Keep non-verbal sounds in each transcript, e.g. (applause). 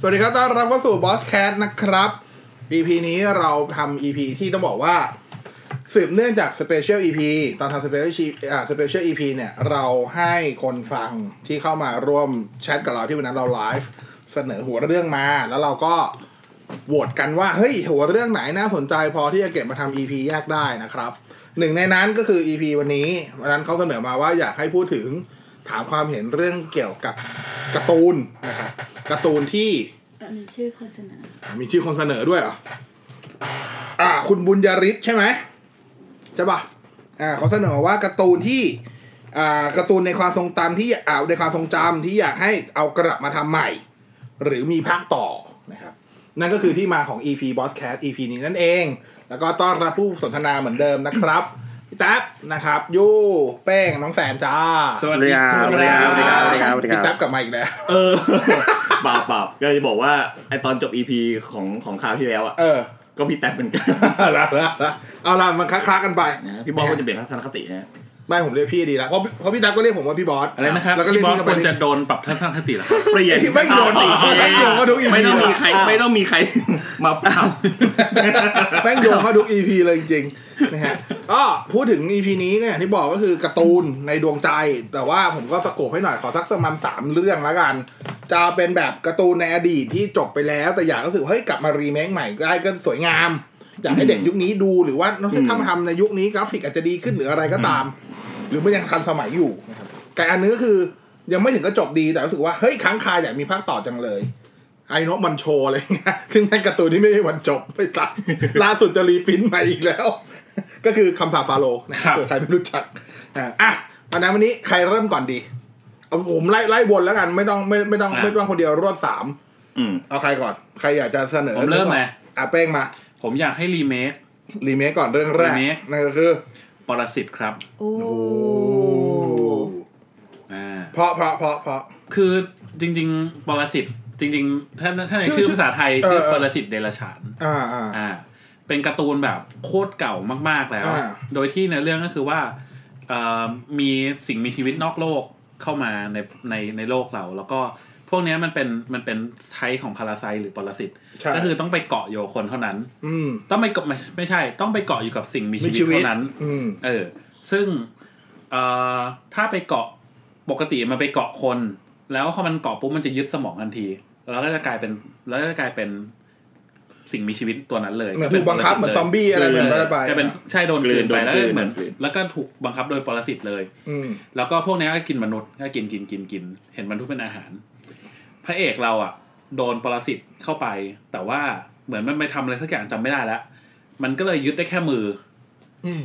สวัสดีครับต้อนรับเข้าสู่บอสแค t นะครับ EP นี้เราทำ EP ที่ต้องบอกว่า สืบเนื่องจากสเปเชียล EP ตอนทำสเปเชียลอ่าสเปเชียล EP เนี่ย เราให้คนฟังที่เข้ามาร่วมแชทกับเราที่วันนั้นเราไลฟ์เสนอหัวเรื่องมา แล้วเราก็โหวตกันว่า เฮ้ย หัวเรื่องไหนน่าสนใจพอที่จะเก็บมาทำ EP แยกได้นะครับ หนึ่งในนั้นก็คือ EP วันนี้วันนั้นเขาเสนอมาว่าอยากให้พูดถึงถามความเห็นเรื่องเกี่ยวกับการ์ตูนนะครับการ์ตูนที่ อันนี้ชื่อคนเสนอ มีชื่อคนเสนอด้วยเหรอ อ่า คุณบุญยริศใช่ไหมใช่ปะอ่าเขาเสนอว่าการ์ตูนที่ อ่าการ์ตูนในความทรงจำที่อ่าในความทรงจำที่อยากให้เอากลับมาทำใหม่ หรือมีภาคต่อนะครับ นั่นก็คือที่มาของ EP Boss Cat EP นี้นั่นเอง แล้วก็ต้อนรับผู้สนทนาเหมือนเดิมนะครับพี่แท็บนะครับยูเป้งน้องแสนจ้า สวัสดีครับ สวัสดีครับ บ สดีครับสวัสดีครับ พี่แท็บกลับมาอีกแล้ว เออเปล่าเปล่าก็จะบอกว่าไอตอนจบ EP ของของคราวที่แล้วอ่ะ เออ ก็พี่แต๊บเหมือนกัน เอาละเอาละมันคล้าๆกันไป นะพี่บอลก็จะเปลี่ยนทัศนคตินะ ไม่ผมเรียกพี่ดีแล้วเพราะเพราะพี่ตั๊กก็เรียกผมว่าพี่บอส อะไรนะครับ แล้วก็เรียก พี่บอ พี่ ส กับ ค ไป วรจะโดนปรับทัศนคติเหรอครับ เปลี่ยน ไม่โยนอีก เอา แม่งโยนเข้าทุกอี ไม่ พี ต้องมีใครไม่ต้องมีใคร มาปรับ (laughs) แม่งโยนเข้าทุกอีพีเลยจริง (laughs) ๆนะฮะก็พูดถึงอีพีนี้ก็อย่างที่บอกก็คือการ์ตูนในดวงใจ แต่ว่าผมก็สะกบให้หน่อยขอสักประมาณสามเรื่องละกัน จะเป็นแบบการ์ตูนในอดีตที่จบไปแล้ว แต่อยากรู้สึกเฮ้ยกลับมารีเมคใหม่ได้ก็สวยงาม อยากให้เด็กยุคนี้ดูหรือว่าถ้ามาทำในยุคนี้กราฟิกอาจจะดีขึ้นหรืออะไรก็ตาม หรือมันยังทันสมัยอยู่นะครับแต่อันนึงก็คือยังไม่ถึงกระจบดีแต่รู้สึกว่าเฮ้ยค้างคาอยากมีภาคต่อจังเลย ไอโนะมันโชว์อะไรเงี้ย ซึ่งนั่นการ์ตูนที่ไม่มีวันจบ (laughs) ไม่ตัด ล่าสุดจะรีพรินท์มาอีกแล้ว (laughs) ก็คือคำสาปฟาโลนะครับเผื่อใครไม่รู้จักอ่ะอ่ะวันนั้นวันนี้ใครเริ่มก่อนดี เอาผมไล่ไล่วนแล้วกัน ไม่ต้องไม่ไม่ต้อง อ่ะ ไม่ต้องคนเดียวรวดสาม อืม เอาใครก่อน ใครอยากจะเสนอ ผมเริ่มไหม อ่ะเป้งมา ผมอยากให้รีเมค รีเมคก่อนเรื่องแรก remake นั่นก็คือ ปรสิตครับ โอ้ อ่า เพราะเพราะเพราะเพราะ คือจริง ๆ ปรสิตจริง ๆ ถ้าถ้าใน ชื่ ชื่ อ อภาษาไทย เออ ชื่อ เออ ปรสิตเดรัจฉาน อ่าอ่า อ่า เป็นการ์ตูนแบบโคตรเก่ามากๆแล้ว อ่า โดยที่ในเรื่องก็คือว่าเอ่อมีสิ่งมีชีวิตนอกโลกเข้ามาในในในโลกเรา แล้วก็พวกเนี้ยมันเป็นมันเป็นไทป์ของพาราไซหรือปรสิต ใช่ ก็คือต้องไปเกาะอยู่กับคนเท่านั้น อืม ต้องไปเกาะไม่ไม่ใช่ ต้องไปเกาะอยู่กับสิ่งมี มี ชีชีวิต วิต เท่านั้น อืม เออ ซึ่งเอ่อถ้าไปเกาะปกติมันไปเกาะคน แล้วพอมันเกาะปุ๊บมันจะยึดสมองทันที แล้วก็จะกลายเป็นแล้วก็จะกลายเป็นสิ่งมีชีวิตตัวนั้นเลย เหมือนถูกบังคับเหมือนซอมบี้อะไร เอ แบบ อ นั้นไป จะเป็นใช่โดนกลืนไปแล้วก็เหมือน โดนกลืน แล้วก็ถูกบังคับโดยปรสิตเลย อืม แล้วก็พวกเนี้ยก็กินมนุษย์ก็กินกินกินกิน เห็นมนุษย์เป็นอาหาร พระเอกเราอ่ะ โดนปรสิตเข้าไป แต่ว่าเหมือนมันไปทำอะไรสักอย่างจำไม่ได้ละมันก็เลยยึดได้แค่มือ อืม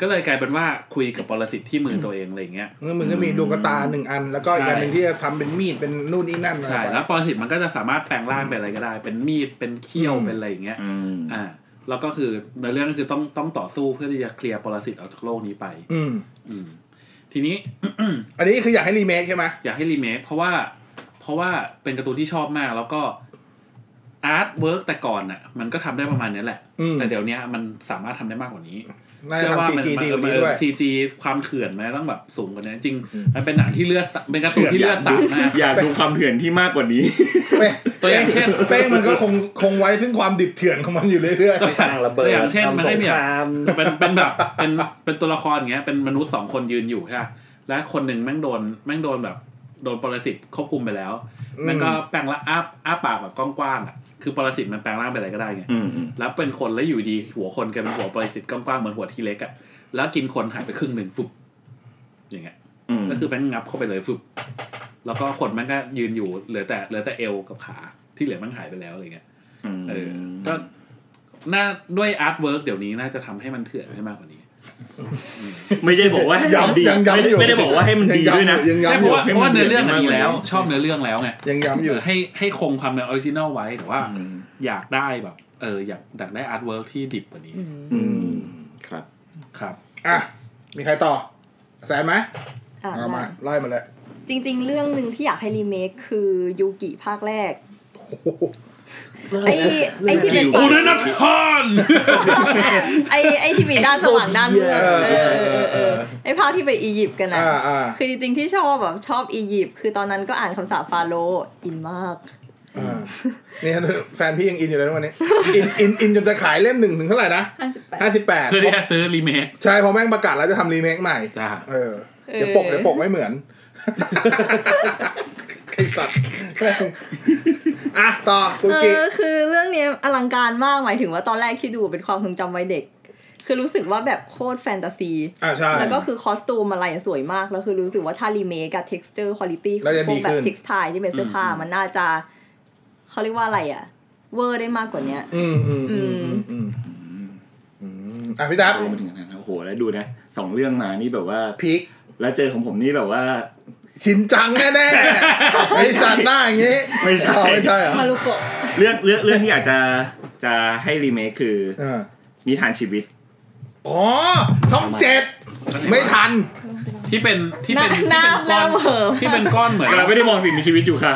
ก็เลยกลายเป็นว่าคุยกับปรสิตที่มือตัวเองอะไรอย่างเงี้ย แล้วมึงก็มีดวงตาหนึ่งอัน แล้วก็อีกอันหนึ่งที่จะทำเป็นมีดเป็นนู่นนี่นั่นอะไร ใช่ ไป แล้วปรสิตมันก็จะสามารถแปลงร่างเป็นอะไรก็ได้ เป็นมีด เป็นเขี้ยว อืม เป็นอะไรอย่างเงี้ย อืม อ่า แล้วก็คือในเรื่องก็คือต้องต้องต่อสู้เพื่อที่จะเคลียร์ปรสิตออกจากโลกนี้ไป อืม อืม ทีนี้ อันนี้คืออยากให้รีเมคใช่ไหม อยากให้รีเมคเพราะว่า เพราะว่าเป็นการ์ตูนที่ชอบมาก แล้วก็อาร์ตเวิร์กแต่ก่อนน่ะ มันก็ทำได้ประมาณเนี้ยแหละ อืม แต่เดี๋ยวเนี้ยมันสามารถทำได้มากกว่านี้ น่าจะ เชื่อว่า ทำซี มัน จี มัน ดีกว่านี้ด้วย ซีจีความเถื่อนมันต้องแบบสูงกว่านี้จริงๆ อืม มันเป็นหนังที่เลือดสาดเป็นการ์ตูนที่เลือดสาดมาก อยากดูความเถื่อนที่มากกว่านี้ เป้ง ตัวอย่างเช่น เป้งมันก็คงคงไว้ซึ่งความดิบเถื่อนของมันอยู่เรื่อย ตัวอ ส ย่า ร้าง งระเบิด ตัวอย่างเช่นมันได้ ทำสง มีแบ ค บ ราม เป็นเป็นแบบเป็นเป็นตัวละครอย่างเงี้ยเป็นมนุษย์สองคนยืนอยู่ใช่ปะและคนหนึ่งแม่งโดนแม่งโดนแบบโดนปรสิตควบคุมไปแล้ว ๆอื แม่งก็แปลงละอ้าอ้าปากแบบกว้างๆอ่ะคือปรสิตมันแปลงร่างเป็นอะไรก็ได้ไง อืม แล้วเป็นคนแล้วอยู่ดีหัวคนกลายเป็นหัวปรสิตกว้างๆเหมือนหัวทีเล็กอ่ะแล้วกินคนหายไปครึ่งหนึ่งฟุบอย่างเงี้ย อืม ก็คือแม่งงับเข้าไปเลยฟุบแล้วก็คนแม่งก็ยืนอยู่เหลือแต่เหลือแต่เอวกับขาที่เหลือแม่งหายไปแล้วอะไรเงี้ย ม เออก็น่าด้วยอาร์ตเวิร์กเดี๋ยวนี้น่าจะทำให้มันเถื่อนให้มากกว่านี้ ไม่ได้บอกว่าให้มันดี ย้ำยัง ไม่ ย้ำอได้ยู่ ไม่ได้บอกว่าให้มันดีด้วยนะ ยัง ใช่ ย้ำ เพ อยู่ ราะว่า ให้ เพราะมันว่าเนื้อเรื่องมันดีแล้ว เดือด ชอบเนื้อเรื่องแล้วไง ยังย้ำอยู่ เออให้ให้คงความเป็นออริจินอลไว้แต่ว่า อืม อยากได้แบบ เอออยากอยากได้อาร์ตเวิร์กที่ดิบกว่านี้ อืมครับ ครับ อ่ะ มีใครต่อ แสนไหม อ่ะ เอามา ได้ ไล่มาเลย จริงๆ เรื่องหนึ่งที่อยากให้รีเมคคือยูกิภาคแรก โอ้โห ไอ้ไอ้ที่เป็น ยูกิ โอ้ยนัทพอน ไอ้ไอ้ที่มีด้านสว่างด้านมืด เอ อะ อ เอ เอ อ อ เอ เอออเอ เอ อ อ ไอ้ภาคที่ไปอียิปต์กันนะ อ่าอ่า คือจริงๆที่ชอบแบบชอบอียิปต์คือตอนนั้นก็อ่านคำสาปฟาโรห์อินมาก เ อ่านี่แฟนพี่ยังอินอยู่เลยทุกวันนี้ อินอินอินจนจะขายเล่มหนึ่งถึงเท่าไหร่นะ ห้าสิบแปด ห้าสิบแปด เพื่อที่จะซื้อรีเมค ใช่เพอแม่งประกาศแล้วจะทำรีเมคใหม่ จ้า เออเดี๋ยวปก เออ เดี๋ยวปกไม่เหมือน ไอ้สัตว์แม่งอ่ะต่อกู เอ กิ อคือเรื่องเนี้ยอลังการมากหมายถึงว่าตอนแรกที่ดูเป็นความทรงจำวัยเด็ก คือรู้สึกว่าแบบโคตรแฟนตาซี อ่ะใช่ แล้วก็คือคอสตูมอะไรอะสวยมาก แล้วคือรู้สึกว่าถ้ารีเมคกับ texture quality ข แล้ อ ว ง จะ พ ดี วกแบ ขึ้ บ น textile ที่เป็นเสื้อผ้ามันน่าจะเขาเรียกว่าอะไรอะเวอร์ได้มากกว่าเนี้ย อืมอืมอืมอืมอืมอืมอ่ะพี่ดับ โอ้มาถึงขนาดนั้นโอ้โหแล้วดูนะสองเรื่องมานี่แบบว่า พีค แล้วเจอของผมนี่แบบว่า ชินจังแน่ๆไอ้สัตว์หน้าอย่างงี้ ไม่ใช่ อ๋อไม่ใช่เหรอ มารุโกะ เรื่องเรื่องเรื่องที่อยากจะจะให้รีเมคคือ อ่า นิทานชีวิต อ๋อช่องเจ็ดไม่ทัน ที่เป็นที่ หน้า เป็นที่ หน้า เป็น ห ก้อ น้าน เหม่อ ที่เป็นก้อนเหมือน เราไม่ได้มองสิ่งมีชีวิตอยู่ค่ะ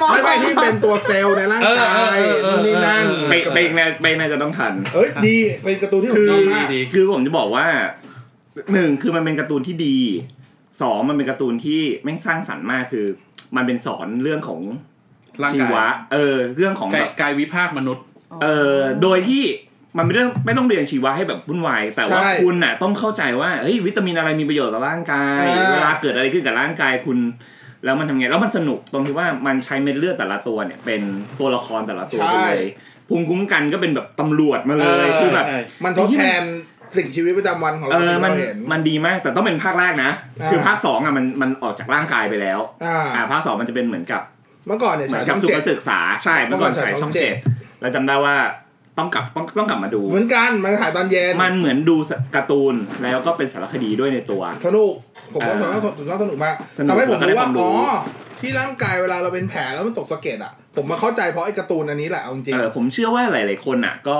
มอง ไม่ไม่ที่เป็นตัวเซลล์ในร่างกาย เออเออเออเอนู่อนนี่นั่น ไปไปอีกแน่ไปน่าจะต้องทัน เอ้ยดีเป็นการ์ตูนที่ผ คื ม อ ชอบมาก ดี คือผมจะบอกว่าหนึ่งคือมันเป็นการ์ตูนที่ดีสองมันเป็นการ์ตูนที่แม่งสร้างสรรค์มากคือ มันเป็นสอนเรื่องของ ร่าง ชี กายว ะ เออ เรื่องของ กา แบ ย บ กายวิภาคมนุษย์ เออโดยที่มันไม่ต้องไม่ต้องเรียนชีวะให้แบบวุ่นวายแต่ว่าคุณน่ะต้องเข้าใจว่าเฮ้ยวิตามินอะไรมีประโยชน์ต่อร่างกาย เวลาเกิดอะไรขึ้นกับร่างกายคุณ แล้วมันทำไงแล้วมันสนุกตรงที่ว่ามันใช้เม็ดเลือดแต่ละตัวเนี่ย เป็นตัวละครแต่ละตัวไปเลยภูมิคุ้มกันก็เป็นแบบตำรวจมาเลยคือแบบ มันทดแทนสิ่งชีวิตประจำวันของ เอ เรา อ ที่ มัน เราเห็น มันดีมากแต่ต้องเป็นภาคแรกนะ อ่า คือภาคสองอ่ะมันมันออกจากร่างกายไปแล้ว อ่า อ่าภาคสองมันจะเป็นเหมือนกับ เมื่อก่อนเนี่ย เหมือ ฉาย นกั ช่ บ อง จุด เจ็ กา ด รศึกษาใช่เมื่อก่อนฉายเมื่อก่อนฉายช่องช่องเจ็ เจ็ ด ดเราจำได้ว่าต้องกลับต้องต้องกลับมาดู เหมือนกันมันถ่ายตอนเย็น มันเหมือนดูการ์ตูนแล้วก็เป็นสารคดีด้วยในตัว สนุกผมว่า อ่า ผมว่าสนุกสนุกมาก สนุก ทำให้ผม แล้วก็ได้ รู้ว่า ความรู้ อ๋อที่ร่างกายเวลาเราเป็นแผลแล้วมันตกสะเก็ดอ่ะ ผมมาเข้าใจเพราะไอ้การ์ตูนอันนี้แหละเอาจริง เออผมเชื่อว่าหลาย ๆ คนอ่ะ ก็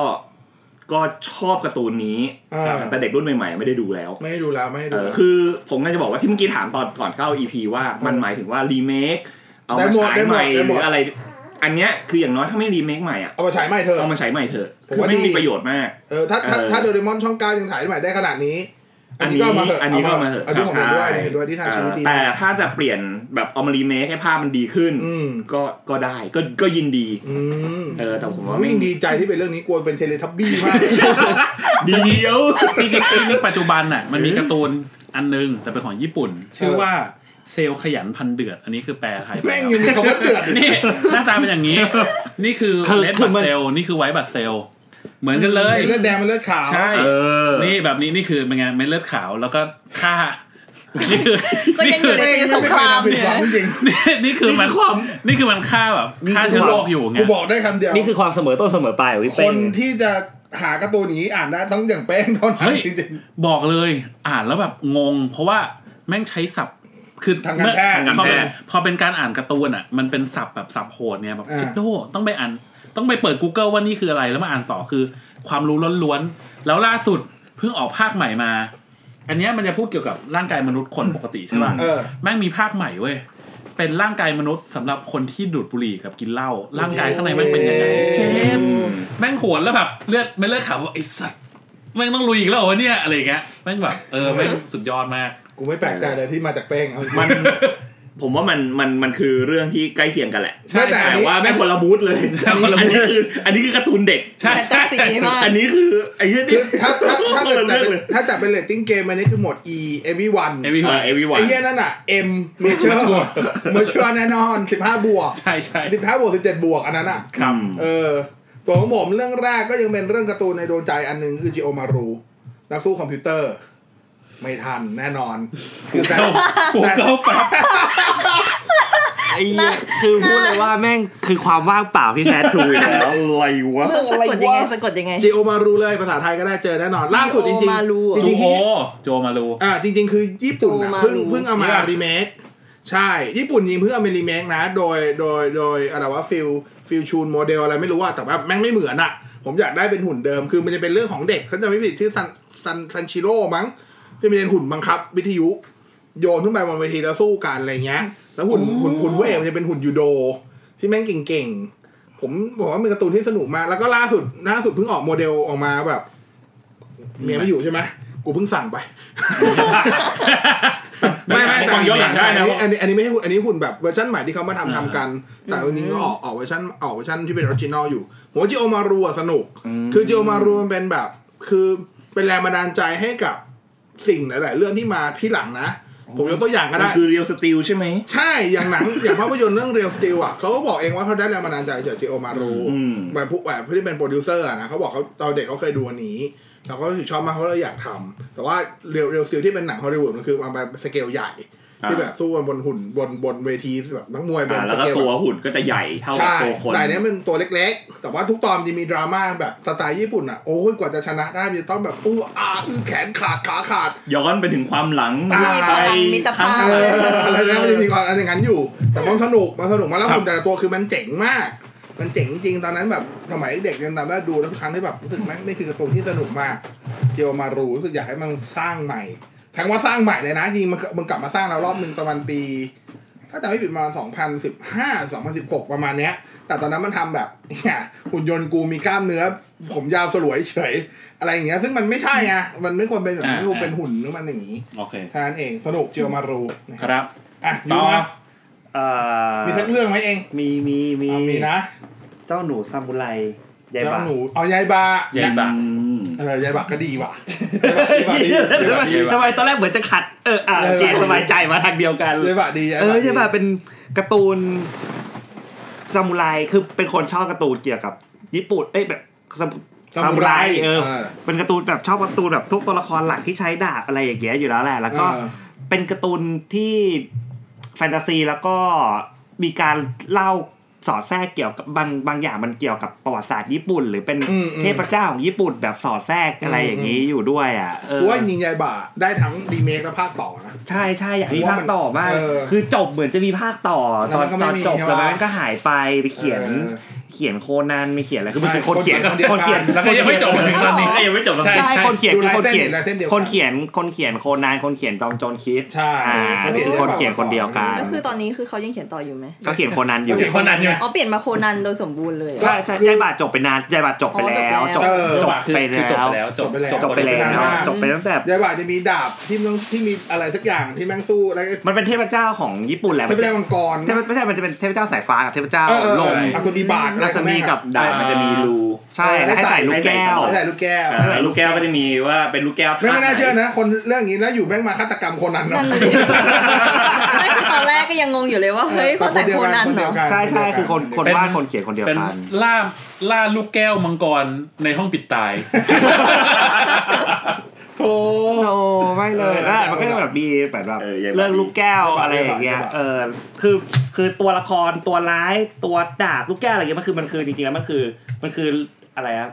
ก็ชอบการ์ตูนนี้ อ่า แต่เด็กรุ่นใหม่ ๆ ไม่ได้ดูแล้ว ๆไม่ให้ดูแล้วไม่ให้ เอ ดู อ แล้ว คือผมก็จะบอกว่าที่เมื่อกี้ถามตอนก่อนเข้า EP ว่ามัน เออ หมายถึงว่ารีเมคเอา ได้ มา หมด ฉาย ได้หมด ใหม่ ได้ ห หม รื ด ออะไร อันเนี้ยคืออย่างน้อยถ้าไม่รีเมคใหม่อ่ะ เอามาฉายใหม่เถ เอา อะ มาใช้ใหม่เถอะ ผม คือ ว่า ไม่ง ดี มีประโยชน์มาก เออถ้าถ้า เออ ถ้าโดเรมอนช่องเก้ายังถ่ายใหม่ได้ขนาดนี้ อันนี้ก็ อันนี้ เอามาเถอะ อันนี้อันนี้ผก็เอามาเถอะมเห็นด้วย ใช่ อันนี้เห็นด้วยที่ทางชีวิตดี เออแต่ถ้าจะเปลี่ยนแบบเอามารีเมคให้ภาพมันดีขึ้น อืม ก็ก็ได้ก็ก็ยินดี อืม เออแต่ผมว่า ผม ไม่ ยิ่งดีใจที่เป็นเรื่องนี้กลัวเป็นเทเลทับบี้มาก ดีเดียว ที่ที่ที่นึกปัจจุบันน่ะมันมีการ์ตูนอันนึงแต่เป็นของญี่ปุ่น ชื่อว่าเซลล์ขยันพันเดือด อันนี้คือแปลไทย แม่งยังมีคำว่าเดือดอีก นี่หน้าตาเป็นอย่างนี้ นี่คือ คือ เลด คื บั อ ต มัน เซลล์นี่คือไวท์บัตเซลล์เหมือนกันเลย เป็นเลือดแดงเป็นเลือดขาว ใช่ เออ นี่แบบนี้นี่คือเป็นไงเม็ดเลือดขาวแล้วก็ฆ่า นี่คือ ก็ นี่ ยังอ คื ยู่ อ ใน แม่ง เรื่องส ไม่ ง ไม่ ค เคย ราม ทำผิดหวังเนี่ย จริง นี่นี่คือมันนี่คือมันฆ่าแบบฆ่าเชื้อโรคอยู่ไง กูบอกได้คำเดียว นี่คือความเสมอต้นเสมอปลายของพี่ ค เป้ง นที่จะหาการ์ตูนอย่างนี้อ่านได้ต้องอย่างแป้งเท่านั้น เฮ้ย จริง บอกเลยอ่านแล้วแบบงง เพราะว่าแม่งใช้ศัพท์คือ ทางการแพทย์ เมื่อ ทางการแพทย์ พอเป็นการอ่านการ์ตูนอ่ะ มันเป็นศัพท์แบบศัพท์โหดเนี่ยแบบ อ่า จิโดต้องไปอ่านต้องไปเปิด Google ว่านี่คืออะไรแล้วมาอ่านต่อคือ ความรู้ล้วนๆแล้วล่าสุดเพิ่งออกภาคใหม่มา อันเนี้ยมันจะพูดเกี่ยวกับร่างกายมนุษย์คนปกติใช่ป่ะ ๆเออ แม่งมีภาคใหม่เว้ยเป็นร่างกายมนุษย์สำหรับคนที่ดูดบุหรี่กับกินเหล้าร่างกายข้างในแม่งเป็นยังไง เจ็ เจ็ บ บ แม่งโหวนแล้วแบบเลือดไม่เลือดขาวว่าไอ้สัตว์แม่งต้องลุยอีกแล้วเหรอวะเนี่ยอะไรอย่างเงี้ยแม่งแบบเออแม่งสุดยอดมาก กูไม่แปลกใจเลยที่มาจากแป้งเอาจริง มันผมว่ามันมันมันคือเรื่องที่ใกล้เคียงกันแหละ ไม่แต่อัน แต่ นี้ ว่าแม่งคนละบูธเลย แม่งคนละ อัน บูธ นี้คืออันนี้คือการ์ตูนเด็ก ใช่ แต่ก็สีมาก อันนี้คือไอ้เหี้ย คื นี่ อถ้าถ้าถ้า ค เกิ น ด ละ จะ เรื่อง เป็ เล น ย ถ้าจะเป็นเลตติ้งเกมอันนี้คือหมด E everyone (laughs) เอวี เอ วัน อเอวีวัน ไอ้เหี้ยนั่นอ่ะ M mature mature แน่นอน15บวก ใช่ใช่ 15บวก17บวกอันนั้นอ่ะ ครับ เออส่วนของผมเรื่องแรกก็ยังเป็นเรื่องการ์ตูนในดวงใจอันหนึ่งคือจิโอมารูนักสู้คอมพิวเตอร์ ไม่ทันแน่นอน คือแต่ กูเกิลปรับ ไอ้เหี้ยคือพูดเลยว่าแม่งคือความว่างเปล่าที่แท้ทรูอีกแล้ว อะไรวะ สะกดยังไงสะกดยังไง จิโอมารูเลยภาษาไทยก็ได้เจอแน่นอน ล่าสุดจริงๆ G.O. Maru เหรอ จ จู ริงๆ โอ ที่ โจมารู อ่าจริง ๆ คือญี่ปุ่นน่ะ G.O. Maru เพิ่งเพิ่งเอามา ใช่ปะ รีเมคใช่ญี่ปุ่นยิงเพิ่งเอามารีเมคนะ โดยโดยโดยอะไรวะฟิลฟิลชูนโมเดลอะไรไม่รู้ว่าแต่ว่าแม่งไม่เหมือนอ่ะ ผมอยากได้เป็นหุ่นเดิมคือมันจะเป็นเรื่องของเด็กเขาจะไม่ผิดชื่อซันซันซันชิโร่มั้งที่เป็นหุ่นบังคับวิทยุ โยนขึ้นไปบนเวทีแล้วสู้กันอะไรเงี้ย แล้วหุ่นหุ่นหุ่นพระเอกมันจะเป็นหุ่นยูโด ที่แม่งเก่งๆ ผมบอกว่าเป็นการ์ตูนที่สนุกมาก แล้วก็ล่าสุดล่าสุดเพิ่งออกโมเดลออกมา (laughs) แบบ เมียไม่อยู่ใช่ไหม กูเพิ่งสั่งไป ไม่ไม่แต่ ฟังย้อนหลังได้ แต่ นะ อันนี้อันนี้อันนี้ไม่ใช่หุ่นอันนี้หุ่นแบบเวอร์ชันใหม่ที่เขามาทำทำกัน แต่จริงๆก็ออกออกเวอร์ชันออกเวอร์ชันที่เป็นออริจินอลอยู่หัวจิโอมารูอะสนุก คือจิโอมารูมันเป็นแบบ คือเป็นแรงบันดาลใจให้กับสิ่งหลาย ๆ เรื่องที่มาที่หลังนะ ผมยกตัวอย่างก็ มัน ได้ คือเรียลสติลใช่ไหม ใช่อย่างหนัง (laughs) อย่างภาพยนตร์เรื่อง Real Steel อ่ะเขาก็บอกเองว่าเขาได้แรงบันดาลใจจากจิโอมารู อืม แบบผู้แบบผู้ที่เป็นโปรดิวเซอร์อะนะเขาบอกเขาตอนเด็กเขาเคยดูอันนี้ แล้วก็รู้สึกชอบมากเขาเลยอยากทำแต่ว่า Real Real Steel ที่เป็นหนังฮอลลีวูดมันคือมันเป็นสเกลใหญ่ ที่แบบสู้กันบนหุ่นบนบนเวทีแบบนักมวยบน อ่า ส แล้วก็ เกล ตัวหุ่นก็จะใหญ่เท่ากับ ใช่ ตัวคน แต่อันเนี้ยมันตัวเล็กๆ แต่ว่าทุกตอนจะมีดราม่าแบบสไตล์ญี่ปุ่นอ่ะโอ้ยกว่าจะชนะได้มันจะต้องแบบอู้อาอื้อแขนขาดขาขาด ย้อนไปถึงความหลัง อ่า พลังมิตรภาพ เอออะไรนะมันจะมีความอะไรอย่างนั้นอยู่ แต่มันสนุกมันสนุกมากแล้ว ครับ คุณแต่ละตัวคือมันเจ๋งมาก มันเจ๋งจริงตอนนั้นแบบสมัยเด็กยังจำได้ดูแล้วทุกครั้งที่แบบรู้สึกแม่งนี่คือการ์ตูนที่สนุกมาก เจียวมารูรู้สึกอยากให้มันสร้างใหม่ทั้งว่าสร้างใหม่เลยนะจริงมันมันกลับมาสร้างเรารอบหนึ่งประมาณปี ถ้าจำไม่ผิดประมาณ2015 2016 ประมาณเนี้ย แต่ตอนนั้นมันทำแบบเนี่ยหุ่นยนต์กูมีกล้ามเนื้อ ผมยาวสลวยเฉย อะไรอย่างเงี้ยซึ่งมันไม่ใช่ไงมันไม่ควรเป็นแบบนี้มันควรเป็นหุ่นหรือมันอย่างนี้ โอเค เท่านั้นเองสนุกเจียวมารูนะ ครับ อ่ะ ต่ ยู อ มา เอ่อ มีสักเรื่องไหมเอง มีมีมี เอามีนะ เจ้าหนูซามูไรยาย เจ้า บ้า หนูเอายายบา ใหญ่บาง อืม เออยายบาก็ดีว่ะ ทำไมทำไมตอนแรกเหมือนจะขัด เอออ่ะโอเค เออ สบายใจมาทางเดียวกัน ยายบาดียาเอบยา อใช่ป่ะเป็นการ์ตูนซามูไรคือเป็นคนชอบการ์ตูนเกี่ยวกับ ญี่ปุ่นเอ้ยแบบซามูซามูไรเออ เป็นการ์ตูนแบบชอบการ์ตูนแบบทุกตัวละครหลักที่ใช้ดาบอะไรอย่างเงี้ยอยู่แล้วแหละแล้วก็ เออ เป็นการ์ตูนที่แฟนตาซีแล้วก็มีการเล่าสอดแทรกเกี่ยวกับบางบางอย่างมันเกี่ยวกับประวัติศาสตร์ญี่ปุ่น หรือเป็น อืมอืม เทพเจ้าของญี่ปุ่นแบบสอดแทรกอะไรอย่างนี้อยู่ด้วยอ่ะเออ กูว่ายิงยายบาได้ทั้งรีเมคและภาคต่อนะ ใช่ใช่อยากมีภาคต่อมาก เออ คือจบเหมือนจะมีภาคต่อ แล้ว ตอ มัน นก็ ต ไม่ อน มี จบ ใช่ไหม แล้วมันก็หายไปไปเขียน เออ เขียนโคนันไม่เขียนอะไรคือมัน ใช่ เป็นคนเขียน คนเดียว คนเขียน กัน แล้วก็ยังไม่จบถึงตอนนี้ ก็ยังไม่จบแล้ว ใช่ ใช่คนเขียน ดู คือ ลาย คน เส้น เขียน เห็นลายเส้นเดียวกั คน นเขียนคนเขียนโคนันคนเขียนจองโจนคิด ใช่ อ่า ก็เขียน คนเขียนคนเดียวกัน ก็คือตอนนี้คือเขายังเขียนต่ออยู่ไหม ก็เขียนโคนันอ ก็ ยู่ เขียนคนนั้นไง อ๋อเปลี่ยนมาโคนันโดยสมบูรณ์เลยเหรอ ใช่ใช่ คือ ใจบาทจบไปนานใจบาทจบไปแล้ว อ๋อ จ จ บบ ไปแล้ว จบไป คือจบ แล้ว ไปแล้ว จบไปแล้ว จบไปแล้ว จบไปตั้งแต่ ยายบาจะมีดาบที่มันที่มีอะไรสักอย่างที่แม่งสู้แล้ว มันเป็นเทพเจ้าของญี่ปุ่นแหละ ใช้ มัน เป็นแร จะ งมังกร เทพไม่ใช่มันจะเป็นเทพเจ้าสายฟ้ากับเทพเจ้า เออเออ ล เอ ม ออัศมีบาทอะไร รัศมีกับดา ดา บบ มันจะมีรู ใช่แล้วให้ใส่ลูกแก้ว ใส่ลูกแก้ว อ่าแล้วลูกแก้วก็จะมีว่าเป็นลูกแก้ว ไม่งไม่น่า ท่ห เชื่อนะคนเรื่องอย่างนี้แล้วอยู่แม่งมาฆาตกรรมคนนั้นเนาะ นั่นเลยไม่คือตอนแรกก็ยังงงอยู่เลยว่า เฮ้ยเขาแต่งโคนันเหรอ ใช่ใช่คือคนคน เป็น วาดคนเขียนคนเดียว เป็น กัน ล่าล่าลูกแก้วมังกรในห้องปิดตาย โธ่ โนไม่เลย เออ นะมันก็จะแบบมีแบบแบบ เออใหญ่ เรื่องลูกแก้ว ใหญ่ อะไรอย่างเงี้ย ใหญ่ เออคือคือตัวละครตัวร้ายตัวดาบลูกแก้วอะไรเงี้ยมันคือมันคือจริงๆแล้วมันคือมันคืออะไรอะ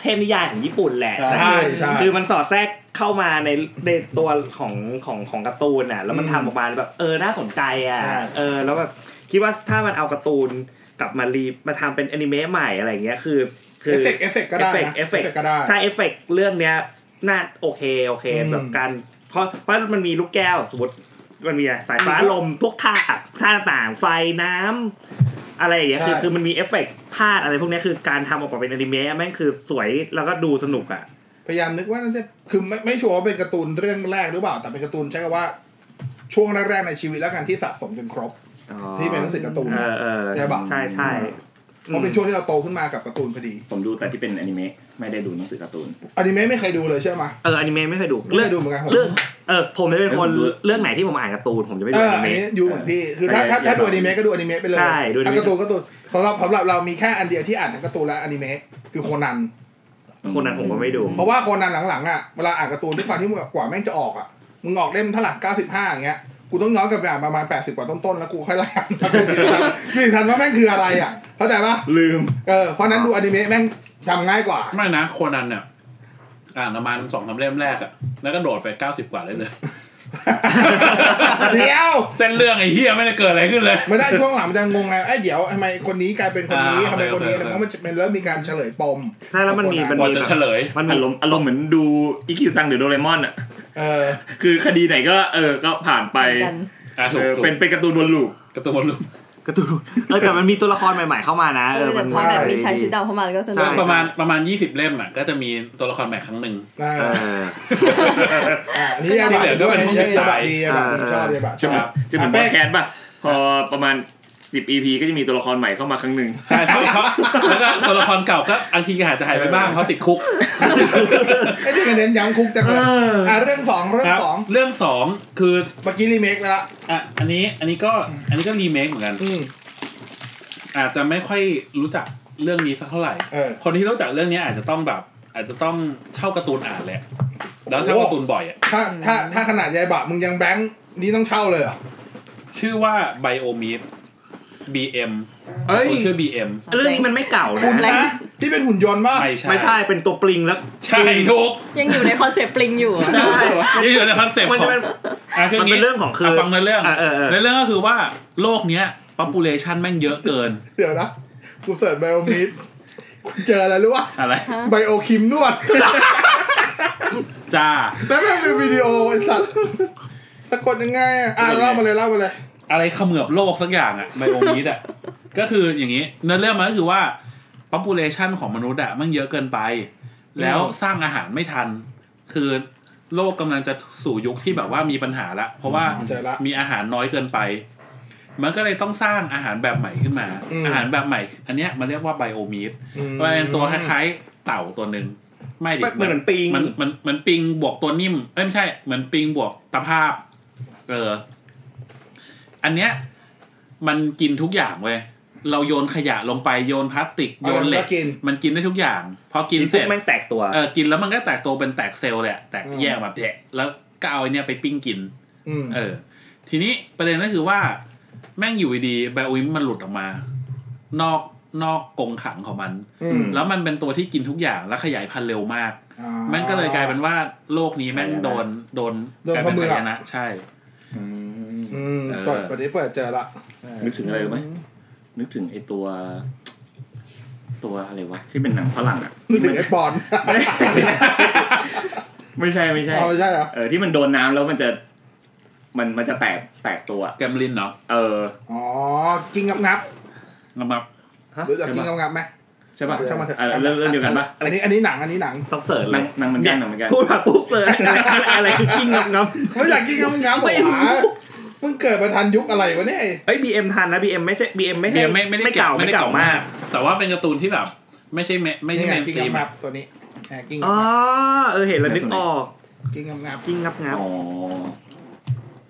เทพนิยายของญี่ปุ่นแหละ ใช่ใช่ คือมันสอดแทรกเข้ามาในในตัวของของของการ์ตูนอ่ะแล้วมัน อืม ทำออกมาแบบเออน่าสนใจอ่ะ ใช่ เออแล้วแบบคิดว่าถ้ามันเอาการ์ตูนกลับมารีมาทำเป็นอนิเมะใหม่อะไรอย่างเงี้ยคือ เอ คือ ฟเฟกต์เอฟเฟกต์ก็ได้นะ เอฟเฟกต์ ก็ได้ ใช่เอฟเฟกต์เรื่องเนี้ยน่าโอเคโอเค อืม แบบการเพราะเพราะมันมีลูกแก้วสมมติมันมีอะไรสายฟ้า อืม ลมพวกธาตุธาตุต่างๆไฟน้ำอะไรอย่างเงี้ย ใช่ คือคือมันมีเอฟเฟกต์ธาตุอะไรพวกเนี้ยคือการทำออกมาเป็นอนิเมะแม่งคือสวยแล้วก็ดูสนุกอ่ะ พยายามนึกว่าน่าจะคือไม่ไม่ชัวร์ว่าเป็นการ์ตูนเรื่องแรกหรือเปล่า แต่เป็นการ์ตูนใช้คำว่า ช่วงแรกๆในชีวิตแล้วกันที่สะสมจนครบ ที่เป็นหนังสือการ์ตูน เอ นะ อเออ ใช่ปะ ใช่ใช่ เพราะเป็นช่วงที่เราโตขึ้นมากับการ์ตูนพอดี ผมดูแต่ที่เป็นอนิเมะไม่ได้ดูหนังสือการ์ตูน อนิเมะไม่เคยดูเลยใช่ไหม เอออนิเมะไม่เคยดู ไม่เคยดูเหมือนกันผม เรื่องเออผมจะเป็นคน เออผมดู เรื่องไหนที่ผมอ่านการ์ตูนผมจะไม่ เอ ดู อ อนิ อัน เมะ นี้อยู่เหมือนพี่คือถ้าถ้าถ้าดูอนิเมะก็ดูอนิเมะไปเลย ใช่ดูอนิ แล้ว เมะ การ์ตูนการ์ตูนสำหรับสำหรับเรามีแค่อันเดียวที่อ่านทั้งการ์ตูนและอนิเมะคือโคนัน คนนั้นผมก็ไม่ดู เพราะว่าโคนันหลังๆอ่ะเวลาอ่านการ์ตูนด้วยความที่มึงกว่าแม่งจะออกอ่ะมึงออกเล่มเท่าไหร่95อย่างเงี้ยกูต้องย้อนกลับไปอ่านประมาณ 80 กว่าต้นๆ แล้วกูค่อยไล่อ่านยืนทันว่าแม่งคืออะไรอ่ะเข้าใจปะ ลืม เออเพราะนั้นดูอนิเมะแม่งจำง่ายกว่า ไม่นะโคนันเนี่ยอ่านประมาณสองสามเล่มแรกอะแล้วก็โดดไปเก้าสิบกว่าเลยเลย เดี๋ยว เส้นเรื่องไอ้เฮียไม่ได้เกิดอะไรขึ้นเลย ไม่ได้ช่วงหลังมันจะงงไงไอ้ยเดี๋ยวทำไมคนนี้กลายเป็นคนนี้ อ่า ทำไมคนนี้ โอเคโอเค เพราะมันจะเป็นเริ่มมีการเฉลยปม ใช่แล้วมันมีมัน กว่าจะเฉลย มันมี อารมณ์อารมณ์เหมือนดูอีคิวซังหรือโดเรมอนอ่ะ เออ คือคดีไหนก็เออก็ผ่านไป กัน อ่ะถูก เออ ถูก เป็นเป็นการ์ตูนวนลูป การะตูนบอลลูน การ์ตูน (laughs) เออแต่มันมีตัวละครใหม่ๆเข้ามานะ เออแต่ น พอแบบมีชายชุดดำเข้ามาแล้วก็สนุ ใช่ ก ประมาณประมาณยี่สิบเล่มอ่ะก็จะมีตัวละครใหม่ครั้งหนึ่ง อ่า เออ อ่าอันนี้ยาบะด้วยอันนี้ยาบะดียาบะดีชอบยาบะช จะ อ มี บ จะมี อ่ะ บอ แป้ ด ง แคสต์ป่ะ พอประมาณสิบ EP ก็จะมีตัวละครใหม่เข้ามาครั้งหนึ่ง ใช่ครับแล้วก็ตัวละครเก่าก็อันทีก็อาจจะหายไปบ้างเขาะติดคุก ไอ้ที่กันเน้นย้ำคุกจังเลยอ่าเรื่องสองเรื่อง ครับ สอง เรื่องสองคือ เมื่อกี้รีเมคไปละ อ่ะอันนี้อันนี้ก็อันนี้ก็รีเมคเหมือนกัน อืม อาจจะไม่ค่อยรู้จักเรื่องนี้สักเท่าไหร่ เออ คนที่รู้จักเรื่องนี้อาจจะต้องแบบ อาจจะต้องเช่าการ์ตูนอ่านแหละแล้วเช่าการ์ตูนบ่อยอ่ะ ถ้าถ้าถ้าขนาดยายบะมึงยังแบงค์นี่ต้องเช่าเลยเหรอ ชื่อว่าไบโอมีฟ BM เอ้ย ชื่อ BM เรื่องนี้มันไม่เก่า คุณ อะไร นะ นะที่เป็นหุ่นยนต์ป่ะ ไม่ ไม่ใช่ เป็นตัวปลิงแล้ว ใช่ถูก ยังอยู่ในคอนเซปต์ปลิงอยู่อะ ใช่ นี่อยู่ในคอนเซ็ปต์ มัน ขอ จะ ง เป็น อ่ะคือ มันเป็น งี้ เรื่องของคืออ่ ะฟังในเรื่อง เออเออเออ ในเรื่องก็คือว่าโลกเนี้ย population แม่งเยอะเกิน เดี๋ยวนะ กูเสิร์ชไบโอมิดเจออะไรรู้ป่ะ อะไร (laughs) ไบโอคิมนวด (laughs) จ้า แล้วมันเป็นวิดีโอไอ้สัตว์สะกดยังไงอ่ะอ่ะเล่ามาเลยเล่ามาเลย อะไรเขมือบโลกสักอย่างอะไบโอมิดอะ ก็คืออย่างนี้เนื้อเรื่องมันก็คือว่า population ของมนุษย์อะมันเยอะเกินไป แล้ว อืม สร้างอาหารไม่ทัน คือโลกกำลังจะสู่ยุคที่แบบว่ามีปัญหาละ เพราะว่า เจอละ มีอาหารน้อยเกินไป มันก็เลยต้องสร้างอาหารแบบใหม่ขึ้นมา อืม อาหารแบบใหม่ อันเนี้ยมันเรียกว่าไบโอมิด อืม มันเป็นตัวคล้ายๆเต่าตัวหนึ่งไม่ดิ เหมือนปลิง มันมันมันปิงบวกตัวนิ่ม เอ้ยไม่ใช่เหมือนปิงบวกตะภาพ เออ อันเนี้ย มันกินทุกอย่างเว้ย เราโยนขยะลงไปโยนพลาสติกโย เอา น มัน เหล็ ก็ ก กิน มันกินได้ทุกอย่าง พอกิ กิ น น เส เส ร็ ร็ จ จแม่งแตกตัว เออกินแล้วมันก็แตกตัวเป็นแตกเซลล์แหละแตก อืม แยกแบบแยะแล้วก็เอาไอเนี้ยไปปิ้งกิน อืม เออ ทีนี้ประเด็นก็คือว่า แม่งอยู่ดีไบโอวิมมันหลุดออกมา นอกนอกกรงขังของมัน อืม แล้วมันเป็นตัวที่กินทุกอย่างและขยายพันธุ์เร็วมาก อ่า มันก็เลยกลายเป็นว่าโลกนี้แม่ง หายนะ โดนโดน โดน กลายเป็น ขมือบ หายนะใช่ อืม เออ เปิดวันนี้เปิดเจอละ นึกถึงอะไรรู้ไหม นึกถึงไอตัว ตัวอะไรวะ ที่เป็นหนังฝรั่งอ่ะ นึกถึงไอ้ปอน ไม่ใช่ไม่ใช่ เอาไม่ใช่เหรอ เออที่มันโดนน้ำแล้วมันจะ มันมันจะแตกแตกตัว แกมลินเนาะ เออ อ๋อกินงับงับ งับงับ รู้จักกินงับงับไหม ใช่ป่ะ ช่างมันเถอะ เออเรื่องเรื่องเดียวกันป่ะ อันนี้อันนี้หนังอันนี้หนัง ต้องเสิร์ช ห เล นังหนังยเหมือนกันหนังเหมือนกัน พูดมาปุ๊บเลยอะไรอะไรอะไรคือกิ้งงับงับ ไม่อยากกินงับงับหร ไม่ อ รู้ หามึงเกิดมาทันยุคอะไรวะเนี่ย เฮ้ยบีเอ็มทันนะบีเอ็มไม่ใช่บีเอ็มไม่ใช่ เดี๋ยวไม่ไม่ได้ เก่าไม่เก่ามาก แต่ว่าเป็นการ์ตูนที่แบบ ไม่ใช่แมไม่ใช่ นี่ไง แมน กิน ซี งับงัมบตัวนี้อ่ะกินงั อ๋ บ อ งับ เออเห็นแล้วนึกออก กินงับงับ กิ้งงับงับ อ๋อ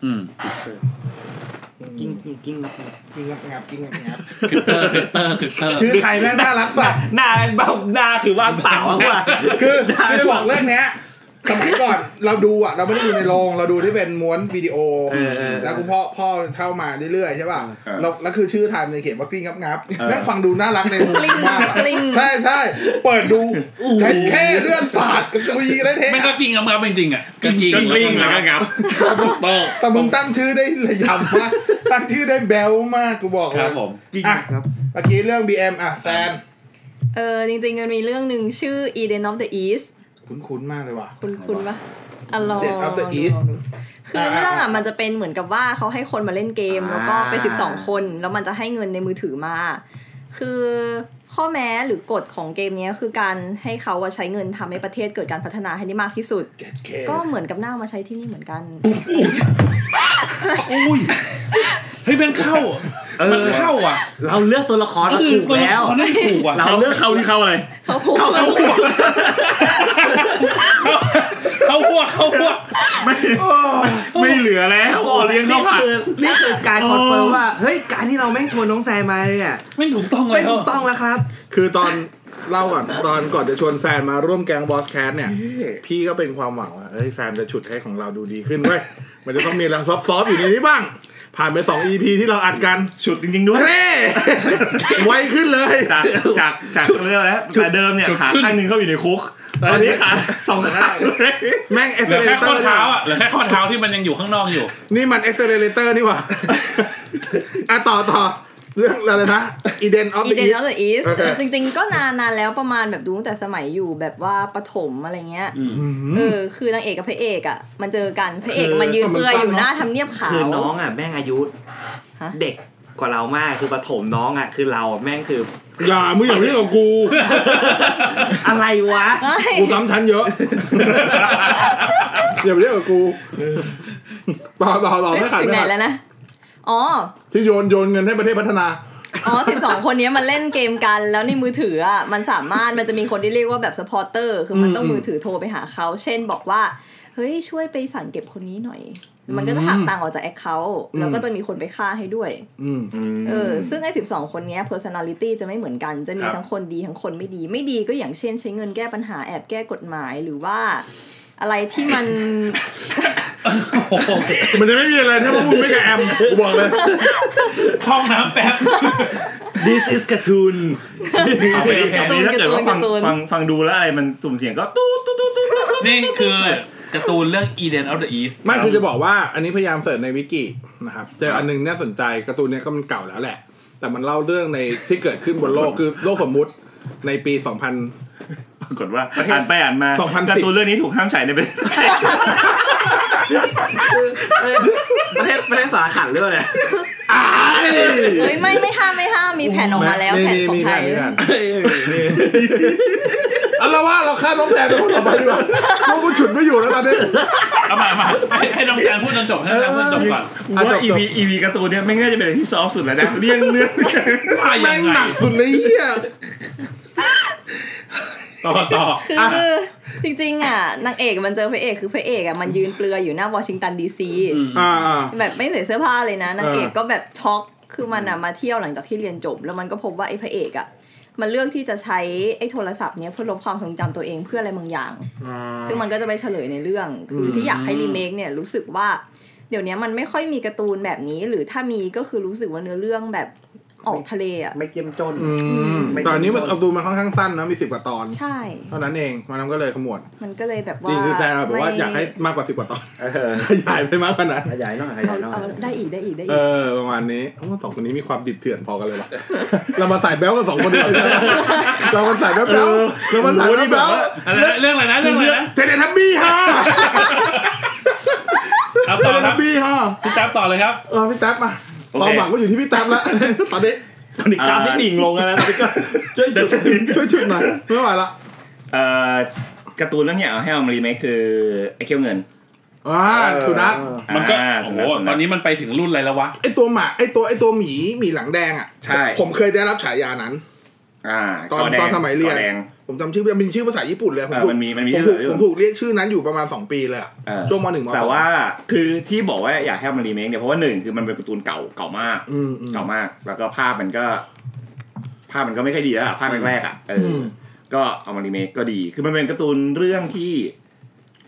อืม อืม กิ้งกิ้งงับงับ กินงับงับกินงับงับ คริปเตอร์คริปเตอร์คริปเตอร์ ชื่อไทยแม่งน่ารักสัตว์ หน้าแบาหน้าคือว่างเปล่าว่ะ คือคือจะบอกเรื่องเนี้ยสมัยก่อนเราดูอ่ะ เราไม่ได้ดูในโรงเราดูที่เป็นม้วนวิดีโอ เออเออ แล้วคุณพ่อพ่อเช่ามาเรื่อยๆใช่ป่ะ เออ แล้วแล้วคือชื่อไทม์ในเขียนว่ากลิ้งงับงับ เออ นั่งฟังดูน่ารักในมุม กลิ้ง มากอะ กลิ้ง ใช่ใช่เปิดดูแค่เลือดสาดกันตุยกันได้เท่ ไม่ก็ อะ กินงับงับจริงๆอ่ะกินยิง กิ้งลิงแล้ว ก็ ก็งับต้อง แต่มึงตั้งชื่อได้ระยำมาก (laughs) ตั้งชื่อได้แบลมากกูบอก ค เล รับ ย ผม กิ้ง อ่ะ งับ เมื่อกี้เรื่อง BM อ่ะแซน เออจริงๆมันมีเรื่องหนึ่งชื่อ Eden of the East คุ้นๆมากเลยว่ะ คุณคุณปะอ่ะลอง Eden of the East คือเรื่องอ่ะมันจะเป็นเหมือนกับว่าเขาให้คนมาเล่นเกม แล้วก็เป็น อ่า สิบสองคน แล้วมันจะให้เงินในมือถือมา คือข้อแม้หรือกฎของเกมเนี้ยคือการให้เขาอะใช้เงินทำให้ประเทศเกิดการพัฒนาให้ได้มากที่สุด 7K ก็เหมือนกับหน้ามาใช้ที่นี่เหมือนกัน อุ้ยเฮ้ยแม่งเข้า เออ มันเข้าอ่ะ เราเลือกตัวละครมาถูกแล้ว มันได้ถูกอ่ะ เรา เขา เลื เลื อ อก กเขาที่เขาอะไร เขาพูด เข้าเข้าหัว (laughs) เข้าพวกเข้าพวก ไม่ไม่เหลือแล้วอ๋อเลี้ยง นี่ เขาผัด คือนี่คือการคอนเฟิร์มว่าเฮ้ยการที่เราแม่งชวนน้องแซมมาเนี่ย ไม่ถูกต้องเล ไม่ ย ถูกต้องแล้วครับ คือตอนเล่าก่อนตอนก่อนจะชวนแซนมาร่วมแกงบอสแคสเนี่ย พี่ก็เป็นความหวังว่าเอ้ยแซนจะฉุดให้ของเราดูดีขึ้นเว้ยมันจะต้องมีอะไรซอฟต์ๆอยู่ในนี้บ้าง ผ่านไป 2 EP ที่เราอัดกัน ฉุดจริงๆด้วย เร่ (laughs) ไวขึ้นเลย จากจากจากเรื่องแล้วแต่เดิมเนี่ยขาข้างหนึงเขาอยู่ในคุกตอนนี้ขาสองข้าง แม่งเอ็ก เห เซเลลือแค่ เตอข้อ ร์ เท้าอ่ะเหลือแค่ข้อเท้าที่มันยังอยู่ข้างนอกอยู่ นี่มันเอ็กเซเลเตอร์นี่ห (laughs) ว่าอ่ะต่อต่อเรื่องอะไรนะอีเดนออฟ อี เด เด อี น of the East โอเค (laughs) จริงๆก็นานนานๆแล้วประมาณแบบดูตั้งแต่สมัยอยู่แบบว่าประถมอะไรเงี้ย เออคือนางเอกกับพระเอกอ่ะมันเจอกันพระเอก คือ มันยืนเปลือยอยู่ มันตั้ง หน้าทำเนียบขา คือ ว น้องอ่ะแม่งอายุ ฮะ เด็ก กว่าเรามากคือปฐมน้องอ่ะคือเราแม่งคือ อย่ามึงอย่าเรียกกับกู (laughs) อะไรวะ ไม่ กูซ้ำชั้นเยอะ (laughs) อย่าไปเรียกกับกูต่อต่อต่อไม่ขาด ถึง ไม่ ไหน ขาด แล้วนะอ๋อ ที่โยนโยนเงินให้ประเทศพัฒนา อ๋อสิบสองคนเนี้ยมันเล่นเกมกัน แล้วในมือถืออ่ะ มันสามารถ มันจะมีคนที่เรียกว่าแบบสปอร์เตอร์ คือมันต้อง อืม มือถือโทรไปหาเขา เช่นบอกว่า เฮ้ย ช่วยไปสั่งเก็บคนนี้หน่อย มันก็จะหักตังค์ออกจากแอคเคาท์แล้วก็จะมีคนไปฆ่าให้ด้วย อืม เออ ซึ่งไอ้สิบสองคนเนี้ย personality จะไม่เหมือนกัน จะมี ครับ ทั้งคนดีทั้งคนไม่ดี ไม่ดีก็อย่างเช่น ใช้เงินแก้ปัญหาแอบแก้กฎหมาย หรือว่า อะไรที่ (laughs) มัน มันจะไม่มีอะไรถ้าพวกมึงไม่กับแอมกูบอกเลย ห้องน้ำแป๊บ this is cartoon เอาไปดิเอาไปดิถ้าเกิดว่าฟัง การ์ตูน ฟังฟังดูแล้วอะไรมันสุ่มเสี่ยงก็ตู้ตู้ตู้ตู้ตู้ นี่คือการ์ตูนเรื่อง Eden of the East ไม่คือจะบอกว่าอันนี้พยายามเสิร์ชในวิกินะครับเจออันหนึงน่าสนใจการ์ตูนเนี้ยก็มันเก่าแล้วแหละ แต่มันเล่าเรื่องในที่เกิดขึ้นบนโลกคือโลกสมมุติในปี 2000 ปรากฏว่าอ่านไปอ่านมา 2010 การ์ตูนเรื่องนี้ถูกห้ามฉายในประเทศไทย ประเทศประเทศสารขันเรื่องอะไร อ้าย เฮ้ยไม่ไม่ห้ามไม่ห้ามมีแผนออกมาแล้วแผนของ มี ไท แผ่น ย มีแผ่นเอาละว่าเราฆ่าน้องแสบเป็นคนต่อไปดีกว่าลูกกูฉุดไม่อยู่แล้วตอนนี้ เอามามาให้ให้น้องแการพูดจนจบให้น้องแการพูดจนจบก่อน อ่ะ ว่า จบ e ี จบ e ีการ์ตูนเนี่ยไม่ง่ายจะเป็นอะไรที่ซอฟต์สุดแล้วนะ (laughs) เรียงเนื้อ ว่ายั แม่ง งไง หนักสุดเลยเฮีย ต่อต่อ คืออจริงๆอ่ะนางเอกมันเจอพระเอกคือพระเอกอ่ะมันยืนเปลือยอยู่หน้าวอชิงตันดีซี อืม อ่า แบบไม่ใส่เสื้อผ้าเลยนะนางเอก เออ ก็แบบช็อกคือมันอ่ะมาเที่ยวหลังจากที่เรียนจบ แล้วมันก็พบว่าไอ้พระเอกอ่ะมันเลือกที่จะใช้ไอ้โทรศัพท์เนี้ยเพื่อลบความทรงจำตัวเองเพื่ออะไรบางอย่าง อ่า ซึ่งมันก็จะไปเฉลยในเรื่อง คืออ ม ที่อยากให้รีเมคเนี่ยรู้สึกว่า เดี๋ยวนี้มันไม่ค่อยมีการ์ตูนแบบนี้ หรือถ้ามีก็คือรู้สึกว่าเนื้อเรื่องแบบออกทะเลอ่ะ ไม่เกียมจน อืมแต่อันนี้มันเอาดูมันค่อนข้างสั้นนะมีสิบกว่าตอน ใช่ เท่านั้นเองมันก็เลยขมวด มันก็เลยแบบว่า นี่คือแซนบอกว่า ไม่ อยากให้มากกว่าสิบกว่าตอน (laughs) เออ ขยายไปมากกว่านั้น ขยายหน่อยข เอา ยายหน่อย เอาได้อีกได้อีกได้อีก เออ ประมาณนี้โอ้สองคนนี้มีความดิบเถื่อนพอกันเลยวะ เรามาสายแบ๊วกันสองคนเดียว (laughs) เลยนะเรามาสายแบ๊วๆเรามาสายแบ๊ว อะไรนะเรื่องอะไรนะเรื่องอะไรนะ ๆเทเลทับบี้ฮ่า เอา เท ต่อ เล ค ทั รั บบ บี้ฮ่า พี่แจ๊บต่อเลยครับ เออพี่แท็บมาความหวังก็อยู่ที่พี่แท็บ (laughs) ละตอนนี้ ตอนนี้กราฟที่ดิ่งลงแล้วนะตอนนี้ก็ช่วย เดี๋ยวจะ ช่วยชุดหน่อยไม่ไหวละ เอ่อการ์ตูนเรื่องเนี้ยเอาให้เอามารีเมคคือไอ้เขี้ยวเงิน อ่าสุนัข มันก็ อ่า โอ้ สำ โห หรับสำหรับ ตอนนี้มันไปถึงรุ่นอะไรแล้ววะ ไอตัวหมาไอตัวไอตัวหมีหมีหลังแดงอ่ะ ใช่ ผมเคยได้รับฉายานั้น อ่า ตอน ก่แดง ตอนสมัยเรียน ก่อแดง ผมจำชื่อมันมีชื่อภาษาญี่ปุ่นเลยผม เออ ถูก มันมีมันมี ผม ชื่ ถู อก อยู่ ผมถูกเรียกชื่อนั้นอยู่ประมาณสองปีเลยอะ เออ ช่วงมหนึ่งมสอง แต่ว่าคือที่บอกว่าอยากให้เอามารีเมคเนี่ยเพราะว่าหนึ่งคือมันเป็นการ์ตูนเก่าเก่ามาก อืมอืม เก่ามาก แล้วก็ภาพมันก็ ภาพมันก็ไม่ค่อยดีแล้วอะภาพแรกๆอ่ะเอออ ม ก็เอามารีเมคก็ดี คือมันเป็นการ์ตูนเรื่องที่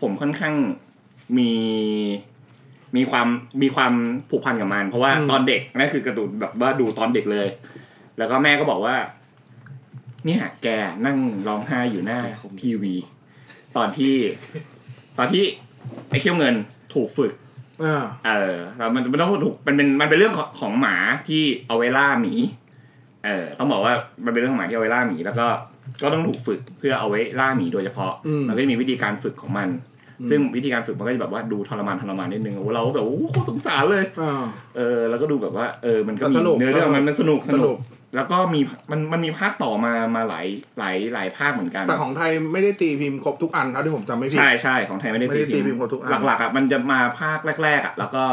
ผมค่อนข้างมีมีความมีความผูกพันกับมัน เพราะว่าตอนเด็กนั่นคือการ์ตูนแบบว่าดูตอนเด็กเลย แล้วก็แม่ก็บอกว่า เนี่ยแกนั่งร้องไห้อยู่หน้าทีวี ตอนที่ ตอนที่ไอ้เขี้ยวเงินถูกฝึก อ่า เออแล้วมันมันต้องถูกมันเป็นมันเป็นเรื่องของของหมาที่เอาไว้ล่าหมี เออต้องบอกว่ามันเป็นเรื่องของหมาที่เอาไว้ล่าหมี แล้วก็ก็ต้องถูกฝึกเพื่อเอาไว้ล่าหมีโดยเฉพาะ อืม มันก็จะมีวิธีการฝึกของมัน ซึ่งวิธีการฝึกมันก็จะแบบว่าดูทรมานทรมานนิดนึงโอ้โหเราก็แบบโอ้โหโคตรสงสารเลย อ่า เออแล้วก็ดูแบบว่าเออมันก็ ก็ มี สนุก เนื้อเรื่องมันมันสนุกส สนุ นุ ก ก แล้วก็มีมันมันมีภาคต่อมามาหลายหลายหลายภาคเหมือนกัน แต่ของไทยไม่ได้ตีพิมพ์ครบทุกอันเท่าที่ผมจำไม่ผิด ใช่ใช่ของไทยไม่ได้ ไม่ได้ตีพิมพ์ของทุกอัน หลักๆอ่ะมันจะมาภาคแรกๆอ่ะแล้วก็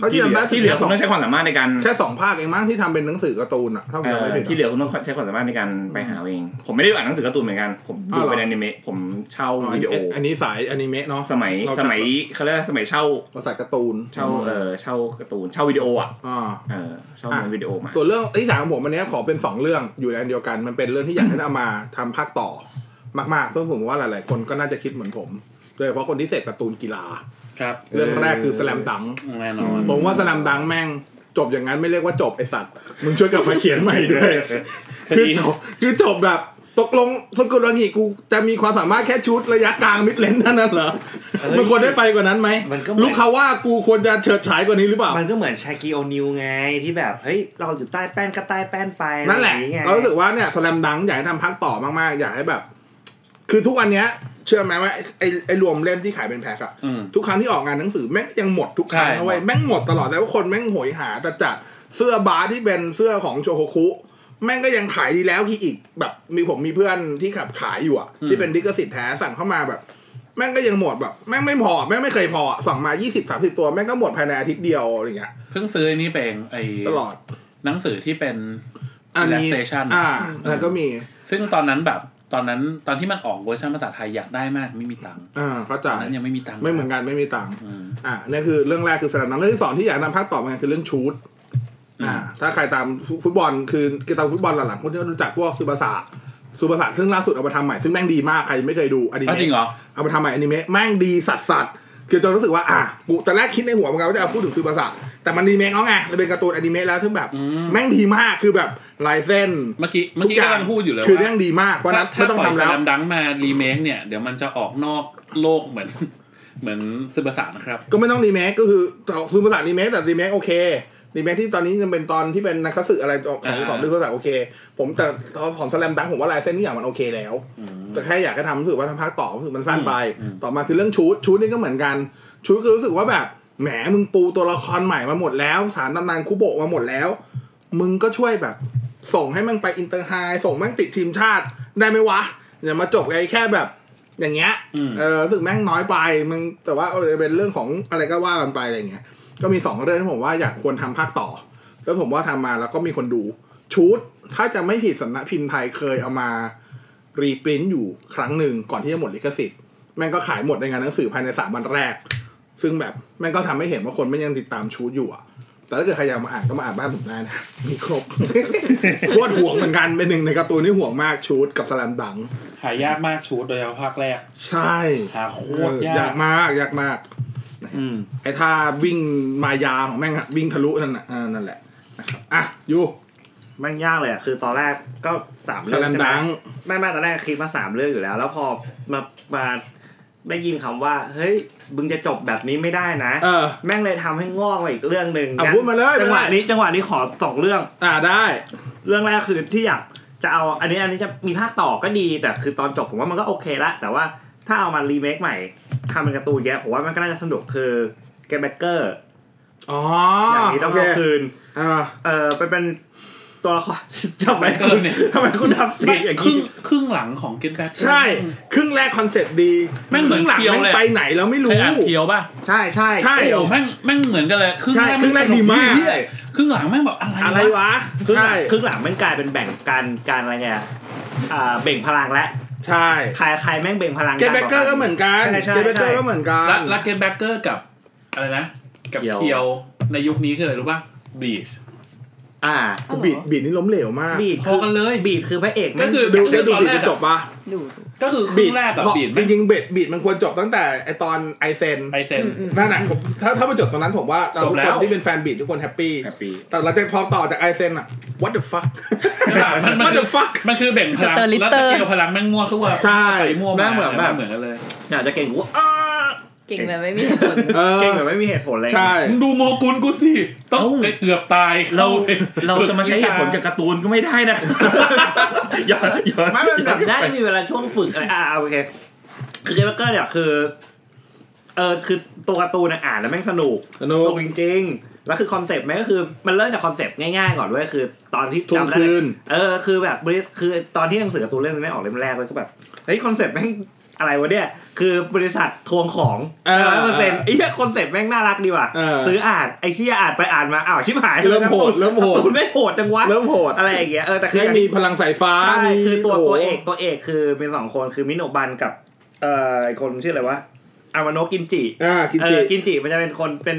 เขาจะ ที่เหลื มา อ สิบ ที่เหลือ เดือน คุณต้องใช้ความสามารถในการ แค่สองภาคเองมั้งที่ทำเป็นหนังสือการ์ตูนอะถ้าผม เอ่ จำ อ ไม่ผิด ที่เหลือคุณต้องใช้ความสามารถในการไปหาเอาเอง ผมไม่ได้อ่านหนังสือการ์ตูนเหมือนกัน ผมดูเป็นอนิเมะผมเช่า อ๋ออัน วิดีโอ อันนี้สายอนิเมะเนาะ สมัย เรา สมัยเขาเรียกว่าสมัยเช่า เราสายการ์ตูน เช่าเออเช่าการ์ตูนเช่าวิดีโออ่ะ อ่า เออเช่า อ่ะ วิดีโอมา ส่วนเรื่องที่สามของผมอันเนี้ยขอเป็นสองเรื่องอยู่ในอันเดียวกัน มันเป็นเรื่องที่อยากให้เอามาทำภาคต่อมากๆซึ่งผมว่าหลาย ๆ คนก็น่าจะคิดเหมือนผมโดยเฉพาะคนที่เสพการ์ตูนกีฬา ครับ เรื่องแรกคือสแลมดัง แน่นอน ผมว่าสแลมดังแม่งจบอย่างนั้นไม่เรียกว่าจบไอสัตว์ มึงช่วยกลับมาเขียนใหม่ด้วย คือจบคือจบแบบตกลงสกุลรังีกูจะมีความสามารถแค่ชุดระยะกลางมิดเลนเท่านั้นเหรอ มันควรได้ไปกว่านั้นไหม มันก็เหมือน ลูกเขาว่ากูควรจะเฉิดฉายกว่านี้หรือเปล่า มันก็เหมือนชากีโอนิวไงที่แบบเฮ้ยเราอยู่ใต้แป้นก็ใต้แป้นไป นั่นแหละ อไรอย่างเงี้ย เรารู้สึกว่าเนี่ยสแลมดังอยากให้ทำพักต่อมากๆ อยากให้แบบ คือทุกวันเนี้ย เชื่อไหมว่าไอ้ไอ้ไอ้รวมเล่มที่ขายเป็นแพ็คอะ อืม ทุกครั้งที่ออกงานหนังสือแม่งยังหมดทุกครั้ง ใช่ นะเว้ยแม่งหมดตลอดแต่ว่าคนแม่งโหยหาแต่จะ เสื้อบาร์ที่เป็นเสื้อของโชโฮคุแม่งก็ยังขายดีแล้วที่อีกแบบมีผมมีเพื่อนที่ขับขายอยู่อะที่เป็นดิกสิทธิ์แท้สั่งเข้ามาแบบ แม่งก็ยังหมดแบบ แม่งไม่พอแม่งไม่เคยพอสั่งมายี่สิบสามสิบตัวแม่งก็หมดภายในอาทิตย์เดียวอะไรเงี้ย เพิ่งซื้ออันนี้ไปเองไอ้ ตลอด หนังสือที่เป็น อันนี้ Illustration อ่าแล้วก็มี ซึ่งตอนนั้นแบบตอนนั้นตอนที่มันออกเวอร์ชันภาษาไทยอยากได้มากไม่มีตังค์ อ่าเข้าใจ ตอนนั้นยังไม่มีตังค์ ไม่เหมือนกันไม่มีตังค์ อืม อ่ะนี่คือเรื่องแรกคือสนามน้ำเรื่องที่สองที่อยากนำภาคต่อมาคือเรื่องชูตอ่า ถ้าใครตามฟุตบอลคือกีฬาฟุตบอลหลังๆคนที่รู้จักพวกซูบาสะซูบาสะซึ่งล่าสุดเอามาทำใหม่ซึ่งแม่งดีมากใครไม่เคยดูอนิ อ้าว เมะ จริงเหรอ เอามาทำใหม่อนิเมะแม่งดีสัสสัสๆคือจนรู้สึกว่าอ่ะกูแต่แรกคิดในหัวเหมือนกันว่าจะเอาพูดถึงซูบาสะแต่มันดีเมะแล้วไงเลยเป็นการ์ตูนอนิเมะแล้วซึ่งแบบแม่งดีมากคือแบบลายเส้น เมื่อกี้เมื่อกี้กำลังพูดอยู่เลย คือ ว่า เรื่องดีมากเพราะฉะนั้น ถ้า ไม่ต้อง ปล่อย ทำแล้ว สแลมดังมารีเมคเนี่ย เดี๋ยวมันจะออกนอกโลกเหมือน เหมือนซึบะสานะครับ ก็ไม่ต้องรีเมคก็คือซูมภาษารีเมคแต่รีเมคโอเครีเมคที่ตอนนี้ยังเป็นตอนที่เป็นนักสืออะไรของของ อ่า ของภาษาโอเค ผมแต่ของสแลมดังผมว่าลายเส้นทุกอย่างมันโอเคแล้ว แต่แค่อยากจะทำรู้สึกว่าทำภาคต่อรู้สึกมันสั้นไป ต่อมาคือเรื่องชูดชูดนี่ก็เหมือนกัน ชูดคือรู้สึกว่าแบบแหมมึงปูตัวละครใหม่มาหมดแล้วสารตำนานคุโบะมาหมดแล้ว มึงก็ช่วยแบบ ส่งให้มันไปอินเตอร์ไฮส่งแม่งติดทีมชาติได้ไหมวะอย่ามาจบไอ้แค่แบบ อย่างเงี้ย อืม เออรู้สึกแม่งน้อยไป มึงแต่ว่าเออเป็นเรื่องของอะไรก็ว่ากันไปอะไรเงี้ย ก็มีสองเรื่องที่ผมว่าอยากควรทำภาคต่อ แล้วผมว่าทำมาแล้วก็มีคนดูชุด ถ้าจะไม่ผิดสำนักพิมพ์ไทยเคยเอามารีปรินต์อยู่ครั้งหนึ่งก่อนที่จะหมดลิขสิทธิ์แม่งก็ขายหมดในงานหนังสือภายในสามวันแรก ซึ่งแบบแม่งก็ทำให้เห็นว่าคนไม่งยังติดตามชุดอยู่อะแต่ถ้าเกิดใครอยากมาอ่านก็มาอ่านบ้านผมได้นะมีครบ (laughs) โคตรห่วงเหมือนกันเป็นหนึ่งในการ์ตูนที่ห่วงมากชุดกับสแลมดัง หายากมากชุดโดยเฉพาะภาคแรก ใช่ หาโค เอ ตอรายยาก กมากอยากมาก อืม ไอ้ท่าวิ่งมายาของแม่งอะวิ่งทะลุนั่นน่ะอ่านั่นแหละนะครับอ่ะยู แม่งยากเลยอ่ะคือตอนแรกก็สามเรื่อง Slam ใช่ไหม Dunk ไม่ไม่ตอนแรกคิดว่าสามเรื่องอยู่แล้ว แล้วพอมามาได้ยินคำว่า เฮ้ยมึงจะจบแบบนี้ไม่ได้นะ เออ แม่งเลยทำให้งอกมาอีกเรื่องหนึ่ง อ่ะ งั้น พูดมาเลย จังหวะ ไม่เป็นไร นี้จังหวะนี้ขอสองเรื่อง อ่าได้ เรื่องแรกคือที่อยากจะเอาอันนี้อันนี้จะมีภาคต่อก็ดี แต่คือตอนจบผมว่ามันก็โอเคละแต่ว่าถ้าเอามารีเมคใหม่ทำเป็นการ์ตูนเยอะผมว่ามันก็น่าจะสนุกคือเกมแบกเกอร์ อ๋อ อย่างนี้ต้องเอาคืน อ่า เออไปเป็นตัวละคร (laughs) ทำไม เกิ คุ น ณ เนี่ย ทำไมคุณทำเสียงอย่าง ครึ่ นี้ งครึ่งหลังของเกนแบ็ ใช่ ครึ่งแรกคอนเซ็ปต์ดี แม่งเหมือคนรึ่งหลั เคี้ยว แม่ง เลย ไปไหนแล้วไม่ เค รู้ ยอ่านเทียวป่ะ ใช่ใช่ ใช่ เทียวแม่งแม่งเหมือนกันเลยครึ่ง ใช่ แรก ครึ่งแรก สนุ ดีมาก เหี้ยครึ่งหลังแม่งแบบอะไร อะไร วะ วะ ครึ่งหลั ใช่ งครึ่งหลังมันกลายเป็นแบ่งการการอะไรเงี้ยอ่าเบ่งพลังและ ใช่ ใครใครแม่งเบ่งพลัง เกมเบเกอร์ก็เหมือนกัน ใช่ใช่ เกมเบเกอ ใช่ ร์ก็เหมือนกัน แล้วแล้วเกนแบ็กเกอร์กับอะไรนะ กับ เคี้ยว เคียวในยุคนี้คืออะไรรู้ป่ะบีช อ่า เอาเหรอ บีดบีดนี่ล้มเหลวมาก บีด พอกันเลย บีดคือพระเอก ก็ แม่ง คือ ดูดูดูบีด ตอนแรกอะ จบปะ ดู ก็คือครึ่งแรกกับบีช จริงๆบีดบีดมันควรจบตั้งแต่ไอตอนไอเซน ไอเซน นั่นแหะผมถ้าถ้าไปจบตรงนั้นผมว่าเราทุก จบแล้ คน ว ที่เป็นแฟนบีททุกคนแฮปปี้ แฮปปี้ แต่หลังจากพอต่อจากไอเซนอะ what the (laughs) fuck มันมัน what the fuck มันคือแบ่งพลัง สเตอร์ลิ แล้ว เต ส อร์ เกลพลังแม่งมั่วทั่ว ใช่ ไปมั่วมา แม่งเหมือนแบบ เหมือนกันเลย อยากจะเก่งกูอ้า เก่งแบบไม่มีเหตุผล เออ เก่งแบบไม่มีเหตุผลเลย ใช่ มึงดูโมกุลกูสิต้องเกือบตาย เราเราจะมาใช้เหตุผลจากการ์ตูนก็ไม่ได้นะ (laughs) อย่าอย่า ไม่มันแบบได้มีเวลาช่วงฝึกอะไรอ่าโอเคคือเกมแบกเกอร์เนี่ยคือเออคือตัวการ์ตูนอะอ่านแล้วแม่งสนุก สนุ ต ก รงจริงๆ แล้วคือคอนเซปต์แม่งก็คือมันเริ่มจากคอนเซปต์ง่ายๆก่อนด้วยคือตอนที่ ทวง จำได้ คืน เออคือแบบบริคือตอนที่หนังสือการ์ตูนเรื่องนี้ไม่ออกเล่มแรกเลยก็แบบเฮ้ยคอนเซปต์แม่งอะไรวะเนี่ยคือบริษัททวงของ เออ ร้อยเปอร์เซ็นต์ไอ้เหี้ยคอนเซปต์แม่งน่ารักดีว่ะ เออ ซื้ออ่านไอ้เชี่ยอ่านไปอ่านมาอ้าวชิบหาย เริ่มโหดเริ่มโหด การ์ตูนไม่โหดจังวะ เริ่มโหด อะไรอย่างเงี้ยเออแต่คื คือ อ มีพลังสายฟ้า ใช่ มี คือตัว โโห ตัวเอกตัวเอกคือเป็นสองคนคือมิโนะบันกับเอ่ออีกคนชื่ออะไรวะอามานโนะกิมจิ อ่ากิน เอ จิ อกินจิมันจะเป็นคนเป็น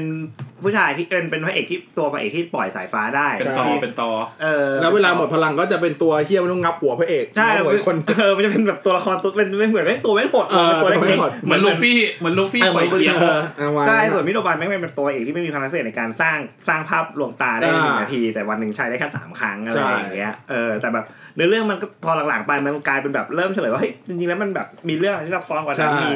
ผู้ชายที่เป็นเป็นพระเอกที่ตัวพระเอกที่ปล่อยสายฟ้าได้ เป็น ใช่ ต่อเป็นต่อ เออ แล้วเวลาหมดพลังก็จะเป็นตัวเฮี้ยมันต้องงับหัวพระเอก ใช่ หัวคน เออมันจะเป็นแบบตัวละครตัวเป็นเป็นเหมือนแม่งตัวแม่งโหด เออ ตัวเล็ก ตัวแม่งโหด ๆ เหมือนลูฟี่เหมือนลูฟี่ เออ ปล่อยเคียว เออเอาวาง ใช่ส่วนมิโนบันแม่งเป็นตัวเอกที่ไม่มีพลังพิเศษในการสร้างสร้างภาพลวงตาได้หนึ่ง อ่า นาที แต่วันหนึ่งใช้ได้แค่สามครั้งอะไร ใช่ อย่างเงี้ยเออแต่แบบเนื้อเรื่องมันก็พอหลังๆไปมันกลายเป็นแบบเริ่มเฉลยว่าเฮ้ยจริงๆแล้วมันแบบมีเรื่องอะไรที่ซับซ้อนกว่านั้นมี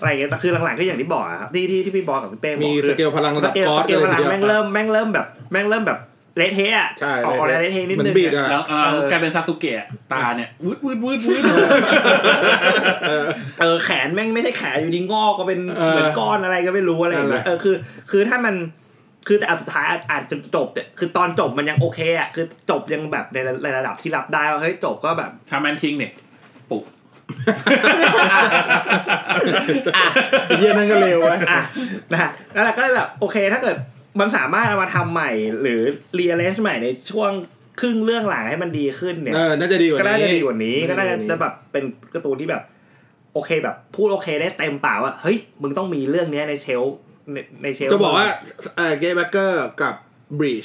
อะไรอย่างเงี้ยแต่คือหลังๆก็อย่างที่บอกอะครับที่ที่ที่พี่บอสกับพี่เป้บอก มี คืสอเกลพลังระ ส ดับ เกล กอ ส ส เกลพลัง ยทีดีย แม่งเริ่มแม่งเริ่มแบบแม่งเริ่มแบบเละเทะอะ ใช่ ออก เละเทะ อะไรเละเทะนิด เหมื นึ อง นบีดอะ แล้วเออแล้วกลายเป็นซาสึเกะตาเนี่ย วืดวืดวืดวืด เออ เออแขนแม่งไม่ใช่แขนอยู่ดีงอกก็เป็น เออ เหมือนก้อนอะไรก็ไม่รู้อะไรอย่างเงี้ย นั่นแหละ เออคือ คือถ้ามัน คือแต่อันสุดท้ายอ่านอ่านจนจบเนี่ยคือตอนจบมันยังโอเคอ่ะคือจบยังแบบในในระดับที่รับได้ว่าเฮ้ยจบก็แบบ ชาแมนคิงเนี่ยปลุก ไอ้เยี่ยนั่นก็เร็วไว้ย อ่ะนะนั่นแหละก็แบบโอเคถ้าเกิดมันสามารถเอามาทำใหม่ หรือเรียลเลชใหม่ในช่วงครึ่งเรื่องหลังให้มันดีขึ้นเนี่ย เออน่าจะดีกว่า ก็ นี้ น่าจะดีกว่านี้ก็น่า ดีกว่ จะแบบเป็นการ์ตูนที่แบบ โอเคแบบ พูดโอเคได้เต็มปากว่าเฮ้ยมึงต้องมีเรื่องเนี้ยในเชลฟ์ในในเชลฟ์ จะบอกว่าเอ่อเกย์แบเกอร์กับบรีช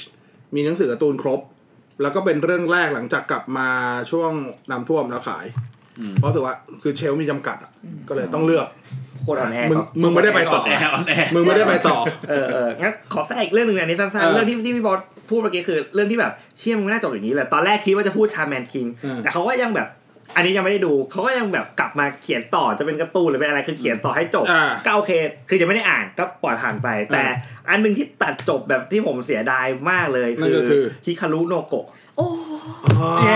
มีหนังสือการ์ตูนครบ แล้วก็เป็นเรื่องแรกหลังจากกลับมาช่วงน้ำท่วมแล้วขาย เพราะรู้สึกว่าคือเชลฟ์มีจำกัดอ่ะก็เลยต้องเลือก โคตรอ่อนแอ มึง ก่อน มึงไม่ได้ไปต่อ แอร์ออนแอร์ มึงไม่ได้ไปต่อ เออเอองั้นขอแทรกอีกเรื่องหนึ่งในนี้สั้น เอ ๆ อ เรื่องที่ที่พี่บอสพูดเมื่อกี้คือ เรื่องที่แบบเชี่ยมึงไม่น่าจบอย่างนี้เลยตอนแรกคิดว่าจะพูดชาแมนคิง อืม แต่เขาก็ยังแบบ อันนี้ยังไม่ได้ดูเขาก็ยังแบบกลับมาเขียนต่อจะเป็นการ์ตูนหรือเป็นอะไรคือเขียนต่อให้จบ อ่า ก็โอเค คือยังไม่ได้อ่านก็ปล่อยผ่านไป แต่อันหนึ่งที่ตัดจบแบบที่ผมเสียดายมากเลย นั่นก็คือ ฮิคารุโนโกะ โอ้ เย้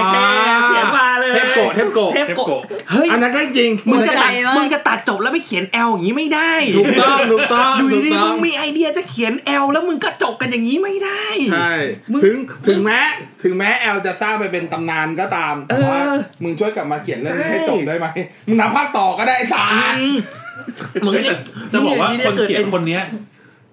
เสียมาเลย เทปโกะเทปโกะ เทป เทป โกะ โกะ เฮ้ย อันนั้นก็จริง มึงจะตัด ใจมาก มึงจะตัดจบแล้วไปเขียน L อย่างนี้ไม่ได้ ถูกต้องถูกต้อง อยู่ ถูก ดี ต้อๆมึ ง งมีไอเดียจะเขียน L แล้วมึงก็จบกันอย่างนี้ไม่ได้ ใช่ มึง ถึงถึงแม้ถึงแม้แอลจะสร้างไปเป็นตำนานก็ตามแต่ว่า เออ มึงช่วยกลับมาเขียนเรื่องนี้ให้ ใช่ จบได้ไหมมึงนับภาคต่อก็ได้ไอ้สาร มึง เฮ้ยแต่จะบอกว่า มึง คน จะ เขียน ด คนเนี้ย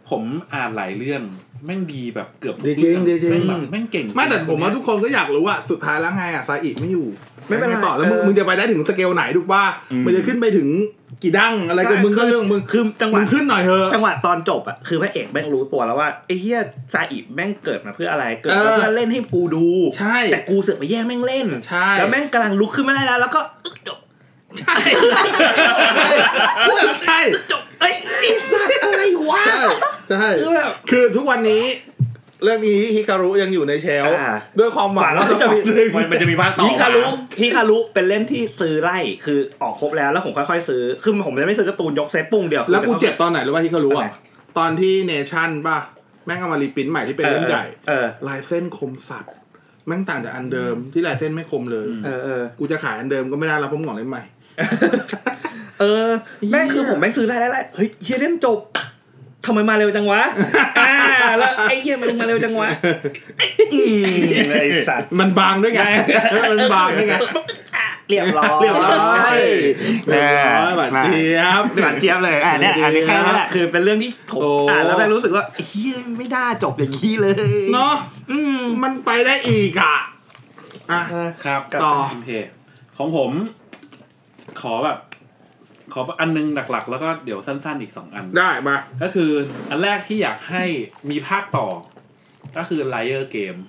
ผมอ่านหลายเรื่องแม่งดีแบบเกือบทุก ดีจริง เอ ดีจริง แม่แบบแม่งเก่ง ไม่แต่ผมว่าทุกคนก็อยากรู้ว่าสุดท้ายแล้วไงอ่ะซาอิไม่อยู่ ไม่เป็นไร งต่อแล้วมึงมึงจะไปได้ถึงสเกลไหนถูกป่ะมันจะขึ้นไปถึงกี่ดั้งอะไรก็มึงก็เรื่องมึง คือจังห มึ วะ งขึ้นหน่อยเถอะ จังหวะตอนจบอะคือพระเอกแม่งรู้ตัวแล้วว่าไอ้เฮียซาอิแม่งเกิดมาเพื่ออะไรเกิดมา เออ เพื่อเล่นให้กูดู ใช่ แต่กูเสือกไปแย่งแม่งเล่น ใช่ แล้วแม่งกำลังลุกขึ้นมาได้แล้ว แล้วก็อึ๊กจบ ใช่ใช่ จบเอ้ยไอ้สัตว์อะไรวะ ใช่ใช่ คือแบบ คือทุกวันนี้ เรื่องนี้ฮิการุยังอยู่ในเชลฟ์ อ่า ด้วยความหวัง แล้วก็ จะ จะมี หนึ่ง มันมันจะมีภาคต่อ ฮิคารุ มา ฮิคารุเป็นเล่มที่ซื้อไล่คือออกครบแล้วแล้วผมค่อยๆซื้อ คือผมจะไม่ซื้อการ์ตูนยกเซตปุ้งเดียวคือ แล้วกูเจ็บตอนไหนรู้ป่ะฮิการุ อัน อ่ะ ไหน ตอนที่เนชั่นป่ะแม่งเอามารีปรินท์ใหม่ที่เป็นเล่มใหญ่ เออ ลายเส้นคมสัตว์แม่งต่างจากอันเดิมที่ลายเส้นไม่คมเลย เออเออ กูจะขายอันเดิมก็ไม่ได้รับผมของเล่มใหม่ เออ แม่งคือผมแม่งซื้อไล่ไล่ไล่เฮ้ยเฮียเล่มจบทำไมมาเร็วจังวะ (laughs) อ่าแล้วไอ้เฮียมันมาเร็วจั (laughs) งวะอืมไอ้สัตว์ มันบางด้วยไง มันบางด้วยไง (laughs) เรียบร้อย เรียบร้อยเรีย นะ บร้อยบาดเจี๊ยบ หวานเจี๊ยบเลยอ่ะเนี่ยอันนี้แค่นั้นแหละคือเป็นเรื่องที่ผม โอ้ อ่านแล้วแม่งรู้สึกว่าเฮียไม่ได้จบอย่างนี้เลย เนาะ อืม มันไปได้อีกอ่ะ อ่ะ ครับ ต่อ โอเคของผม ขอแบบ ขออันนึงหลักๆ แล้วก็เดี๋ยวสั้นๆอีกสองอัน ได้มา ก็คืออันแรกที่อยากให้มีภาคต่อ ก็คือ Liar Game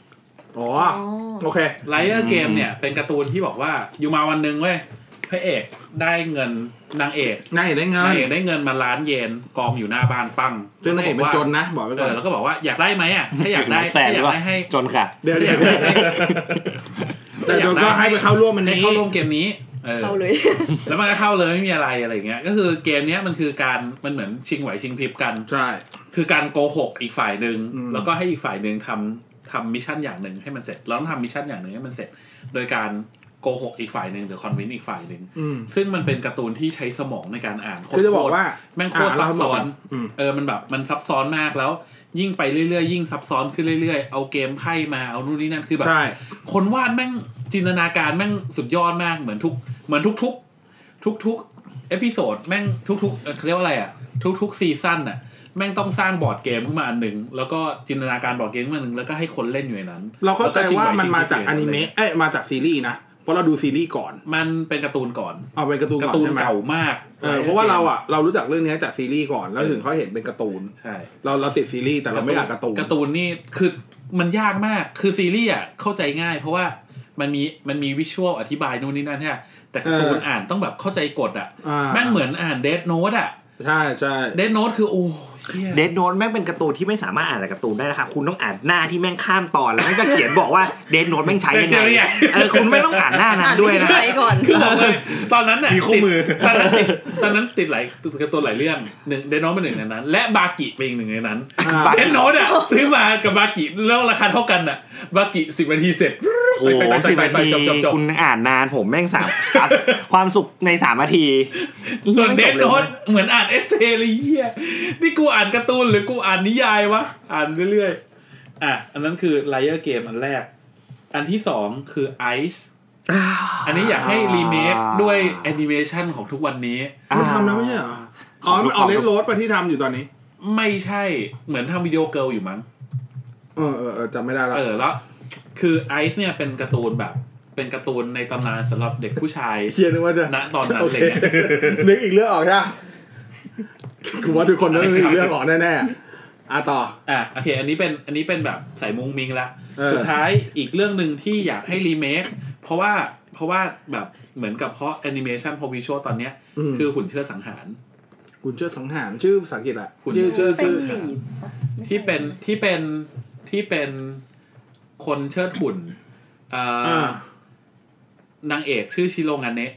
อ๋อ อ๋อ โอเค Liar Game เนี่ยเป็นการ์ตูนที่บอกว่าอยู่มาวันหนึ่งเว้ยพระเอกได้เงินนางเอก นายเห็นได้เงิ นาน งเอกได้เงินมาล้านเยนกองอยู่หน้าบ้านปัง ซึ่งนายเอกเป็นจนนะ บอกไว้ เอ ก่อ อน แล้วก็บอกว่าอยากได้ไหมอ่ะถ้าอยากได้ (laughs) แสน ถ้าอ หรื ยา อก เปล่า ได้ให้ จนค่ะ เดี๋ยวเดี๋ยวเดี๋ยวแต่เดี๋ยวก็ให้ไปเข้าร่วมมัน ให้ นี้ เข้าร่วมเกมนี้ออ เข้าเลย แล้วมันก็เข้าเลยไม่มีอะไรอะไรอย่างเงี้ย ก็คือเกมเนี้ยมันคือการมันเหมือนชิงไหวชิงพริบกัน ใช่ คือการโกหกอีกฝ่ายหนึ่ง อืม แล้วก็ให้อีกฝ่ายหนึ่งทำทำมิชชั่นอย่างหนึ่งให้มันเสร็จเราต้องทำมิชชั่นอย่างหนึ่งให้มันเสร็จ โดยการโกหกอีกฝ่ายหนึ่งหรือคอนวินอีกฝ่ายหนึ่ง อืม ซึ่งมันเป็นการ์ตูนที่ใช้สมองในการอ่านโคตร คือจะบอกว่า แม่งโคตร อ่ะ ซั เรา บซ้ให้หมดอก่ น อืม เออมันแบบมันซับซ้อนมากแล้ว ยิ่งไปเรื่อยๆยิ่งซับซ้อนขึ้นเรื่อยๆเอาเกมไพ่มาเอานู่นนี่นั่นคือแบบ ใช่ คนวาดแม่งจินตนาการแม่งสุดยอดมากเหมือนทุกเหมือนทุกทุกทุกทุกเอพิโซดแม่งทุกทุกๆเอ่อเขาเรียกว่าอะไรอ่ะทุกทุกซีซั่นอ่ะแม่งต้องสร้างบอร์ดเกมขึ้นมาอันหนึ่งแล้วก็จินตนาการบอร์ดเกมขึ้นมาอันหนึ่งแล้วก็ให้คนเล่นอยู่ในนั้น เราเข้าใจ แล้วง ว่า ไห มันมาจาก ชิง อนิ ชิง เมะ เอ้ยมาจากซีรีส์นะ เพราะเราดูซีรีส์ก่อน มันเป็นการ์ตูนก่อน เอาเป็นการ์ตูนก่ กา อน ร์ตูน ใช่ไหม เก่ามาก เออเพราะว่าเราอ่ะเรารู้จักเรื่องนี้จากซีรีส์ก่อนแล้วถึงเขาเห็นเป็นการ์ตูน ใช่ เราเราติดซีรีส์แต่เราไม่อยากการ์ตูน การ์ตูนนี่คือมันยากมากคือซีรีส์อ่ะเข้าใจง่าย เพราะว่ามันมีมันมีวิชวลอธิบายนู่นนี่นั่นใช่ปะแต่การ์ตูนอ่านต้องแบบเข้าใจกฎอ่ะ อ่า แม่งเหมือนอ่านเด n โน e อ่ะ ใช่ใช่ เด n โน e คือโอ้ย เดดโน e แม่งเป็นการ์ตูนที่ไม่สามารถอ่านจากการ์ตูนได้นะครับคุณต้องอ่านหน้าที่แม่งข้ามตอนแล้วแม่งจะเขียนบอกว่าเดดโน e แม่งใช้ยังไงเออคุณไม่ต้องอ่านหน้านั้นด้วยนะ ใช้ก่อน คือบอกเลย (laughs) ตอนนั้นน่ะมีคู่มือตอนนั้นติดตอนนั้นติดหลายการ์ตูนหลายเรื่องหนึ่งเด n โน e เป็นหนึ่งในนั้น และบากิเป็นอีกหนึ่งในนั้น อ่า เด n โน e อ่ะซื้อมากับบากิแล้วราคาเท่ากันอ่ะบากิสิบนาทีเสร็จ โอ้โห ไปๆๆๆ สิบนาที จบๆๆ คุณอ่านนานผมแม่งสามสามความสุขในสามนาที ส่วนเด หี้ย n โน e เหมือนอ่านเอเซเลยเฮียนี่กู อ่านการ์ตูนหรือกูอ่านนิยายวะ อ่านเรื่อยๆ อ่ะ อันนั้นคือ Liar Game อันแรก อันที่สองคือ Ice อันนี้อยากให้รีเมคด้วยแอนิเมชันของทุกวันนี้ มันทำแล้วไม่ใช่เหรออ๋อมันออกเลนโรดไปที่ทำอยู่ตอนนี้ ไม่ใช่เหมือนทำวิดีโอเกิลอยู่มั้ง เออเออเออจำไม่ได้ละ เออแล้ว คือไอซ์เนี่ยเป็นการ์ตูนแบบ เป็นการ์ตูนในตำนานสำหรับเด็กผู้ชาย เคียนึกว่าจะ ณตอนนั้น โอ อะไร เค เงี้ย นึกอีกเรื่องออกใช่ปะกูว่าทุกคนต้องนึกอีกเรื่องออกแน่ๆอ่ะต่อ อ่ะโอเค อันนี้เป็นอันนี้เป็นแบบใส่มุ้งมิงละ เออ สุดท้ายอีกเรื่องหนึ่งที่อยากให้รีเมคเพราะว่าเพราะว่าแบบเหมือนกับเพราะแอนิเมชันพอวิชวลตอนเนี้ย ม คือหุ่นเชิดสังหาร คุณเชื่อสังหารชื่อภาษาอังกฤษอะ คุณ ชื่อชื่อ เฟ ชื่ น อ หลีด ที่เป็นที่เป็นที่เป็นคนเชิดหุ่นเอ่อ อ่า อนางเอกชื่อชิโรงานเนะ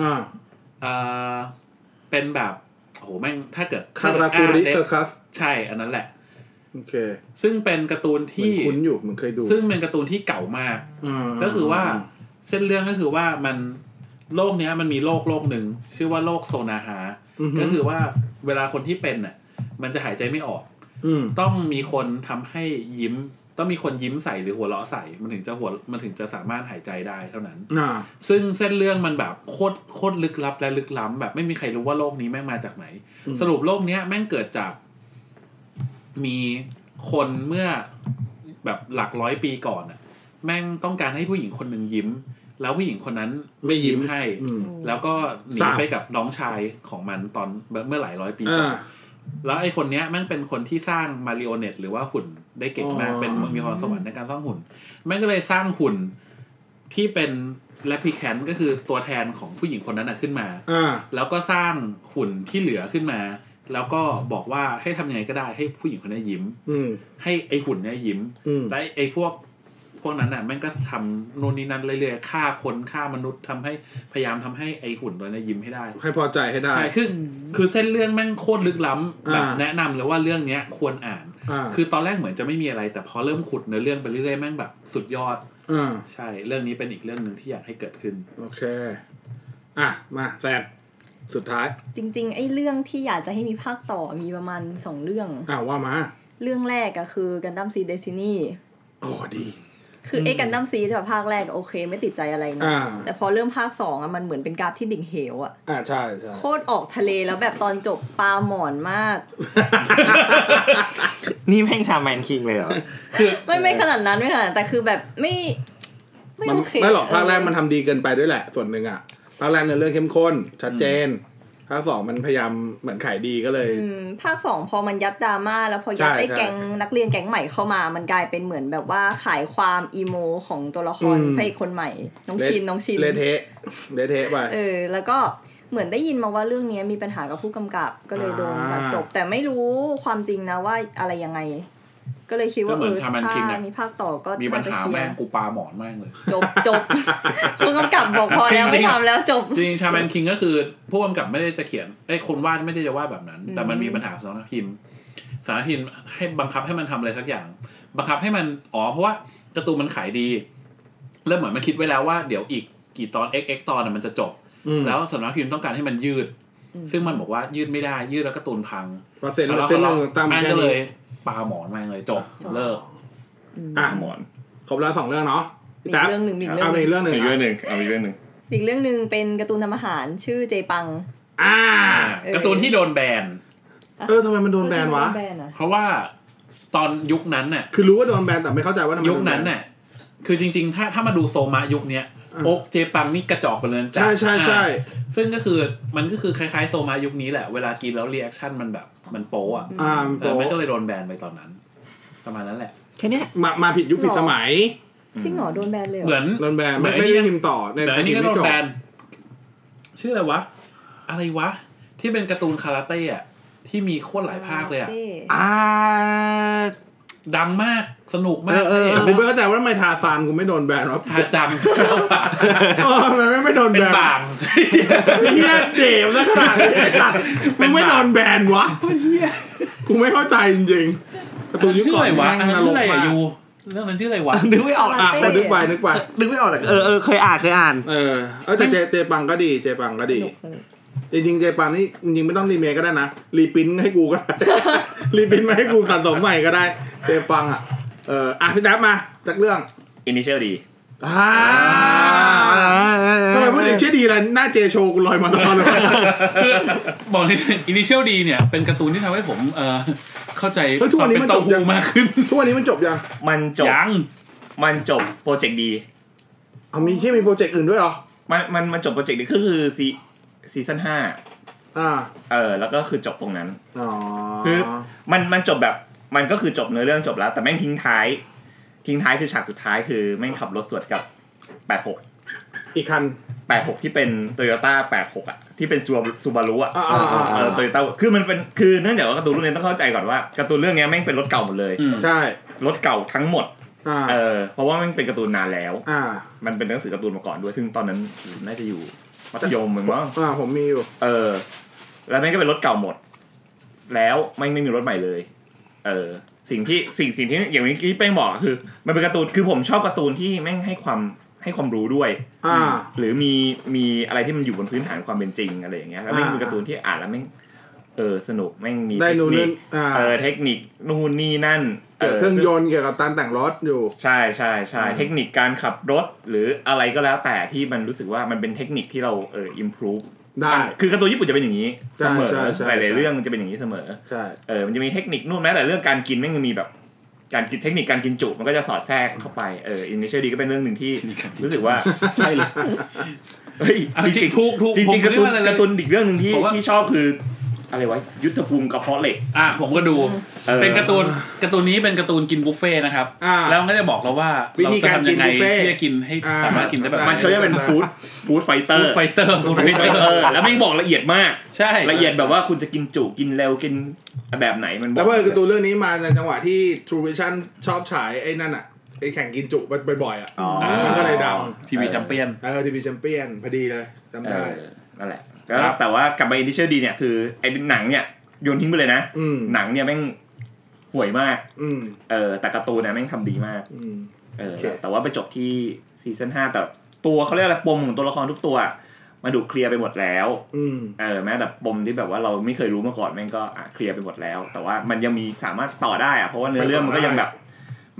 อ่า เอ่อเป็นแบบโอ้โหแม่งถ้าเกิด คาราคุริเซอร์คัส ใช่อันนั้นแหละ โอเค ซึ่งเป็นการ์ตูน เหมือ ที่ นคุ้นอยู่เหมือนเคยดู ซึ่งเป็นการ์ตูนที่เก่ามาก อ่า ก็คือว่าเส้นเรื่องก็คือว่ามันโลกเนี้ยมันมีโลกโลกหนึ่งชื่อว่าโลกโซนาหา มฮึ ก็คือว่าเวลาคนที่เป็นน่ะมันจะหายใจไม่ออก ม ต้องมีคนทำให้ยิ้ม ต้องมีคนยิ้มใส่หรือหัวเราะใส่ มันถึงจะหัวมันถึงจะสามารถหายใจได้เท่านั้น อ่า ซึ่งเส้นเรื่องมันแบบโคตรโคตรลึกลับและลึกล้ำแบบไม่มีใครรู้ว่าโลกนี้แม่งมาจากไหน สรุปโลกเนี้ยแม่งเกิดจาก มีคนเมื่อแบบหลักร้อยปีก่อนอะแม่งต้องการให้ผู้หญิงคนหนึ่งยิ้ม แล้วผู้หญิงคนนั้นไม่ยิ้มให้ อืม แล้วก็หนี สาบ ไปกับน้องชายของมันตอนเมื่อหลายร้อยปีก่ อ่า อน แล้วไอ้คนเนี้ยแม่งเป็นคนที่สร้างมาริโอเน็ตหรือว่าหุ่นได้เก่งมาก อ๋อ เป็นมีความสามารถในการสร้างหุ่นแม่งก็เลยสร้างหุ่นที่เป็นแ p พลิแคนก็คือตัวแทนของผู้หญิงคนนั้นนะขึ้นมา อ่า แล้วก็สร้างหุ่นที่เหลือขึ้นมา แล้วก็บอกว่าให้ทำยังไงก็ได้ให้ผู้หญิงคนนี้ยิ้ม อืม ให้ไอ้หุ่นเนี้ยยิ้ม อืม และไอ้พวกพวกนั้นน่ะแม่งก็ทำนู่นนี่นั่นเรื่อยๆฆ่าคนฆ่ามนุษย์ทำให้พยายามทำให้ไอ้หุ่นตัวเนี้ยยิ้มให้ได้ ให้พอใจให้ได้ ใช่คือคือเส้นเรื่องแม่งโคตรลึกล้ำแบบ อ่า แนะนำเลยว่าเรื่องเนี้ยควรอ่าน อ่า คือตอนแรกเหมือนจะไม่มีอะไร แต่พอเริ่มขุดเนื้อเรื่องไปเรื่อยๆแม่งแบบสุดยอด อ่า ใช่ เรื่องนี้เป็นอีกเรื่องหนึ่งที่อยากให้เกิดขึ้น โอเค อ่ะ มาแซนสุดท้าย จริงๆไอ้เรื่องที่อยากจะให้มีภาคต่อมีประมาณสองเรื่อง อ่าว่ามา เรื่องแรกอะคือกันดั้มซีเดซินี โอ้ดี คือไอ้กันดั้มซีแบบภาคแรกอะโอเค ไม่ติดใจอะไรนะ อ่า แต่พอเริ่มภาคสองอะมันเหมือนเป็นกราฟที่ดิ่งเหวอะ อ่าใช่ใช่ โคตรออกทะเลแล้วแบบตอนจบปลาหมอนมาก นี่แม่งชาแมนคิงเลยเหรอ ไม่ไม่ขนาดนั้นไม่ขนาดนั้นแต่คือแบบไม่ ไม่ มัน โอเค ไม่หรอกภาคแรกมันทำดีเกินไปด้วยแหละ ส่วนหนึ่งอ่ะภาคแรกเนื้อเรื่องเข้มข้น ชัดเจนภาคสองมันพยายามเหมือนขายดีก็เลย อืมภาคสองพอมันยัดดราม่าแล้วพอยัด ใช่ ไอ้ ใช่ แก๊งนักเรียนแก๊งใหม่เข้ามา มันกลายเป็นเหมือนแบบว่าขายความอีโมของตัวละคร อืม พระเอกคนใหม่ น้อง เละ ชินน้องชิน เละเทะเละเทะไป เออแล้วก็เหมือนได้ยินมาว่าเรื่องนี้มีปัญหากับผู้กำกับก็เลยโดน อ่า ตัดจบ แต่ไม่รู้ความจริงนะว่าอะไรยังไง ก็เลยคิดว่า ก็เหมื เอ อน อ Shaman ถ้า King อะ มีภาคต่อก็ มีปัญหา น่จะเคลีย แม่ง ร์ กูปลาหมอนแม่งเลย จบจ (laughs) บ ผู้กำกับบอกพอแล้วไม่ทำแล้วจบ จริงๆชาแมนคิงก็คือผู้กำกับไม่ได้จะเขียนไอ้ยคนวาดไม่ได้จะวาดแบบนั้น แต่มันมีปัญหาสำนักพิมพ์สำนักพิมพ์ให้บังคับให้มันทำอะไรสักอย่าง บังคับให้มันอ๋อเพราะว่าการ์ตูนมันขายดี แล้วเหมือนมันคิดไว้แล้วว่าเดี๋ยวอีกกี่ตอน x x ตอนน่ะมันจะจบ อืม แล้วสำนักพิมพ์ต้องการให้มันยืด อืม ซึ่งมันบอกว่ายืดไม่ได้ ยืดแล้วการ์ตูนพัง พอเซ็น แล้ว เซ็นล เรา งตาม แม่ง แค่ ก็เล นี้ ยปาหมอนแม่งเลยจบเลิก อ่ะ หมอน ครบแล้วสองเรื่องเนาะพี่ อี ตั๊ ก ก เรื่องหนึ่งอีกเรื่ เอา องห ไป นึ่ง อีกเรื่องหนึ่ง อีกเรื่องหนึ่งอ่ะเอาอีกเรื่องหนึ่ง อีกเรื่องหนึ่งเป็นการ์ตูนทำอาหารชื่อเจปัง อ่า อ่ะ เออ การ์ตูนที่โดนแบน เออทำไมมันโดนแบนวะ โดแบนอะ เพราะว่าตอนยุคนั้นน่ะ คือรู้ว่าโดนแบนแต่ไม่เข้าใจว่าทำไม ยุ โด ค แบ นั้นน่ะ คือจริง ๆ ถ้าถ้ามาดูโซมายุคเนี้ย อ่ะ โอกเจปังนี่กระจอกไปเลยนะจ๊ะ ใช่ใช่ใช่ อ่ะซึ่งก็คือมันก็คือคล้ายๆโซมายุคนี้แหละ เวลากินแล้วรีแอคชั่นมันแบบ มันโป๊ะอ่ะ อ่ามัน เออมัน โต ก็เลยโดนแบนไปตอนนั้น ประมาณนั้นแหละ แค่เนี้ย มามาผิดยุคผิดสมัย จริงเหรอโดนแบนเลย เห ร มือน โดนแบนไม่ เหมือน ไม่ ไอ้เนี่ ได้ ย พิมพ์ต่อใน แต่อันนี้ พิม ก็ พ์ไม่จโดนบ แบน ชื่ออะไรวะ อะไรวะ ที่เป็นการ์ตูนคาราเต้อะที่มีโคตรหลายภาคเลยอะ อ่า ดังมากสนุกมาก เออเออ ผมไม่เข้าใจว่าทำไมทาซานกูไม่โดนแบนวะ ทาจัง เออทำไมไม่ไม่โดน เป็ แบ น น บาง เฮียเดบนะขนาดนี้ไอ้สัตว์มึงไม่โดนแบนวะกูไม่เข้าใจจริงๆประตูยุคก่อน วะ แม่งนรก อะไร มาก ยูเรื่องนั้นชื่อ (laughs) อะไรวะ นึกไม่ออก อ่ะคนนึกไปนึกไป นึกไม่ออกเลยเออเออเคยอ่านเคยอ่าน เออเออแต่เจเจปังก็ดีเจปังก็ ส ดี นุกสนุก จริงๆเจแปนนี่จริงๆไม่ต้องรีเมคก็ได้นะ รีปรินท์ให้กูก็ได้ (laughs) รีปรินท์มาให้กูสะสมใหม่ก็ได้เจแปังอ่ะเอออ่ะพี่แท็บมาจากเรื่อง อินิเชียลดี อ่าทำไมพูดถึงชื่อดีแล้วหน้าเจโชว์กูลอยมาตลอดเลย คือบอกเลยอินิเชียลดีเนี่ย เป็นการ์ตูนที่ทำให้ผมเออเข้าใจ เฮ้ยทุกวันนี้มัน ควา จ ม บ เป็ ยั เต้าง หู้มากขึ้น ทุกวันนี้มันจบยัง มันจบ ยัง มันจบโปรเจกต์ดี เอามีที่มีโปรเจกต์อื่นด้วยเหรอ มันมันมันจบโปรเจกต์ดีก็คือซีซีซั่นห้า อ่า เออ แล้วก็คือจบตรงนั้น อ๋อ คือมันมันจบแบบมันก็คือจบเนื้อเรื่องจบแล้ว แต่แม่งทิ้งท้าย ทิ้งท้ายคือฉากสุดท้ายคือแม่งขับรถสวนกับแปดหก อีกคัน แปดหกที่เป็นโตโยต้าแปดหกอ่ะที่เป็นซูซูบารุอ่ะ อ่าอ่าอ่า เออโตโยต้าคือมันเป็นคือเนื่องจากว่าการ์ตูนเรื่องนี้ต้องเข้าใจก่อนว่าการ์ตูนเรื่องนี้แม่งเป็นรถเก่าหมดเลย อืม ใช่ รถเก่าทั้งหมด อ่า เออเพราะว่าแม่งเป็นการ์ตูนนานแล้ว อ่า มันเป็นหนังสือการ์ตูนมาก่อนด้วย ซึ่งตอนนั้นน่าจะอยู่มัธยมมึงมั้ง อ่าผมมีอยู่ เออ แล้วแม่งก็เป็นรถเก่าหมด แล้วไม่งไม่มีรถใหม่เลย เออ สิ่งที่สิ่งสิ่งที่อย่างเมื่อกี้ไปงบอกคือ มันเป็นการ์ตูนคือผมชอบการ์ตูนที่แม่งให้ความให้ความรู้ด้วย อ่า หรือมีมีอะไรที่มันอยู่บนพื้นฐานความเป็นจริงอะไรอย่างเงี้ยแล้วแม่ง อ่า เป็นการ์ตูนที่อ่านแล้วแม่งเออสนุกแม่งมี ได้ เทค นู่น นิ นี่ ค อ่า เออเทคนิคนู่นนี่นั่น เกี่ยวกับเครื่องยนต์เกี่ยวกับการแต่งรถอยู่ ใช่ใช่ใช่เทคนิคการขับรถหรืออะไรก็แล้วแต่ที่มันรู้สึกว่ามันเป็นเทคนิคที่เราเออ improve ได้ มันคือการ์ตูนญี่ปุ่นจะเป็นอย่างนี้ ใช่ เสมอ ใช่ใช่ หลาย ใช่ ๆเรื่องมันจะเป็นอย่างนี้เสมอ ใช่ เออ มันจะมีเทคนิคนู่นแม้แต่เรื่องการกินแม่งยังมีแบบ การกินเทคนิคการกินจุมันก็จะสอดแทรกเข้าไป เอออินนิเชียลดีก็เป็นเรื่องหนึ่งที่รู้สึกว่า ใช่เลย เฮ้ย เอาจริงถูกถูก จริง ผม จริงๆการ์ตู เย น ว่อะไ การ์ตูนอีกเรื่องหนึ่งที่ ผมว่า ที่ชอบคือ อะไรวะยุทธภูมิกระเพาะเหล็ก อ่ะผมก็ดู ออ เป็นการ์ตูนการ์ตูนนี้เป็นการ์ตูนกินบุฟเฟ่ต์นะครับ อ่า แล้วมันก็จะบอกเราว่า วิ เรา ธี จะ การ ทำยังไง กินบุฟเฟ่ต์ ที่จะกินให้ อ่า สามารถกินได้แบบ มั มัน น เขาเรียกเป็นฟู้ดฟู้ดไฟเตอ ฟู้ด ร์ ไฟเตอร์ (laughs) ฟู้ดไฟเตอ เอ ร์ อแล้วแม่งบอกละเอียดมาก ใช่ ละเอียดแบบว่าคุณจะกินจุกินเร็วกินแบบไหนมันบอ แล้วกเพื่อการ์ตูนเรื่องนี้มาในจังหวะที่ True Vision ชอบฉายไอ้นั่นอ่ะไอ้แข่งกินจุบ่อยๆอ่ะ อ๋อ มันก็เลยดัง ทีวีแชมเปี้ยน เออทีวีแชมเปี้ยนพอดีเลยจำ เอ ได้ อนั่นแหละ ครั แล้ว บ แต่ว่ากลับมาอินดิเชียลดีเนี่ยคือไอ้หนังเนี่ยโยนทิ้งไปเลยนะ อืม หนังเนี่ยแม่งห่วยมาก อืม เออ แต่การ์ตูนเนี่ยแม่งทำดีมาก อืม เออ โอเค แต่ว่าไปจบที่ซีซั่นห้าแต่ตัวเขาเรียกอะไรปมของตัวละครทุกตัว มาดูเคลียร์ไปหมดแล้ว อืม เออ แม้แต่ปมที่แบบว่าเราไม่เคยรู้มาก่อนแม่งก็อ่ะเคลียร์ไปหมดแล้ว แต่ว่ามันยังมีสามารถต่อได้อะเพราะว่าเนื้อเรื่องมันก็ยังแบบ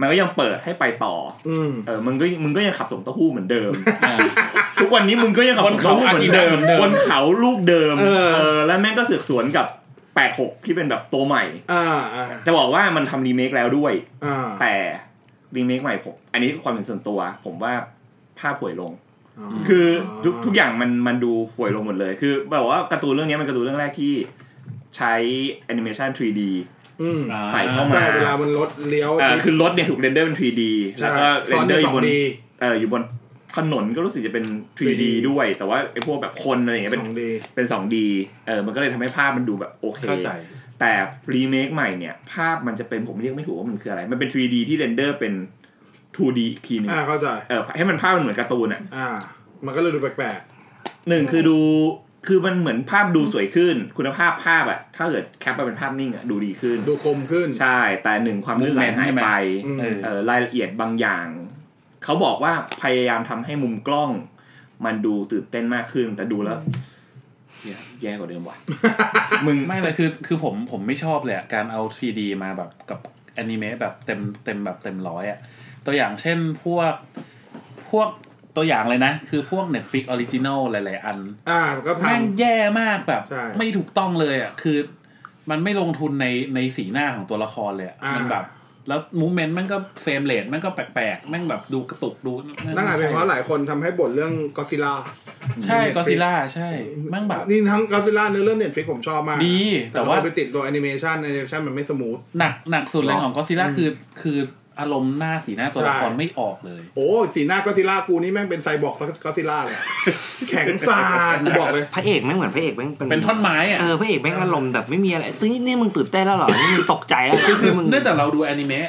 มันก็ยังเปิดให้ไปต่อ อืม เออ มึงก็มึงก็ยังขับส่งเต้าหู้เหมือนเดิม ทุกวันนี้มึงก็ยังขับส่งเต้าหู้เหมือนเดิม บนเขาอากิระเหมือนเดิม บนเขาลูกเดิม เออ เออ แล้วแม่งก็สืบสวนกับแปดหกที่เป็นแบบตัวใหม่ อ่าอ่า จะบอกว่ามันทำรีเมคแล้วด้วย อ่า แต่รีเมคใหม่ผมอันนี้ความเห็นส่วนตัว ผมว่าภาพห่วยลง อ๋อ คือทุกทุกอย่างมันมันดูห่วยลงหมดเลย คือแบบว่าการ์ตูนเรื่องนี้มันการ์ตูนเรื่องแรกที่ใช้แอนิเมชัน 3D อืม ใส่เข้า ใช่เวลามันรถเลี้ยว อ่าคือรถเนี่ยถูกเรนเดอร์เป็น 3D ใช่ แล้วก็เร ซ้อน น ใน เดอร์อ สอยู่ง บน ดี เอ่ออยู่บนถนนก็รู้สึกจะเป็น 3D 3D ด้วย แต่ว่าไอ้พวกแบบคนอะไรอย่างเงี้สยเป็น องดี เป็น 2D เออมันก็เลยทำให้ภาพมันดูแบบโอเค เข้าใจ แต่รีเมคใหม่เนี่ย ภาพมันจะเป็นผมเรียกไม่ถูกว่ามันคืออะไร มันเป็น 3D ที่เรนเดอร์เป็น 2D อีกทีหนึง อ่าเข้าใจ เออให้มันภาพมันเหมือนการ์ตูนอ่ะ อ่า มันก็เลยดูแปลก หนึ่งคือดูคือมันเหมือนภาพดูสวยขึ้น คุณภาพภาพอ่ะถ้าเกิดแคปมาเป็นภาพนิ่งอ่ะดูดีขึ้น ๆดูคมขึ้น ใช่แต่หนึ่งความลื่นไหลหายไป อืม เออ เออรายละเอียดบางอย่าง เขาบอกว่าพยายามทำให้มุมกล้อง มันดูตื่นเต้นมากขึ้น แต่ดูแล้วเหี้ยแย่กว่าเดิมว่ะ มึง ไม่เลยคือคือผมผมไม่ชอบเลยอะการเอา 3D มาแบบกับแอนิเมะแบบเต็มเต็มแบบเต็มร้อยอะตัวอย่างเช่นพวกพวกตัวอย่างเลยนะ คือพวก Netflix Original หลาย ๆ อัน อ่าก็พั แม่ ง งแย่มากแบบ ใช่ ไม่ถูกต้องเลยอ่ะคือ มันไม่ลงทุนในในสีหน้าของตัวละครเลยอะ อ่ามั มันแบบ แล้วมูเมนต์มันก็เฟรมเรทมันก็แปลกๆแม่งแบบดูกระตุกดู นั่นอาจเป็นเพราะหลายคนทำให้บทเรื่องก็ซิล่า ใช่ ใน Netflix ก็ซิล่าใช่แม่งแบบ นี่ทั้งก็ซิล่าเนื้อเรื่องเน็ตฟิกผมชอบมาก ดีแต่ แต่ ว่า ว่าไปติดตัวแอนิเมชันแอนิเมชันมันไม่สมูท หนักหนักสุดเลยของก็ซิล่า อืม คือ คืออารมณ์หน้าสีหน้าตัวละคร ใช่ ไม่ออกเลย โอ้สีหน้าก็ซิล่ากูนี่แม่งเป็นไซบอร์กก็ซิล่าเลย แข็งสาดกูบอกเลย พระเอกแม่งเหมือนพระเอกแม่งเป็น เป็นท่อนไม้อ่ะ เออพระเอกแม่งอารมณ์แบบไม่มีอะไรตุ้ยนี่มึงตื่นเต้นแล้วเหรอนี่มึงตกใจแล้ว คือคือ มึง เนื่องจากเราดูแอนิเมะ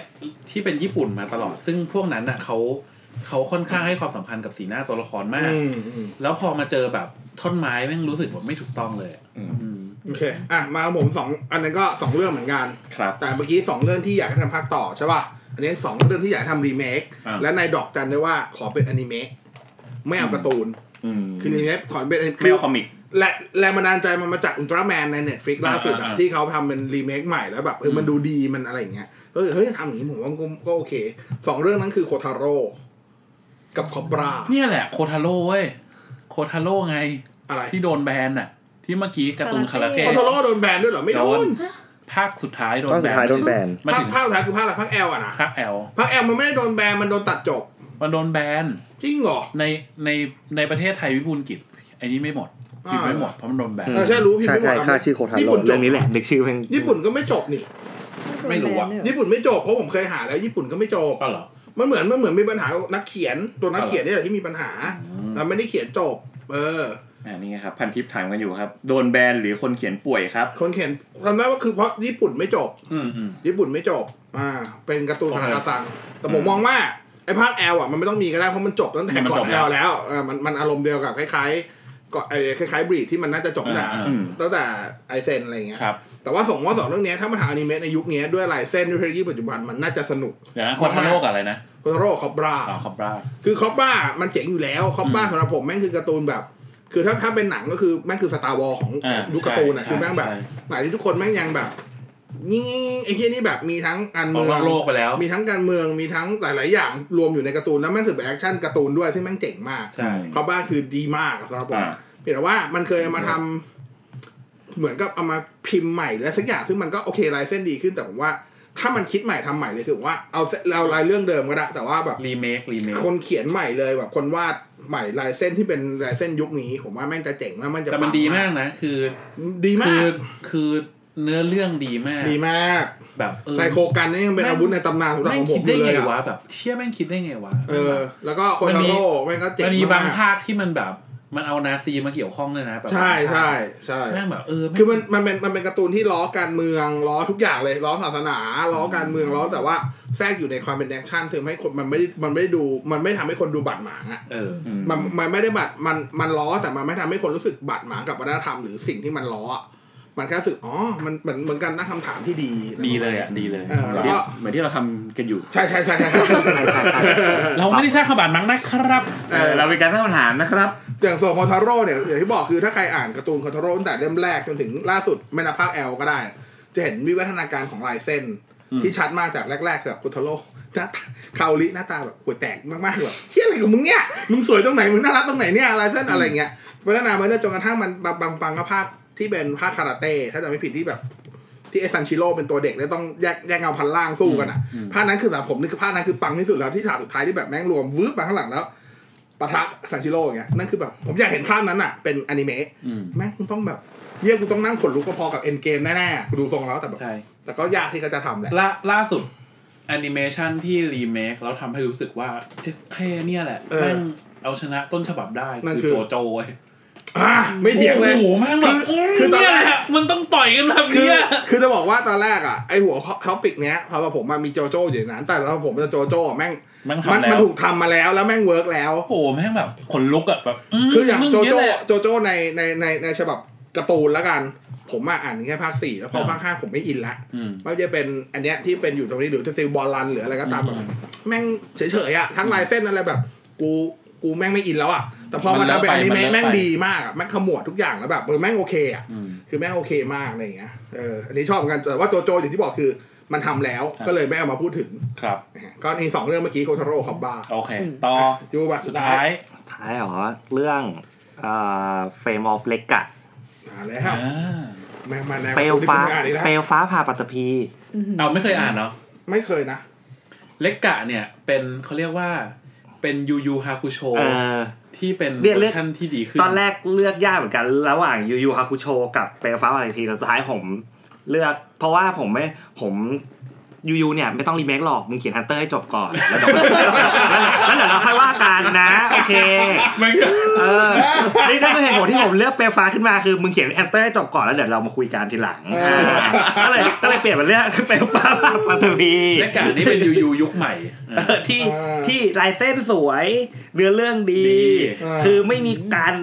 ที่เป็นญี่ปุ่นมาตลอด ซึ่งพวกนั้นอ่ะเขาเขาค่อนข้างให้ความสำคัญกับสีหน้าตัวละครมาก อืมอืม แล้วพอมาเจอแบบท่อนไม้แม่งรู้สึกว่าไม่ถูกต้องเลยอะ อืม อืม โอเค อ่ะ มาของผมสองอันนั้นก็สองเรื่องเหมือนกัน ครับ แต่เมื่อกี้สองเรื่องที่อยากให้ทำภาคต่อใช่ป่ะ อันนี้สองเรื่องที่อยากให้ทำรีเมค อ่า และนายดอกจันได้วยว่าขอเป็นอนิเมะไม่เอาการ์ตูน อืม คืออนิเมะขอเป็น ไม่เอาคอมิก และแรงบันดาลใจมันมาจากอุลตร้าแมนในเน็ตฟลิกล่าสุดอะ อ่าอ่า ที่เขาทำเป็นรีเมคใหม่แล้วแบบเออมันดูดีมันอะไรอย่างเงี้ยก็เลยเฮ้ยทำอย่างนี้ผมว่าก็ก็โอเคสองเรื่องนั้นคือโคทาโร่กับคอบรา เนี่ยแหละโคทาโร่เว้ยโคทาโร่ไง อะไร ที่โดนแบนน่ะ ที่เมื่อกี้การ์ตูนคารา อ๊ เกะ โคทาโร่โดนแบนด้วยเหรอไม่โด โด น น ภาคสุดท้ายโดน ข้อ แบ สุดท้าย น โดนแบน มา ภาค ถึง ภาคสุดท้ายคือภาคอะไรภาคแอลอะนะ ภาคแอล ภาคแอลมันไม่ได้โดนแบนมันโดนตัดจบ มันโดนแบน จริงเหรอ ในในในประเทศไทยวิบูลย์กิจไอ้นี้ไม่หมดผิดไม่หมดเพราะมันโดนแบน อืม เออใช่รู้พิมพ์ ใช่ ไม่หม ใช่ ด ค่าชื่อโคทา ญี่ โร่ ปุ่นจ เรื่อบ งนี้แหละนึกชื่อเพิ่ง ญี่ปุ่นก็ไม่จบนี่ ไม่รู้อะ ญี่ปุ่นไม่จบเพราะผมเคยหาแล้วญี่ปุ่นก็ไม่จบ ก็เหรอ มันเหมือนมันเหมือนมีปัญหานักเขียนตัวนักเขียนเนี่ยแหละที่มีปัญหาแล้วไม่ได้เขียนจบ เออ อ่านี่ไงครับ พันทิปถามกันอยู่ครับ โดนแบนหรือคนเขียนป่วยครับ คนเขียนจำได้ว่าคือเพราะญี่ปุ่นไม่จบ อืมอืม ญี่ปุ่นไม่จบ อ่า เป็นการ์ตูน โอเค คาราคาซัง แต่ผมมองว่าไอ้ภาคแอลอ่ะมันไม่ต้องมีก็ได้เพราะมันจบตั้งแต่ มัน ก่อ จ น บ แอลแล้วเออมันมันอารมณ์เดียวกับคล้ายๆก่อนไอ้คล้ายๆบรีดที่มันน่าจะจบตั้งแต่ อ่า อืม ตั้งแต่ไอเซนอะไรอย่างเงี้ย ครับ แต่ว่าสองว่าสองเรื่องเนี้ยถ้ามันหาอนิเมะในยุคเนี้ยด้วยลายเส้นด้วยเทคโนโลยีปัจจุบันมันน่าจะสนุก เดี๋ยวนะโคทาโร่กับอะไรนะ โคโรคอบรา อ๋อคอบรา คือคอบรามันเจ๋งอยู่แล้วคอบราสำหรับผมแม่งคือการ์ตูนแบบ คือถ้าถ้าเป็นหนังก็คือแม่งคือสตาร์วอลของ อ่า ยุคการ์ตูนอ่ะ ใช่ คือแม่งแบบ ใช่ หมายที่ทุกคนแม่งยังแบบนี่ไอ้เฮียนี่แบบมีทั้งการ ออ เมื ก อน องกโลกไปแล้ว มีทั้งการเมืองมีทั้งหลาย ๆ อย่างรวมอยู่ในการ์ตูนแล้วแม่งถือเป็นแอคชั่นการ์ตูนด้วยที่แม่งเจ๋งมาก ใช่ คอบราคือดีมากสำหรับผม อ่า เพียงแต่ว่ามันเคยเอามาทำเหมือนกับเอามาพิมพ์ใหม่และสักอย่างซึ่งมันก็โอเคลายเส้นดีขึ้นแต่ผมว่า ถ้ามันคิดใหม่ทำใหม่เลยคือผมว่าเอาเส้นเราลายเรื่องเดิมก็ได้แต่ว่าแบบ รีเมค รีเมค คนเขียนใหม่เลยแบบคนวาดใหม่ลายเส้นที่เป็นลายเส้นยุคนี้ ผมว่าแม่งจะเจ๋งแล้วมันจะ แต่มัน ปัง ดีมากนะ คือ ดีมา คื ก อ คือเนื้อเรื่องดีมาก ดีมาก แบบเออ ไซโคกันนี่ยังเป็นอาวุธในตำนานสำหรับ แม่ ของงผ คิ มอดได้ ยู่เลยไงอะ วะ แบบ เชี่ยแม่งคิดได้ไงวะ เออ แล้วก็โค มัน นา มี โร่แม่งก็เจ๋ง มันมีบาม าง ก ภาคที่มันแบบ มันเอานาซีมาเกี่ยวข้องด้วยนะแบบ ใช่ใช่ใช่ แม่งแบบเออแง คือมันมันเป็นมันเป็นการ์ตูนที่ล้อการเมืองล้อทุกอย่างเลยล้อศาสนาล้อการเมืองล้อแต่ว่าแทรกอยู่ในความเป็นแอคชั่นถึงให้คนมันไม่ได้มันไม่ได้ดูมันไม่ทำให้คนดูบาดหมางอะ เออ อื มันมันไม่ได้บัดมันมันล้อแต่มันไม่ทำให้คนรู้สึกบาดหมางกับวัฒนธรรมหรือสิ่งที่มันล้ออะมันแค่รู้สึกอ๋อมันเหมือนเหมือนกันนะคำถามที่ดี ดีเลยอ่ะ ดีเลย เออแล้วก็ เหมือนที่เราทำกันอยู่ ใช่ (laughs) ใช่ใช่ใช่ใช่ เราไม่ได้สร้างขบาดมั้งนะครับ เออ เราเป็นการตั้งคำถามนะครับ อย่างโซโคทาโร่เนี่ยอย่างที่บอกคือถ้าใครอ่านการ์ตูนคาทาโร่ตั้งแต่เล่มแรกจนถึงล่าสุดไม่นับภาคแอลก็ได้ จะเห็นวิวัฒนาการของลายเส้น ที่ชัดมากจากแรกๆแบบคุทาโร่ (laughs) หน้าตาคาลิหน้าตาแบบหัวแตกมากๆแบบเฮียอะไรกับมึงเนี่ยมึงสวยตรงไหนมึงน่ารักตรงไหนเนี่ยลายเส้นอะไรเงี้ย พัฒนามาเรื่อยจนกระทั่งมันบางบางบางก็ภาคที่เป็นภาคคาราเต้ถ้าจำไม่ผิดที่แบบ ที่ไอซันชิโร่เป็นตัวเด็กแล้วต้องแยกแยกเงาพันล่างสู้กันอ่ะภาคนั้นคือสำหรับผมนี่คือภาคนั้นคือปังที่สุดแล้วที่ฉากสุดท้ายที่แบบแม่งรวมวืบมาข้างหลังแล้วปะทะซันชิโร่อย่างเงี้ยนั่นคือแบบผมอยากเห็นภาพนั้นอ่ะเป็นอนิเมะ อืม แม่งคงต้องแบบเยี่ยกูต้องนั่งขนลุกก็พอกับเอ็นเกมแน่ๆกูดูทรงแล้วแต่แบบ ใช่ แต่ก็ยากที่เขาจะทำแหละ ล่าล่าสุดแอนิเมชันที่รีเมคแล้วทำให้รู้สึกว่าเท่เนี่ยแหละ เออ แม่งเอาชนะต้นฉบับได้ นั่น คือ คือ โจโจเว้ย อ่ะไม่เถียงเลย โอ้โหแม่งแบบ คือคื คือ อ ตอนแรก เนี่ยแหละมันต้องต่อยกันแบบ คือ เนี้ย คือจะบอกว่าตอนแรกอ่ะไอหัวท็อปิกเนี้ยพอผมมามีโจโจ้อยู่ในนั้นแต่เราผมจะโจโจ้อะแม่ง แม่ง มัน ทำแล้ มัน ว ถูกทำมาแล้วแล้วแม่งเวิร์กแล้ว โอ้โหแม่งแบบขนลุกอะแบบ คืออย่างโจโจ้ เนี้แหละ โจโจ้ในในในในฉบับการ์ตูนแล้วกัน ผมมาอ่านแค่ภาคสี่แล้วพอ ครับ ภาคห้าผมไม่อินละ อืม ไม่ว่าจะเป็นอันเนี้ยที่เป็นอยู่ตรงนี้หรือจะซิลบอลลันหรืออะไรก็ตามแบบ แม่งเฉยๆอ่ะทั้งลายเส้นอะไรแบบ กูกูแม่งไม่อินแล้วอ่ะแต่พอ มั มัน นเลิก ทำเป็นอนิ ไปมันเลิ เมะ ก แม่ง ไป ดีมากอะแม่งขมวดทุกอย่างแล้วแบบเออแม่งโอเคอ่ะคือแม่งโอเคมากอะไรอย่างเงี้ยเอออันนี้ชอบเหมือนกันแต่ว่าโจโจอย่างที่บอกคือมันทำแล้วก็เลยไม่เอามาพูดถึง ครับ นะฮะก็นี่สองเรื่องเมื่อกี้โคทาโร่คอบบา โอเค ต่อ ยูบะ สุดท้าย ท้ายเหรอเรื่องเฟรมออฟเล็กกะ อ่านแล้ว อ่า แม่งมาแนว เปลวฟ้า ที่คุณอ่านอีกแล้ว เปลวฟ้าผ่าปัตตภี เอาไม่เคยอ่านเนาะ ไม่เคยนะ เล็กกะเนี่ยเป็นเขาเรียกว่าเป็นยูยูฮาคุโช เออ ที่เป็น เรียก เวอ เรียก ร์ชันที่ดีขึ้น ตอนแรกเลือกยากเหมือนกัน ระหว่างยูยูฮาคุโชกับเปลวฟ้าผ่าปัตตภีแต่สุดท้ายผมเลือก เพราะว่าผมไม่ผมยูยูเนี่ยไม่ต้องรีเมคหรอกมึงเขียนฮันเตอร์ให้จบก่อนแล้วเดี๋ยวแล้วเดี๋ยวเราค่อยว่ากันนะ โอเค แม่ง เออนี่นั่นก็เหตุผลที่ผมเลือกเปลฟ้าขึ้นมาคือมึงเขียนแอนเตอร์ให้จบก่อนแล้วเดี๋ยวเรามาคุยกันทีหลัง เออ ก็เลยก็เลยเปลี่ยนมาเลือกเปลฟ้าผ่าปัตตภี เล็กกะนี่เป็นยูยูยุคใหม่ เออที่ เออ ที่ลายเส้นสวยเนื้อเรื่องดี ดี เออ คือไม่มีการ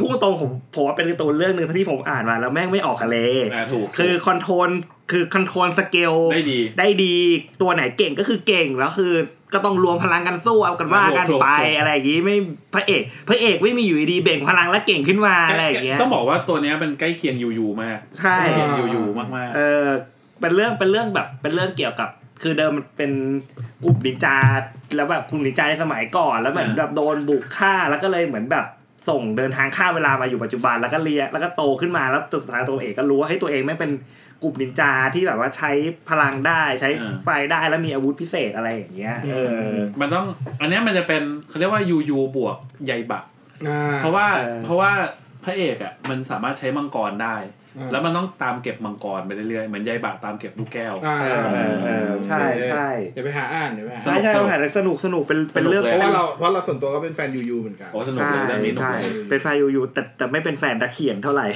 พูดตรงผมผมว่าเป็นการ์ตูนเรื่องหนึ่งที่ผมอ่านมาแล้วแม่งไม่ออกทะเล อ่าถูก คือคอนโทรล คือคอนโทรลสเกล ได้ดี ได้ดีตัวไหนเก่งก็คือเก่งแล้วคือก็ต้องรวมพลังกันสู้เอากันว่ากัน รวมๆ ไปอะไรอย่างงี้ไม่พระเอก พระเอกไม่มีอยู่ดีๆเบ่งพลังแล้วเก่งขึ้นมาอะไรอย่างเงี้ย ต้องบอกว่าตัวเนี้ยมันใกล้เคียงยูยูมาก ใช่ ใกล้เคียงยูยูมาก เออเป็นเรื่องเป็นเรื่องแบบเป็นเรื่องเกี่ยวกับ คือเดิมมันเป็นกลุ่มนินจาแล้วแบบกลุ่มนินจาในสมัยก่อน แล้วเหมือนแบบโดนบุกฆ่าแล้วก็เลยเหมือนแบบส่งเดินทางข้ามเวลามาอยู่ปัจจุบันแล้วก็เรียนแล้วก็โตขึ้นมาแล้วสุดท้ายตัวเอกก็รู้ว่าให้ยตัวเองไม่งเป็นกลุ่มนินจาที่แบบว่าใช้พลังได้ใช้ไฟได้แล้วมีอาวุธพิเศษอะไรอย่างเงี้ยเออ ๆมันต้องอันเนี้ยมันจะเป็นเขาเรียกว่ายูยูบวกใยบะ อ่า เพราะว่า เออ เพราะว่าพระเอกอ่ะมันสามารถใช้มังกรได้ อืม แล้วมันต้องตามเก็บมังกรไปเรื่อยๆเหมือนยายบะตามเก็บลูกแก้ว อ่า เออเออใช่ใช่ เดี๋ยวไปหาอ่านเดี๋ยวไปหา ส ใช่ นุกสนุกใช่ใช่สนุกสนุกเป็นเป็นเรื่อง สนุ เพ ก ราะ ลย ว่าเราเพราะเราส่วนตัวก็เป็นแฟนยูยูเหมือนกัน โอ้สนุก ใช่ เลยเรื่องนี้สนุก ใช่ เลย เป็นแฟนยูยูแต่แต่ไม่เป็นแฟนนักเขียนเท่าไหร่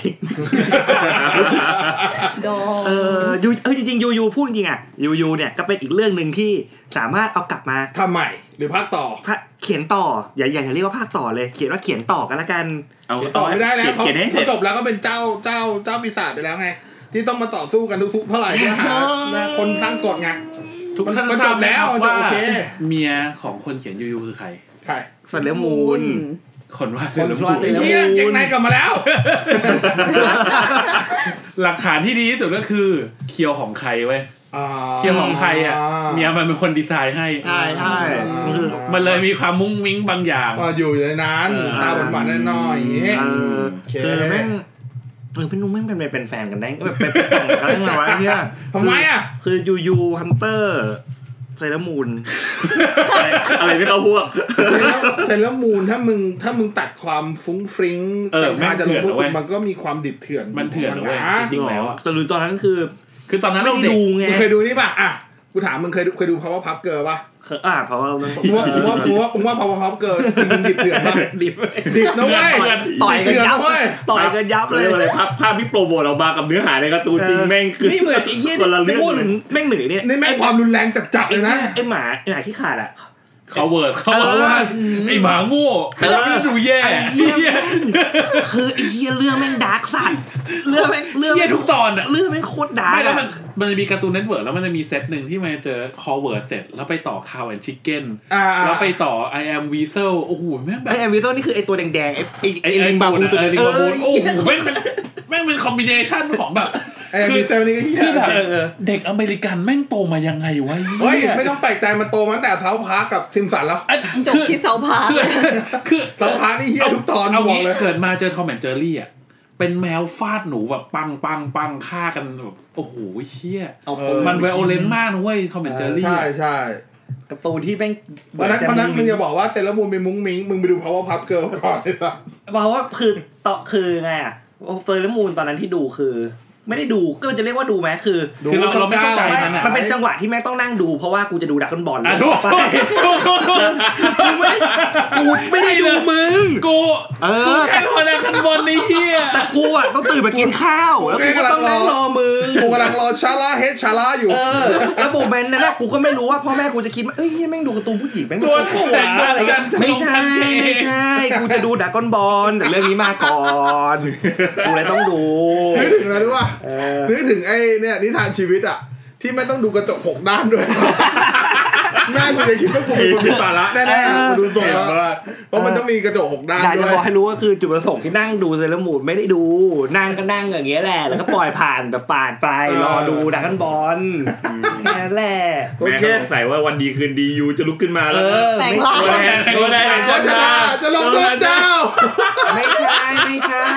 โดน เออยูเออจริงๆยูยูพูดจริงๆอ่ะยูยูเนี่ยก็เป็นอีกเรื่องหนึ่งที่สามารถเอากลับมา ทำใหม่หรือภาคต่อ พะเขียนต่ออย่าอย่าอย่าเรียกว่าภาคต่อเลย เขียนว่าเขียนต่อกันละกัน เอา ต่อไม่ได้แล้ว เขียนให้เสร็ เขา จ จบแล้วก็เป็นเจ้าเจ้าเจ้าปีศาจไปแล้วไง ที่ต้องมาต่อสู้กันทุกๆเท่าไหร่เพื่อหานะคนตั้งกฎไง ทุกท่าน มัน ทราจบบแล้ว ไหม มันจบ ว่า โอเค เมียของคนเขียนยูยูคือใคร ใช่ สเลมูล คนว่าดเซ คน เลบ วาด ไอ้ ซลล์ เหี้ยเก่งในกลับมาแล้ว หลักฐานที่ดีที่สุดก็คือเคียวของใครเว้ย อ่า เคียวของใครอ่ะเมียมันเป็นคนดีไซน์ให้ ใช่ใช่นี่คือ มันเลยมีความมุ้งมิ้งบางอย่าง อ่าอยู่ในนั้น เออ ตาหวานๆน้อยๆอย่างงี้ เออ โอเค คือแม่งเออเป็นนุ่มแม่งเป็นไปเป็นแฟนกันได้แบบเป็นเป็นแต่งกันได้ไงวะเนี่ย ทำไมอ่ะ คือยูยูฮันเตอร์ไซเลอร์มูนอะไรอะไรไม่เข้าพวก เซเลอร์มูนถ้ามึงถ้ามึงตัดความฟุ้งฟริ้ง เออ แต่งจะลงพวก แม่งเถื่คุณอนนะเว้ยมันก็มีความดิบเถื่อน มันเถื่อนนะเว้ย ขงมัะ จริงแล้วอะ แต่รู้ตอนนั้นคือ คือตอนนั้น ไม่ เรา ได้ เด็ก ดูไง มึงเคยดูนี่ป่ะ อ่ะ กูถามมึงเคยดูเคยดู power puff girl ป่ะ เคยอ่าเพราะว่ามัน ผมว่าผมว่าผมว่าผมว่า power puff girl จริงๆดิบเถื่อนป่ะ ดิบ ดิบนะเว้ย ต่อยกันยัเดือดบนะเว้ย ต่อยกันยับเลย เรียกว่าอะไรภาพภาพที่โปรโมทออกมากับเนื้อหาในการ์ตูนจริงแม่งคือ นี่เหมือนไอ้เหี้ย คนละเรื่อง พูด เล ถึ ย งแม่งหนือเนี่ย นี่แม่งความรุนแรงจัดๆ ไอ้ เลย ห นะ มาไอ้หมาไอ้หมาที่ขาดอ่ะ เขาเวิร์ดเขาบอกว่าไอหมาโง่ เออ ไม่ดูแย่เหี้ย คือไอ้เหี้ยเรื่องแม่งดาร์กสัตว์เรื่องแม่งเรื่อง เหี้ย แม่ง ทุกตอนอะ เรื่องแม่งโคตรดาร์ ไม่ ก แล้วมัน อะ มันจะมีการ์ตูนเน็ตเวิร์กแล้วมันจะมีเซตหนึ่งที่มันจะเจอคอเวิร์ดเสร็จ แล้วไปต่อคาวแอนชิคเก้น อ่า แล้วไปต่อ I am Weasel โอ้โหแม่งแบบ ไอ้แอมวิโซนี่คือไอ้ตัวแดงๆไอ้ไอ้ ไอ ไอ้ลิ ลิ ง ง บา บา บู บู ตัว ไอลิงบาบูโอ้โหแม่งเป็นแม่งเป็นคอมบิเนชันของแบบ ไอ้ คือ มิเซลนี่ก็เหี้ย ที่แบบเด็กอเมริกันแม่งโตมายังไงวะ เฮ้ย หี้ ไม่ต้องแปลกใจมันโตมาตั้งแต่เซาพาร์กับซิมสันแล้ว อัน จบ คือ ที่เสาพาร์ค คือคือ เซาพาร์นี่เหี้ยทุกตอน เอา บอก งี้ เลย เกิดมาเจอทอมแอนเจอรี่อ่ะเป็นแมวฟาดหนูแบบปังปังปังฆ่ากันแบบโอ้โหเฮีย เอา เออ มันไวโอเลนมากนะเว้ยทอมแอนเจอรี่ ใช่ใช่ การ์ตูนที่แม่ง เพราะฉะนั้นเพราะฉะนั้นมึงอย่าบอกว่าเซเลอร์มูนเป็นมุ้งมิ้งมึงไปดู power puff girl ก่อนเลยป่ะ เพราะว่าคือต่อคือไงอ่ะเฟอร์ลิมูนตอนนั้นที่ดูคือ ไม่ได้ดูก็จะเรียกว่าดูไหมคือ คือเราเราไม่เข้าใจ ช่องก้ มันเป็นจังหวะที่แม่งต้องนั่งดูเพราะว่ากูจะดูดักคอนบอล อ่ะดู ไป (laughs) ดูดูดู กูไม่กูไม่ได้ดูมึง กู เอ กู อ แค่คนละคนบนในเฮีย แต่กูอ่ะต้องตื่นมากินข้าว แล้วกูก็ต้องนั่งรอมึง กูกำลังรอชาร่าเฮดชาร่าอยู่ เออ แล้วโมเมนต์นั้นนะกูก็ไม่รู้ว่าพ่อแม่กูจะคิดว่าเอ้ยแม่งดูการ์ตูนผู้หญิงแม่ง ตัวกูแข่ง วะ อะไรกัน ไม่ใช่ ไม่ใช่ กูจะดูดักคอนบอลแต่เรื่องนี้มาก่อน กูเลยต้องดู นึกถึงอะไรรู้ป่ะ เออ นึกถึงไอ้เนี่ยนิทานชีวิตอ่ะ ที่ไม่ต้องดูกระจกหกด้าน (laughs) ด้วย แม่กูจะคิดว่ากูเป็นคนมีสาระแน่ๆกูดูส่งแล้วเพราะมันต้องมีกระจกหกด้าน อยาก ด้ จะ วย บอกให้รู้ว่าคือจุดประสงค์ที่นั่งดูเซเลอร์มูนไม่ได้ดู นั่งก็นั่งอย่างเงี้ยแหละ แล้วก็ปล่อยผ่านแบบปาดไป รอดูดักกันบอลแค่นั้นแหละ โอ แม่ง เค ก็สงสัยว่าวันดีคืนดียูจะลุกขึ้นมา เอ แล้วนะ อ แปลง ไม่แปร่างลงร่าง โดนแรง จะ ช ลาจะลงโทษเจ้า ไม่ใช่ไม่ใช่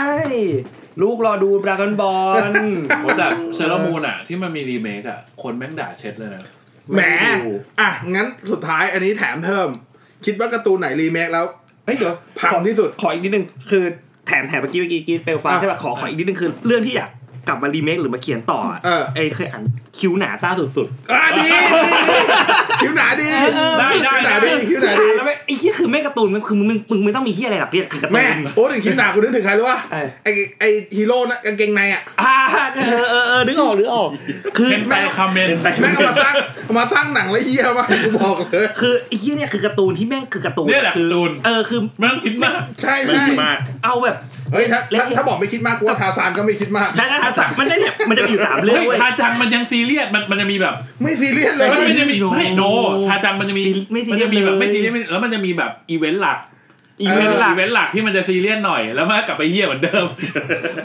ลูกรอดูดรากันบอล ผมแต่เซรามูนอ่ะ ที่มันมีรีเมคอ่ะ คนแม่งด่าเช็ดเลยนะ แหม อ่ะ งั้นสุดท้ายอันนี้แถมเพิ่ม คิดว่าการ์ตูนไหนรีเมคแล้ว เฮ้ยเดี๋ยว พังที่สุด ขออีกนิดนึงคือแถมแถมเมื่อกี้เมื่อกี้กินเปลฟ้า อ่ะ ใช่ป่ะขอขออีกนิดนึงคือ เรื่องที่อยากกลับมารีเมคหรือมาเขียนต่อ เออ ไอ้เคยอ่านคิวหนาซ่าสุด อ่ะดีคิวหนาดี ๆ ได้ได้ คิวหนาดีคิวหนา อ่า ดี นแล้วไม่ไอ้เหี้ยคือแม่งการ์ตูนมันคือมึงมึงมึงไม่ต้องมีเหี้ยอะไรหรอกเนี่ยคือการ์ตู แม่ น โอ้ถึงคิวหนากูนึกถึงใครรู้ป่ะ เออ ไอไอฮีโร่นะกางเกงในอ่ะ อ่าเออเออเออนึกออกนึกออกคือ เป็นไปคอมเมนต์ แม่งเอามาสร้างเอามาสร้างหนังแล้วเยี่ยมากกูบอกเลย คือไอ้เหี้ยเนี่ยคือการ์ตูนที่แม่งคือการ์ตูน เนี่ยแหละ คือ การ์ตูน เออคือ ไม่ต้องคิดมาก ใช่ มัน ใช่ ดีมาก เอาแบบ เฮ้ยถ้าถ้าถ้าบอกไม่คิดมากกูว่าทาซานก็ไม่คิดมาก ใช่ใช่ครับมันได้เนี่ยมันจะมีอยู่สามเรื่อง เฮ้ย เว้ย ทาจังมันยังซีเรียสมันมันจะมีแบบ ไม่ซีเรียสเลย มันจะมีไม่โนทาจังมันจะมี ซีไม่ซี มั เรียส จะมีแบบ เลย ไม่ซีเรียสไม่แล้วมันจะมีแบบอีเวนต์หลัก อีเวนต์หลัก อีเวนต์หลักที่มันจะซีเรียสหน่อยแล้วมันก็กลับไปเยี่ยเหมือนเดิม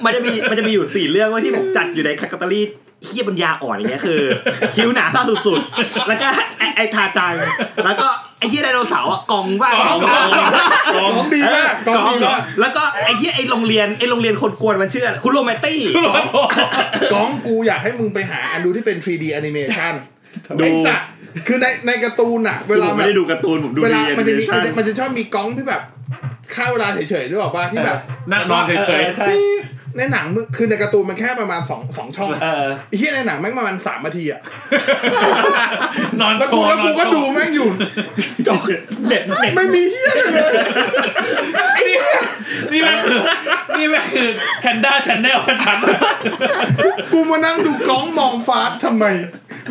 มันจะมีมันจะมีอยู่สี่เรื่องเว้ยที่ผมจัดอยู่ในแคตตาลีเฮียปัญญาอ่อนอย่างเงี้ยคือ คิ้วหนาตาสุดๆ แล้วก็ไอ้ไอ้ทาจังแล้วก็ไอ้เฮียไดโนเสาร์อะกองบ้าง กอง กองบ้าง กองดีมากกองดีมาก แล้วก็ไอ้ที่ไอ้โรงเรียนไอ้โรงเรียนคนกวนมันชื่ออะไรคุณโรแมนตี้ (laughs) กองกูอยากให้มึงไปหาอันดูที่เป็น 3D animation ไอ้สัตว์คือในในการ์ตูนอะเวลา ผม แบ ไม่ บ ได้ดูการ์ตูนผมดู เวลา ดี มันจะมีมันจะ มั มัน นจะชอบมีกล้องที่แบบฆ่าเวลาเฉยๆด้วยบอกว่าที่แบบ นั่งนอนเฉย ใช่ ในหนังมึงคือในการ์ตูนมันแค่ประมาณสองสองช่อง เออ ไอ้เหี้ยในหนังแม่งประมาณสามนาทีอะ (laughs) ๆนอน แล้ว โช กู ว์ แล้ว นอ กู น ก็ โช ดู ว์ แม่งอยู่ จบเด็ดเด็ด ไม่มีเหี้ยอะไรเลย (laughs) นี่แม่งคือนี่แม่งคือแพนด้าชนแนลชัด กูมานั่งดูกล้องมองฟ้าทำไม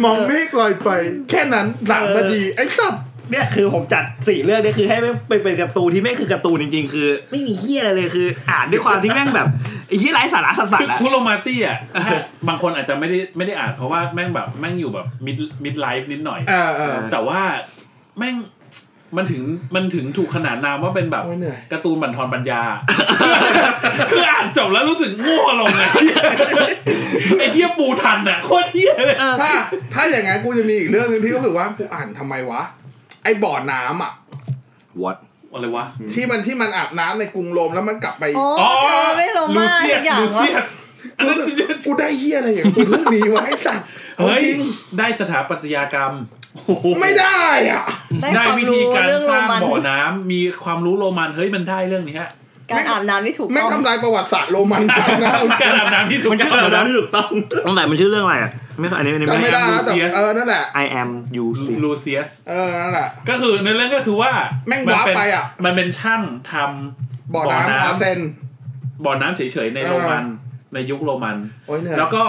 มองเมฆลอยไป แค่นั้นสามนาทีไอ้สัตว์ เนี่ยคือผมจัดสี่เรื่องเนี่ยคือให้แม่งเป็นเป็นการ์ตูนที่แม่งคือการ์ตูนจริงๆ คือ ไม่มีเฮียอะไรเลยคือ อ่านด้วยความที่แม่งแบบไอ้ที่ไร้สาระสัส คือ ๆอะ คุโรมาตี้อ่ะถ้าบางคนอาจจะไม่ได้ไม่ได้อ่านเพราะว่าแม่งแบบแม่งอยู่แบบมิดมิดไลฟ์นิดหน่อย เออเออ แต่ว่าแม่งมันถึงมันถึงถูกขนานนามว่าเป็นแบบ โอ้ยเหนื่อย การ์ตูนบั่นทอนปัญญา (laughs) คืออ่านจบแล้วรู้สึกโง่ลงไง (laughs) ไอ้เหี้ยปูทันอ่ะโคตรเหี้ยเลย ถ้าถ้าอย่างงั้นกูจะมีอีกเรื่องหนึงที่รู้สึกว่ากูอ่านทำไมวะ ไอ้บ่อน้ำอ่ะ วอต อะไรวะ ที่มันที่มันอาบน้ำในกรุงโรมแล้วมันกลับไป โอ้เธอไม่ลงมา ลู ทุ เซีย ก ส อย่าง ลู วะ เซียสอัน รู้ นั้น สึกกูได้เฮียอะไรอย่างกูเรื่องนี้วะไอ้สัตว์เอา เฮ้ย จริง ได้สถาปัตยกรรม ไม่ได้อ่ะ ได้ ได้ ความ วิธี รู้ การ เรื่อง ส โร ร้าง มัน บ่อน้ำมีความรู้โรมันเฮ้ยมันได้เรื่องนี้ฮะ การอาบน้ำไม่ถูก ไม่ ต้อง ทำลายประวัติศาสตร์โรมัน (laughs) กันนะ การอาบน้ำที่ถูก มัน ต้ ชื่ อ ออะงไรนะที่ถูกต้องตั้งแต่มันชื่อเรื่องอะไรอะไม่เคยอันนี้อันนี้ จำ ไม่ ไม่ได้นะแต่เออนั่นแหละ ไอแอมยูซี ลูเซียส เออนั่นแหละ ก็คือในเรื่องก็คือว่า แม่ง นเน ว้าไปอะ มันเป็นช่างทำ บ่อ บ่อ น้ำ น้ำ อาเซน บ่อน้ำเฉยๆใน เออ โรมันในยุคโรมัน โอ้ยเหนื่อย แล้วก็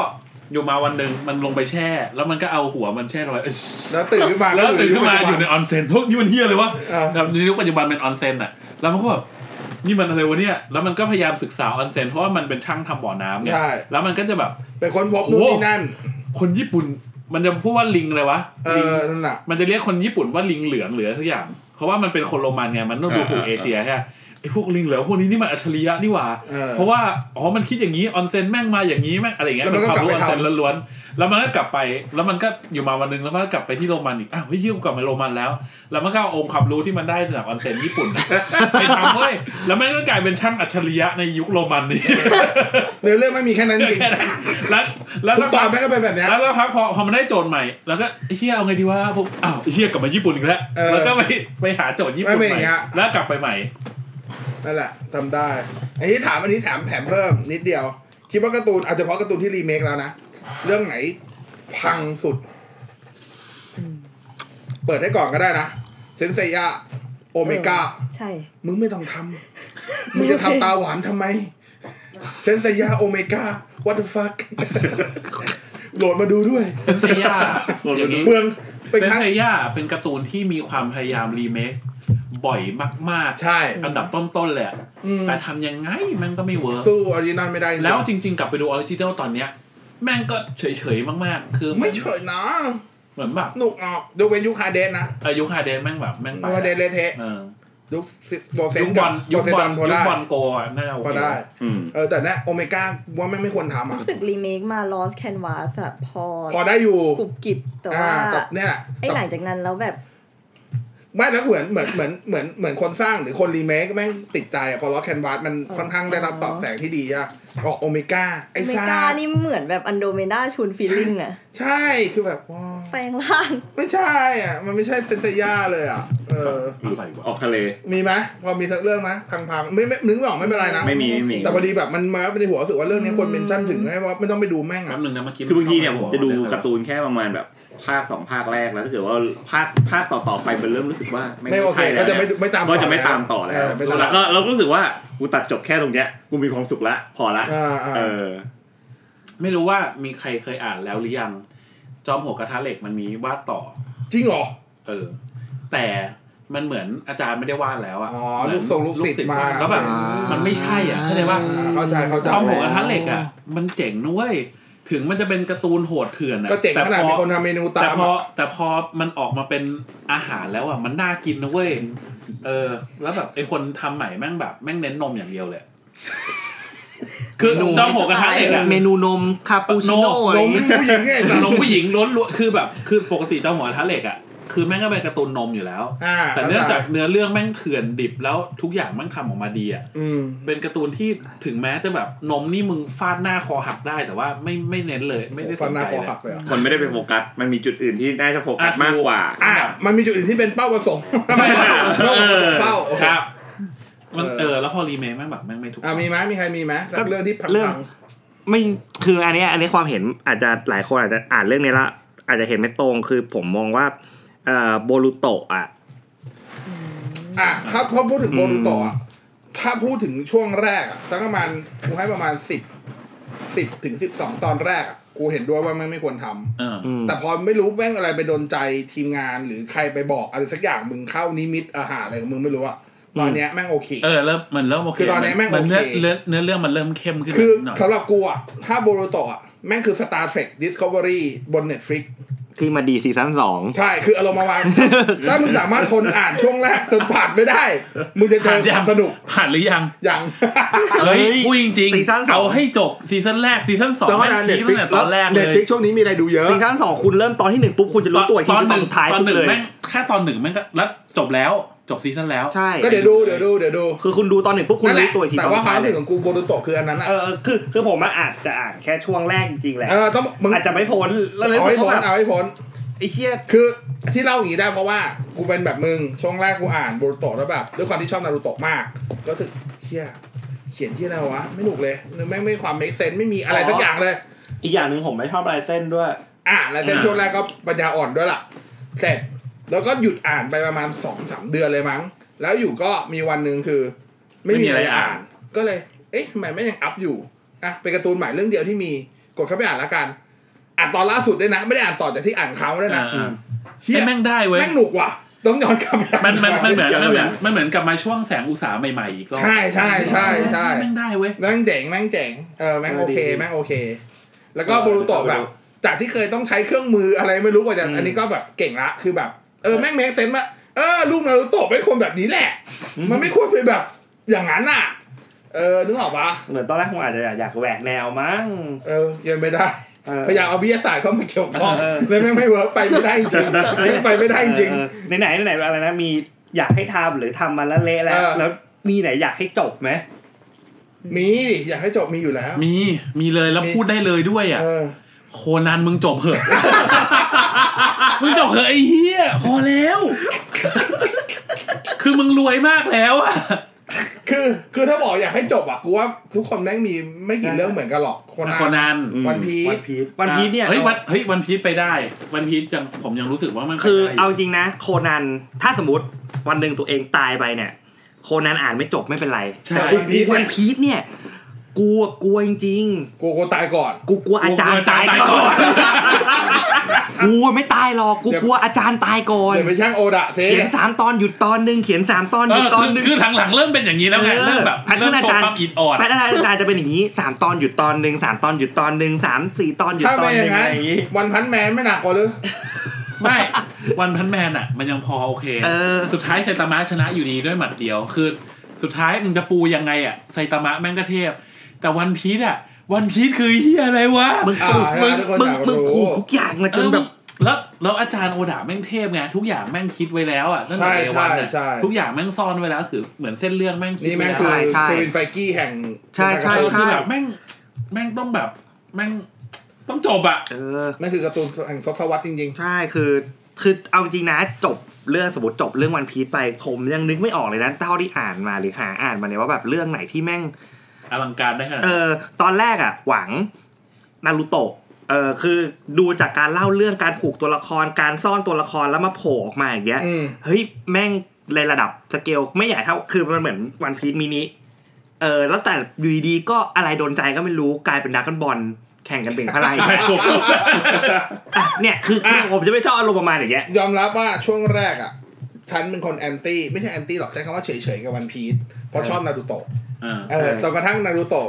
อยู่มาวันหนึ่งมันลงไปแช่ แล้วมันก็เอาหัวมันแช่ลงไปเอ้ย แล้วตื่นขึ้นมา แล้วตื่นขึ้นมาอยู่ใน ปัจจุบั ออนเซ็นพวกนี้มันเฮี้ยเลยวะ เออ แบบในยุคปัจจุบันเป็นออนเซ็นอะแล้วมันก็แบบนี่มันอะไรวะเนี่ย แล้วมันก็พยายามศึกษาออนเซ็นเพราะว่ามันเป็นช่างทำบ่อน้ำเนี่ย ใช่ แล้วมันก็จะแบบ เป็นคนพบนู่นนี่นั่น คนญี่ปุ่น มันจะพูดว่าลิงเลยวะ เอ ลิง อนั่นแหละ มันจะเรียกคนญี่ปุ่นว่าลิงเหลืองเหลือทุกอย่าง เพราะว่ามันเป็นคนโรมันไง มันต้องดูถูก อ่า เอเชียใช่ไหมไอ้พวกลิงเหลืองพวกนี้นี่มันอัจฉริยะนี่หว่า เออ เพราะว่า อ๋อ มันคิดอย่างนี้ ออนเซนแม่งมาอย่างนี้แม่งอะไรอย่างเงี้ย แล้วมันก็ ความรู้ กลัออบ น ไป เซ ทำ นล้วนๆ แล้วมันก็กลับไป แล้วมันก็อยู่มาวันหนึงแล้วมันก็กลับไปที่โรมันอีก อ้าวเฮ้ยยิ่งกลับมาโรมันแล้ว แล้วมันก็เอาองค์ความรู้ที่มันได้จากออนเซนญี่ปุ่น ไปทำเว้ย แล้วมันก็กลายเป็นช่างอัจฉริยะในยุคโรมันนี่ เนื้อเรื่องไม่มีแค่นั้นจริง (laughs) แล้วแล้ว ทุ สั ก ก ตอ พั น ก แม่งก็เป็นแบบเนี้ย แล้วแล้วพักพอพอมันได้โจทย์ใหม่ แล้วก็ไอ้เฮียเอาไงดีวะพวกอ้าวไอ้เฮียกลับมาญี่ปุ่นอีกแล้ว เออ แล้วก็ไปไปหาโจทย์ญี่ปุ่น ไม่เป็น ให อย่าม่งเงี้ย แล้วกลับไปใหม่ นั่นแหละจำได้อันนี้ถามอันนี้ถามแถมเพิ่มนิดเดียว คิดว่าการ์ตูนอาจจะเพราะการ์ตูนที่รีเมคแล้วนะ เรื่องไหนพังสุด เปิดให้ก่อนก็ได้นะ เซนเซยะโอเมก้า ใช่ มึงไม่ต้องทำ มึงจะทำตาหวานทำไม เซนเซยะโอเมก้า what the fuck โหลดมาดูด้วย เซนเซย่าอย่างนี้ เปลืองไป เซน ครั้ง เซย่าเป็นการ์ตูนที่มีความพยายามรีเมคบ่อยมาก ใช่ ๆ อันดับต้นๆเลยอะ อืม แต่ทำยังไงแม่งก็ไม่เวิร์ก สู้ออริจินอลไม่ได้จริง แล้วจริง ๆ กลับไปดูออริจินัลตอนเนี้ย แม่งก็เฉยๆมากๆ คือ ไม่เฉยนะ เหมือนแบบ หนุกออกดูเป็นยุคฮาเดสนะ อายุคาเดนแม่งแบบแม่งไป ยุคฮาเดสเละเทะ เออ ยุคสิโบเซ ยุ น คบ กั อบ ล โบ ยุค เซ บอล ดันพอ ยุค ได้ บอลโกอ่ะน่าจะโอ พอ เค ได้ อืม เออแต่เนี่ยโอเมก้าว่าไม่งไม่ควรทำอ่ะ รู้สึกรีเมคมา Lost Canvas อะพอ พอได้อยู่ กรุบกริบแต่ อ่า ว่า แต่เนี่ยแหละ ไอ้หลังจากนั้นแล้วแบบ ไม่แล้วเหมือนเหมือนเหมือนเหมือนเหมือนคนสร้างหรือคนรีเมคแม่งติดใจอ่ะพอล้อแคนวาสมันค่อนข้างได้รับตอบแสงที่ดีอ่ะออกโอเมก้าไอ้ เม ซ่าก านี่เหมือนแบบอันโดเมดาชูนฟีลลิ่งอะ ใช่คือแบบว้าว แปลงร่าง ไม่ใช่อ่ะ มันไม่ใช่เซนเตย่าเลยอ่ะ เออ อะไรวะ ออกทะเล มีไหมพอมีสักเรื่องไหมพังๆไม่ไม่นึกไม่ออกไม่เป็นไรนะ ไม่มีไม่มี แต่พอดีแบบมันมาในหัวรู้สึกว่าเรื่องนี้คนเมนชั่นถึงให้ว่าไม่ต้องไปดูแม่ง แป๊ อ่ะ บนึงนะเมื่อกี้ คือบางทีเนี่ยผมจะดู กา การ์ตูนแค่ประมาณแบบภาคสองภาคแรกแล้วถ้าเกิดว่าภาคภาคต่อๆไปมันเริ่มรู้สึกว่าแง ไม่โอเค ใช่ ก็ แล้ว จะไม่ดู เนี่ย ไม่ตาม ก็จะไม่ ต่อแล้ว ตามต่อแล้วเไม่ตาม แล้วก็เราก็รู้สึกว่ากูตัดจบแค่ตรงเนี้ยกูมีความสุขละพอละ อ่าอ่า เออ ไม่รู้ว่ามีใครเคยอ่านแล้วหรือยัง จอมโหกกระทะเหล็กมันมีวาดต่อ จริงเหรอ เออ แต่ มันเหมือนอาจารย์ไม่ได้วาดแล้วอ่ะ อ๋อ เหมื ลู น กทรงลูกศิษย์มา ลูกแล้วแบบ อ่ามั มันไม่ใช่อ่ะเข้าใจว่า เข้าใจเข้าใจ เอาหัวกระทะเหล็กอ่ะ มันเจ๋งนุ้ยถึงมันจะเป็นการ์ตูนโหดเถื่อนอ่ะ ก็เจ๋ง แต่ ขนาด พอ มีคนทำเมนูตา แต่ ม พอแต่พอมันออกมาเป็นอาหารแล้วอ่ะมันน่ากินนะเว้ยเออ แล้วแบบไอ้คนทำใหม่แม่งแบบแม่งเน้นนมอย่างเดียวเลยคือ เมนู เจ้าหัวกระทะเหล็กอ่ะ เมนูนมคาปูชิโน่ นม อะไร น อ ม ย่างผู้งี้หญิงไงไอ้สัต น ว์ มผู้หญิงล้วนๆคือแบบคือปกติเจ้าหัวกระทะเหล็กอ่ะคือแม่งก็เป็นการ์ตูนนมอยู่แล้ว อ่า แต่เนื่องจาก ข้ใจ เนื้อเรื่องแม่งเถื่อนดิบแล้วทุกอย่างแม่งทำออกมาดีอ่ะ อืม เป็นการ์ตูนที่ถึงแม้จะแบบนมนี่มึงฟาดหน้าคอหักได้แต่ว่าไม่ไม่เน้นเลย ไม่ได้ส ฟันหนใจ น้าคอ เล หัก ย เลยเหรอ คนไม่ได้ไปโฟกัส มันมีจุดอื่นที่น่าจะโฟกัสมากกว่า อ่ะมันมีจุดอื่นที่เป็นเป้าประส (laughs) งค์ไม่เป้าโอเค ครับ มัน เออ เออแล้วพอรีเมคแม่งแบบแม่งไม่ถูก อ่ะมีไหมมีใครมีไหมสักเรื่องที่ผัก เรื่อง สัง ไม่คืออันเนี้ยอันนี้ความเห็นอาจจะหลายคนอาจจะอ่านเรื่องนี้และอาจจะเห็นไม่ตรงคือผมมองว่าเอ่อโบลูโตะอ่ะ อ่ะถ้าพอพูดถึงโบรูโตะอ่ะถ้าพูดถึงช่วงแรกอ่ะสักประมาณกูให้ประมาณสิบสิบถึงสิบสองตอนแรกอ่ะกูเห็นด้วยว่ามันไม่ควรทำ เออ อืม แต่พอไม่รู้แม่งอะไรไปโดนใจทีมงานหรือใครไปบอกอะไรสักอย่างมึงเข้านิมิตอาหารอะไรของมึงไม่รู้อะตอนเนี้ยแม่งโอเค เออเริ่มมันเริ่มโอเค คือตอนนี้แม่ง มัเนื้อ โอเค เนื้อเนื้อเรื่องมันเริ่มเข้มขึ้น คือ หน่อย สำหรับกูอะถ้าโบโรโตะอะแม่งคือ Star Trek Discovery บน Netflix ที่มาดีซีซั่นสอง ใช่ คือเอารมณ์มาว (laughs) าง ถ้ามึงสามารถคนอ่านช่วงแรกจนผ่านไม่ได้ มึงจะเจอความสนุก ผ่านหรือยัง (laughs) อย่าง เฮ้ยพูดจริง ซีซั่น ๆ สอ เอา ง ให้จบซีซั่นแรกซีซั่นสอง แต่ว่า แม่ง Netflix พีคตั้งแต่ตอนแรกเล เน็ต ย ฟลิกช่วงนี้มีอะไรดูเยอะ ซีซั่นสองคุณเริ่มตอนที่หนึ่งปุ๊บคุณจะรู้ตัวอีกทีคือตอนสุดท้าย ตอน ปุ๊บ หนึ่ง เลย แม่งแค่ตอนหนึ่งแม่งก็แล้วจบแล้วจบซีซั่นแล้ว ใช่ ก็เดี๋ยวดูเดี๋ยวดูเดี๋ยวดู คือคุณดูตอนหนึ่งปุ๊บคุณ นั่นแห รู้ ละ ตัวอีกที แต่ว่า ตอคนสุด วาม ท้าย รู้ เล สึกยของกูโบโรโตะคืออันนั้นอะ เออคือคือผมอะอาจจะอ่านแค่ช่วงแรกจริงๆแหละ เออต้องมึง อาจจะไม่พ้นแล้วเลย เอาให้ รู้สึก พ้น ว่าแบบ เอาให้พ้น ไอ้เชี่ย คือที่เล่าอย่างนี้ได้เพราะว่ากูเป็นแบบมึง ช่วงแรกกูอ่านโบรูโตะแล้วแบบด้วยความที่ชอบนารูโตะมาก ก็รู้สึกเฮียเขียนที่อะไรวะ ไม่ถูกเลยนึกไม่ไม่ความเมคเซนไม่มีอะไร อ๋อ สักอย่างเลย อีกอย่างหนึ่งผมไม่ชอบลายเส้นด้วย อ่านแล้วเส้น อ่า ช่วงแรกก็ปัญญาอ่อนด้วยล่ะเสร็จแล้วก็หยุดอ่านไปประมาณสองสามเดือนเลยมั้ง แล้วอยู่ก็มีวันหนึ่งคือ ไม่มีอะไรอ่าน ก็เลย เอ๊ะทำไมไม่ยังอัพอยู่อ่ะเป็นการ์ตูนใหม่เรื่องเดียวที่มีกดเข้าไปอ่านละกันอ่านตอนล่าสุดด้วยนะ ไม่ได้อ่านต่อจากที่อ่านเขาด้วยนะ อ่า เฮีย ไอ้แม่งได้เว้ย แม่งหนุกว่ะต้องย้อนกลับไปอ่า มันมันมันเหมือน เดี๋ยว มันเหมือน นะ มันเหมือนกลับมาช่วงแสงอุตสาหใหม่ๆอีกก็ ใช่ใช่ใช่ใช่ แม่งได้เว้ย แม่งเจ๋งแม่งเจ๋งเออแม่ง เออ โอเค ดี แม่งโอเค แล้วก็โบรูโตะแบบ จากที่เคยต้องใช้เครื่องมืออะไรไม่รู้กว่าจะอันนี้ก็แบบเก่งละคือแบบ เออแม่งเมคเซนต์ว่าเออลูกนารูโตะไม่ควรแบบนี้แหละ มันไม่ควรไปแบบอย่างนั้นน่ะ เออนึกออกปะ เหมือนตอนแรกผมอาจจะอยากแหวกแนวมั้ง เออยังไม่ได้ เออ พยายามเอาวิทยาศาสตร์เข้ามาเกี่ยวข้อง เออ เลยแม่งไม่เวิร์กไปไม่ได้จริงๆแม่งไปไม่ได้จริง เออไหนไหนไหนอะไรนะมีอยากให้ทำหรือทำมาแล้วเละแล้ว เออ แล้วมีไหนอยากให้จบไหม มี อยากให้จบมีอยู่แล้ว มีมีเลยแล้ว มี พูดได้เลยด้วยอ่ะ เออ โคนันมึงจบเหอะ (laughs) มึงจบเหอะไอ้เหี้ยพอแล้ว คือมึงรวยมากแล้วอ่ะ คือคือถ้าบอกอยากให้จบอ่ะกูว่าทุกคนแม่งมีไม่กี่เรื่องเหมือนกันหรอกคน โคนัน อืม วันพี วัน ช พีชวันพีชเนี่ย เฮ้ยวันเฮ้ยวันพีชไปได้ วันพีชยังผมยังรู้สึกว่ามัน คือ ไปได้ เอาจริงนะ โคนันถ้าสมมติวันหนึ่งตัวเองตายไปเนี่ย โคนันอ่านไม่จบไม่เป็นไร ใช่ แต่วันพีช วันพีชเนี่ยกลัวกลัวจริง กลัวกูตายก่อน ๆกูกลัวอาจารย์ตายก่อน (laughs) กูไม่ตายหรอกกูกลัวอาจารย์ตายก่อน เดี๋ยวไปช่างโอดะเซ่ เขียนสามตอนหยุดตอนหนึ่งเขียนสามตอน เอ หยุด อ ตอ คื น อ หนึ่ง คือหลังๆเริ่มเป็นอย่างนี้แล้วไงเริ่มแบบ แพทเทิ เริ่ ร์ ม นอา โช จาร ว์ ย์ ความอิดออด แพทเทิร์นอาจารย์จะเป็นอย่างนี้สามตอนหยุดตอนหนึ่งสามตอนหยุดตอนหนึ่งสามสี่ตอนหยุด ถ้า ตอ ไม่ น อ หนึ่ ย่างง อะ นั้น ไรอย่างนี้ วันพันแมนไม่หนักกว่าหรือ ไม่วันพันแมนอ่ะ มันยังพอโอเค เออ สุดท้ายไซตามะชนะอยู่ดีด้วยหมัดเดียวคือ สุดท้ายมึงจะปูยังไงอ่ะไซตามะแม่งก็เทพ แต่วันพีทอ่ะ วันพีทคือเฮียอะไรวะ มึง อ่า ขู่ ใช่ มึง ทุกคนอง ยากรู้มึมึงขู่ทุกอย่างมาจ เอน อ แบบ แล้วแล้วอาจารย์โอดาแม่งเทพไงทุกอย่างแม่งคิดไว้แล้วอ่ะตั้งแต่ ใช่ เดวั ใช่ นอะ ใช่ ทุกอย่างแม่งซ่อนไว้แล้วคือเหมือนเส้นเรื่องแม่งคิด นี่ ไว้ แม่ง แล้ว คือ อะ เควินไฟกี้แห่ง ใช่ใช่ เออ ใช่ คือแบบแม่งแม่งต้องแบบแม่งต้องจบอ่ะ เออ นั่นคือการ์ตูนแห่งซอฟต์วร์จริง ใช่คือคือเอาจริงนะจบเรื่องสมมติจบเรื่องวันพีซไปผมยังนึกไม่ออกเลยนะเท่าที่อ่านมาหรือหาอ่านมาเนี่ยว่าแบบเรื่องไหนที่แม่ง อลังการได้ขนาด เอ นั้น อตอนแรกอ่ะ หวังนารูโตะเออคือดูจากการเล่าเรื่องการผูกตัวละครการซ่อนตัวละครแล้วมาโผล่ออกมาอย่างเงี้ย อืม เฮ้ยแม่งในระดับสเกลไม่ใหญ่เท่าคือมันเหมือนวันพี e มินิเออแล้วแต่อยู่ดีๆก็อะไรโดนใจก็ไม่รู้กลายเป็นดักกันบอลแข่งกันเบ่ง (laughs) พลาย ไม่ผม อ่ะเนี่ยคือคือผมจะไม่ชอบอารมณ์ประมาณอย่างเงี้ย ๆ ยอมรับว่าช่วงแรกอ่ะ ฉันเป็นคนแอนตี้ไม่ใช่แอนตี้หรอกใช้คำว่าเฉยๆกับวันพีซเพราะชอบนารูโตะ อ่า เออจนกระทั่งนารูโตะ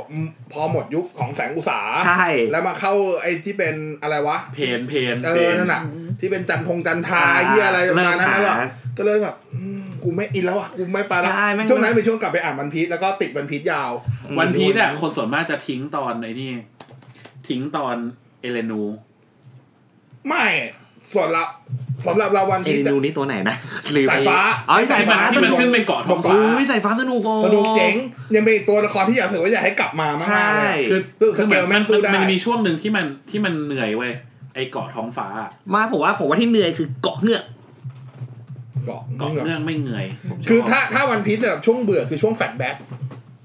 พอหมดยุคของแสงอุตสา ใช่ แล้วมาเข้าไอ้ที่เป็นอะไรวะ เพนเพน เอ เพ อน นั่นน่ะ ที่เป็นจันทงจันทรา อ่า เหียอะไรประมาณนั้นน่ะหรอ เริ่มห ก็เลยแบบอืมกูไม่อินแล้วอ่ะกูไม่ไปแล้ว ใช่แม่ง ช่วงนั้นเป็นช่วงกลับไปอ่านวันพีซแล้วก็ติดวันพีซยาว วันพีซอ่ะคนส่วนมากจะทิ้งตอนไอ้นี่ ทิ้งตอนเอเลนู ไม่ส่วนละสำหรับเราวัน เอ พีซ ลินูนี่ตัวไหนนะลืมไป สายฟ้า อ๋อสายฟ้า ที่ ส มัน นุก ขึ้นเป็นเกาะทองฟ้า อุ้ยสายฟ้าสนุกอ่ะ สนุกเจ๋งยังเป็นอีกตัวละครที่อยากถือว่าอยากให้กลับมา ใช่ มากๆเลย คือ คือ คือเหมือน สเกลแม่ มัน งสู้ได้ มันมีช่วงหนึ่งที่มันที่มันเหนื่อยเว้ยไอเกาะท้องฟ้าอะ มาผมว่าผมว่าที่เหนื่อยคือเกาะเหงือก เกาะ เกาะเรื่องไม่เหนื่อยผมชบ คือถ้าถ้าวันพีซสำหรับช่วงเบื่อคือช่วงแฟลชแบ็ก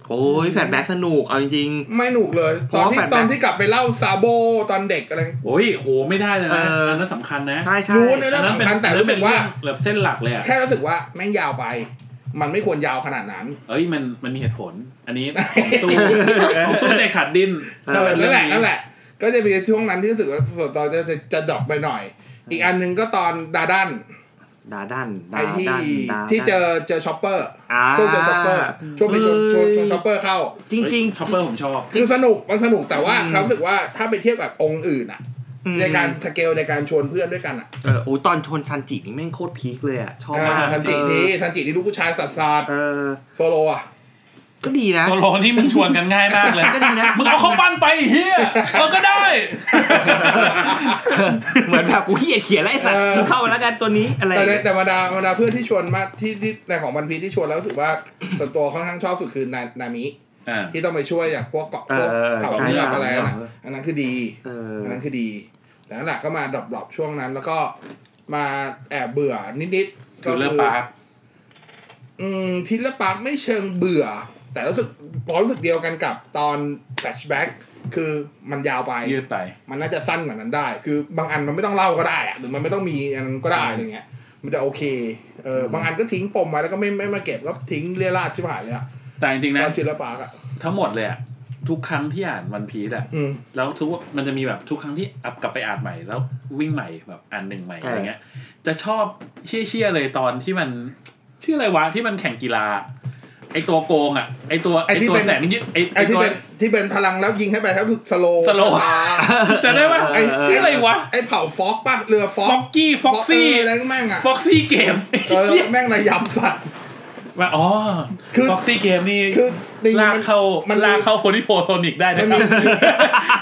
โอ้ยแฟลชแบ็กสนุก เอาจริง ไม่หนุกเลย เพ ตอ ราะ น ว่า ที่ flashback ตอนที่กลับไปเล่าซาโบตอนเด็กอะไร โอ้ยโหไม่ได้เลย เอ นะ ออั อันนั้นสำคัญนะ ๆ ใช่ใช่ รู้นะ เรื่องสำคัญแต่รู้สึกว่า เรื่องแบบเส้นหลักเลยอะ แค่รู้สึกว่าแม่งยาวไป มันไม่ควรยาวขนาดนั้น เอ้ยมันมันมีเหตุผล อันนี้ผมสู้ผมสู้ใจขาดดิ้น เออ ถ้าเป็ นั่ เรื่อน ง แหละนั่นแหละ ก็จะมีช่วงนั้นที่รู้สึกว่าส่วนตอนจะจะจะดรอปไปหน่อย อีกอันหนึ่งก็ตอนดาดัน ดาดันดา ไอ้ที่ ดันดาดัน ที่เจอเจอช็อปเปอร์ อ่า ช่วงเจอช็อปเปอร์ช่วงไปชวนชวนชวนช็อปเปอร์เข้า จริงจริง ช็อปเปอร์ผมชอบ คือสนุกมันสนุกแต่ว่า อืม เขารู้สึกว่าถ้าไปเทียบกับองค์อื่นอะในการสเกลในการชวนเพื่อนด้วยกันอะ เออโอ้ยตอนชนชันจินี่แม่งโคตรพีคเลยอ่ะ ชอบมาก อ่าทันจิ เออ ทีทันจิที่ลูกผู้ชายสัตว์สาด เออ โซโลอะ ก็ดีนะ โซโลนี่มึงชวนกันง่ายมากเลย ก็ดีนะ มึงเอาข้าวปั้นไปเฮีย (laughs) เออก็ได้ เหมือนแบบกูเขียนเขียนแล้วไอ้สัตว์มึงเข้ามาแล้วกันตัวนี้อะไร แต่ในแต่บรรดาบรรดาเพื่อนที่ชวนมาที่ที่ในของบันพีที่ชวนแล้วรู้สึกว่า ส่วนตัวค่อนข้างชอบสุดคือนานามิ อ่า ที่ต้องไปช่วยอย่างพวกเกาะ เอ พว อก เขา ใช่ เรือก ใช่ อะไรนั่นน่ะ เออ อันนั้นคือดี เออ อันนั้นคือดีแต่นั่นแหละก็มาดรอปๆช่วงนั้น แล้วก็มาแอบเบื่อนิดๆ คื ก็ อเลิกปาร์ค อืมทิลเลอร์ปาร์คไม่เชิงเบื่อ แต่รู้สึกพอรู้สึกเดียวกันกับตอนแฟชแบ็กคือมันยาวไป ยืดไป มันน่าจะสั้นกว่านั้นได้ คือบางอันมันไม่ต้องเล่าก็ได้อะหรือมันไม่ต้องมีอันนั้นก็ได้อะไรเงี้ย มันจะโอเค เออบางอันก็ทิ้งปมไว้แล้วก็ไม่ไม่มาเก็บแล้วทิ้งเลี่ยราดชิบหายเลยอะ แต่จริงๆนะ ตอนทิลเลอร์ปาร์คอะ ทั้งหมดเลยอะทุกครั้งที่อ่านวันพีซอะ อืม แล้วทุกมันจะมีแบบทุกครั้งที่อัพกลับไปอ่านใหม่แล้ววิ่งใหม่แบบอ่านหนึ่งใหม่อะไรเงี้ย จะชอบเชี่ยๆเลยตอนที่มันชื่ออะไรวะที่มันแข่งกีฬา ไอตัวโกงอะไอตัว ไอ้ ไอ ที่ ตัว เป็น แสงยึดไอ ไอ้ที่ ตัว เป็นที่เป็นพลังแล้วยิงให้ไปแล้วคือสโล สโลว์ ช้า จะได้ว่า ไอ้ ชื่ออะไรวะ ไอ้เผ่าฟอกปะเรือฟอ ฟ็ ก อกกี้ฟ็อกซี่ เอะไรก็แม่งอ่ะ ฟ็อกซี่เกม (laughs) เออแม่งระยำสัตว์ ว่าอ๋อ คือ ฟ็อกซี่เกมนี่ คือดี ลากเข้า มั มัน นลากเข้าโฟนิโฟโซนิกได้นะครับ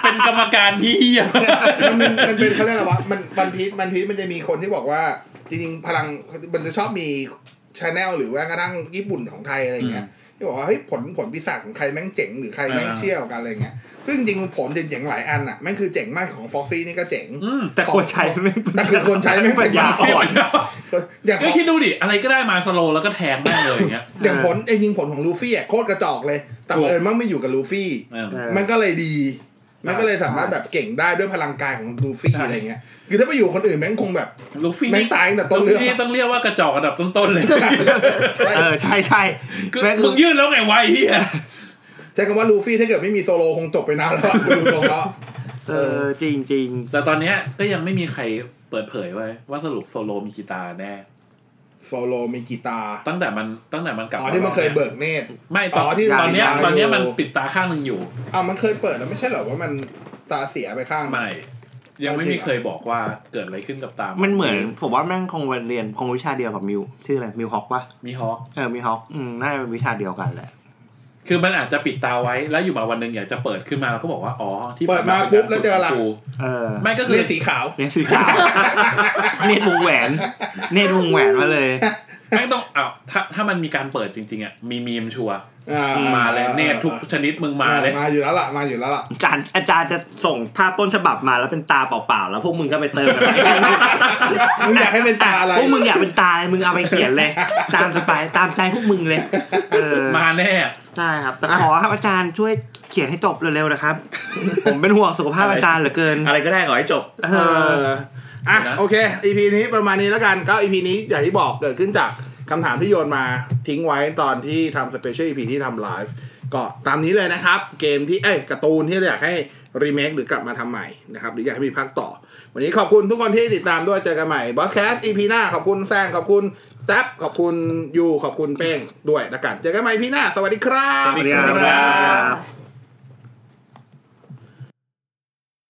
เป็นกรรมการที่เหี้ย มันมันมันเป็นเขาเรียกอะไรวะมันมันพีทมันพีทมันจะมีคนที่บอกว่า จริงๆ พลังมันจะชอบมีชาแนลหรือว่ากระทั่งญี่ปุ่นของไทยอะไรเงี้ยที่บอกว่าเฮ้ยผลผลปีศาจของใครแม่งเจ๋งหรือใครแม่งเชี่ยวกันอะไรเงี้ยซึ่งจริงๆผลเจ๋งๆหลายอันอ่ะแม่งคือเจ๋งมากของฟ็อกซี่นี่ก็เจ๋ง อืม แต่คนใช้ไม่ง แต่คือคนใช้แม่งเป็น ปัญญาอ่อน อย่างข ก็ อง คิดดูดิ อะไรก็ได้มาสโลว์แล้วก็แทงแม่งเลยอย่างเงี้ย อย่างผลไอ้ยิงผลของลูฟี่อ่ะโคตรกระจอกเลย แต่บังเอิญมันไม่อยู่กับลูฟี่ เออ อ มันก็เลยดี มันก็เลยสามารถแบบเก่งได้ด้วยพลังกายของลูฟี่อะไรเงี้ย คือถ้าไปอยู่คนอื่นแม่งคงแบบ ลูฟี่ แม่งตายตั้งแต่ต้นเรื่อง ลูฟี่ต้องเรียกว่ากระจอกระดับต้น (laughs) ๆเลย เออใช่ใช่ คือ แม่ง มึ คือง ยื่นแล้วไงวะไอ้เฮีย ใช้คำว่าลูฟี่ถ้าเกิดไม่มีโซโลคงจบไปนานแล้วอะกูดูตรงแล้ว เออจริงจริง แต่ตอนเนี้ยก็ยังไม่มีใครเปิดเผยไว้ว่าสรุปโซโลมีกีตาร์แน่ โซโลมีกีตาร์ ตั้งแต่มันตั้งแต่มันกลับ อ๋อที่มันเคย า เบิกเนตร ไม่ตอ อ๋อน ที่ ตอนเนี้ย ย้าย ตอนเนี้ยมัน อยู่ ปิดตาข้างหนึ่งอยู่ อ้าวมันเคยเปิดแล้วไม่ใช่เหรอว่ามันตาเสียไปข้าง ไม่ ยังไม่ เอาจริ มี งเหรอ เคยบอกว่าเกิดอะไรขึ้นกับตา ๆมันเหมือน ผมว่าแม่งคงเรียนคงวิชาเดียวกับมิวชื่ออะไรมิวฮอกปะ มีฮอค เออมิวฮอกอืมน่าจะเป็นวิชาเดียวกันแหละ คือมันอาจจะปิดตาไว้แล้วอยู่มาวันหนึ่งอยากจะเปิดขึ้นมาแล้วก็บอกว่า อ๋อ ที่ เปิดมาปุ๊บแล้วเจออะไร กู เออ ไม่ก็คื เน อ ตรสีขาว เนตรสีขาว (laughs) เนตรวงแหวน เนตรวงแหวนมาเลย ไม่ต้องอ้าวถ้าถ้ามันมีการเปิดจริง ๆ อ่ะ มีมีมชัวร์ อ่ มาเลยเนตรทุกชนิดมึงมาเลย มาอยู่แล้วล่ะมาอยู่แล้วล่ะ อาจารย์อาจารย์จะส่งภาพต้นฉบับมาแล้วเป็นตาเปล่าๆ แล้วพวกมึงก็ไปเติมกัน มึงอยากให้เป็นตาอะไร พวกมึงอยากเป็นตาอะไรมึงเอาไปเขียนเลย ตามสบายตามใจพวกมึงเลยเออ มาแน่ ใช่ครับแต่ขอครับอาจารย์ช่วยเขียนให้จบเร็วๆนะครับ ผมเป็นห่วงสุขภาพอาจารย์เหลือเกิน อะไรก็ได้ขอให้จบ เอ เอ อ ออ่ะ เดี๋ยวนะ โอเค EP นี้ประมาณนี้แล้วกันก็ EP นี้อย่างที่บอกเกิดขึ้นจากคำถามที่โยนมาทิ้งไว้ตอนที่ทำสเปเชียล EP ที่ทำไลฟ์ก็ตามนี้เลยนะครับ เกมที่เอ้ยการ์ตูนที่อยากให้รีเมคหรือกลับมาทำใหม่นะครับหรืออยากให้มีภาคต่อ วันนี้ขอบคุณทุกคนที่ติดตามด้วยเจอกันใหม่บอสแคสอีพีหน้าขอบคุณแซงขอบคุณแซบขอบคุณยูขอบคุณเป้งด้วยนะกันเจอกันใหม่พี่หน้าสวัสดีครับ สวัสดีครับ อ่า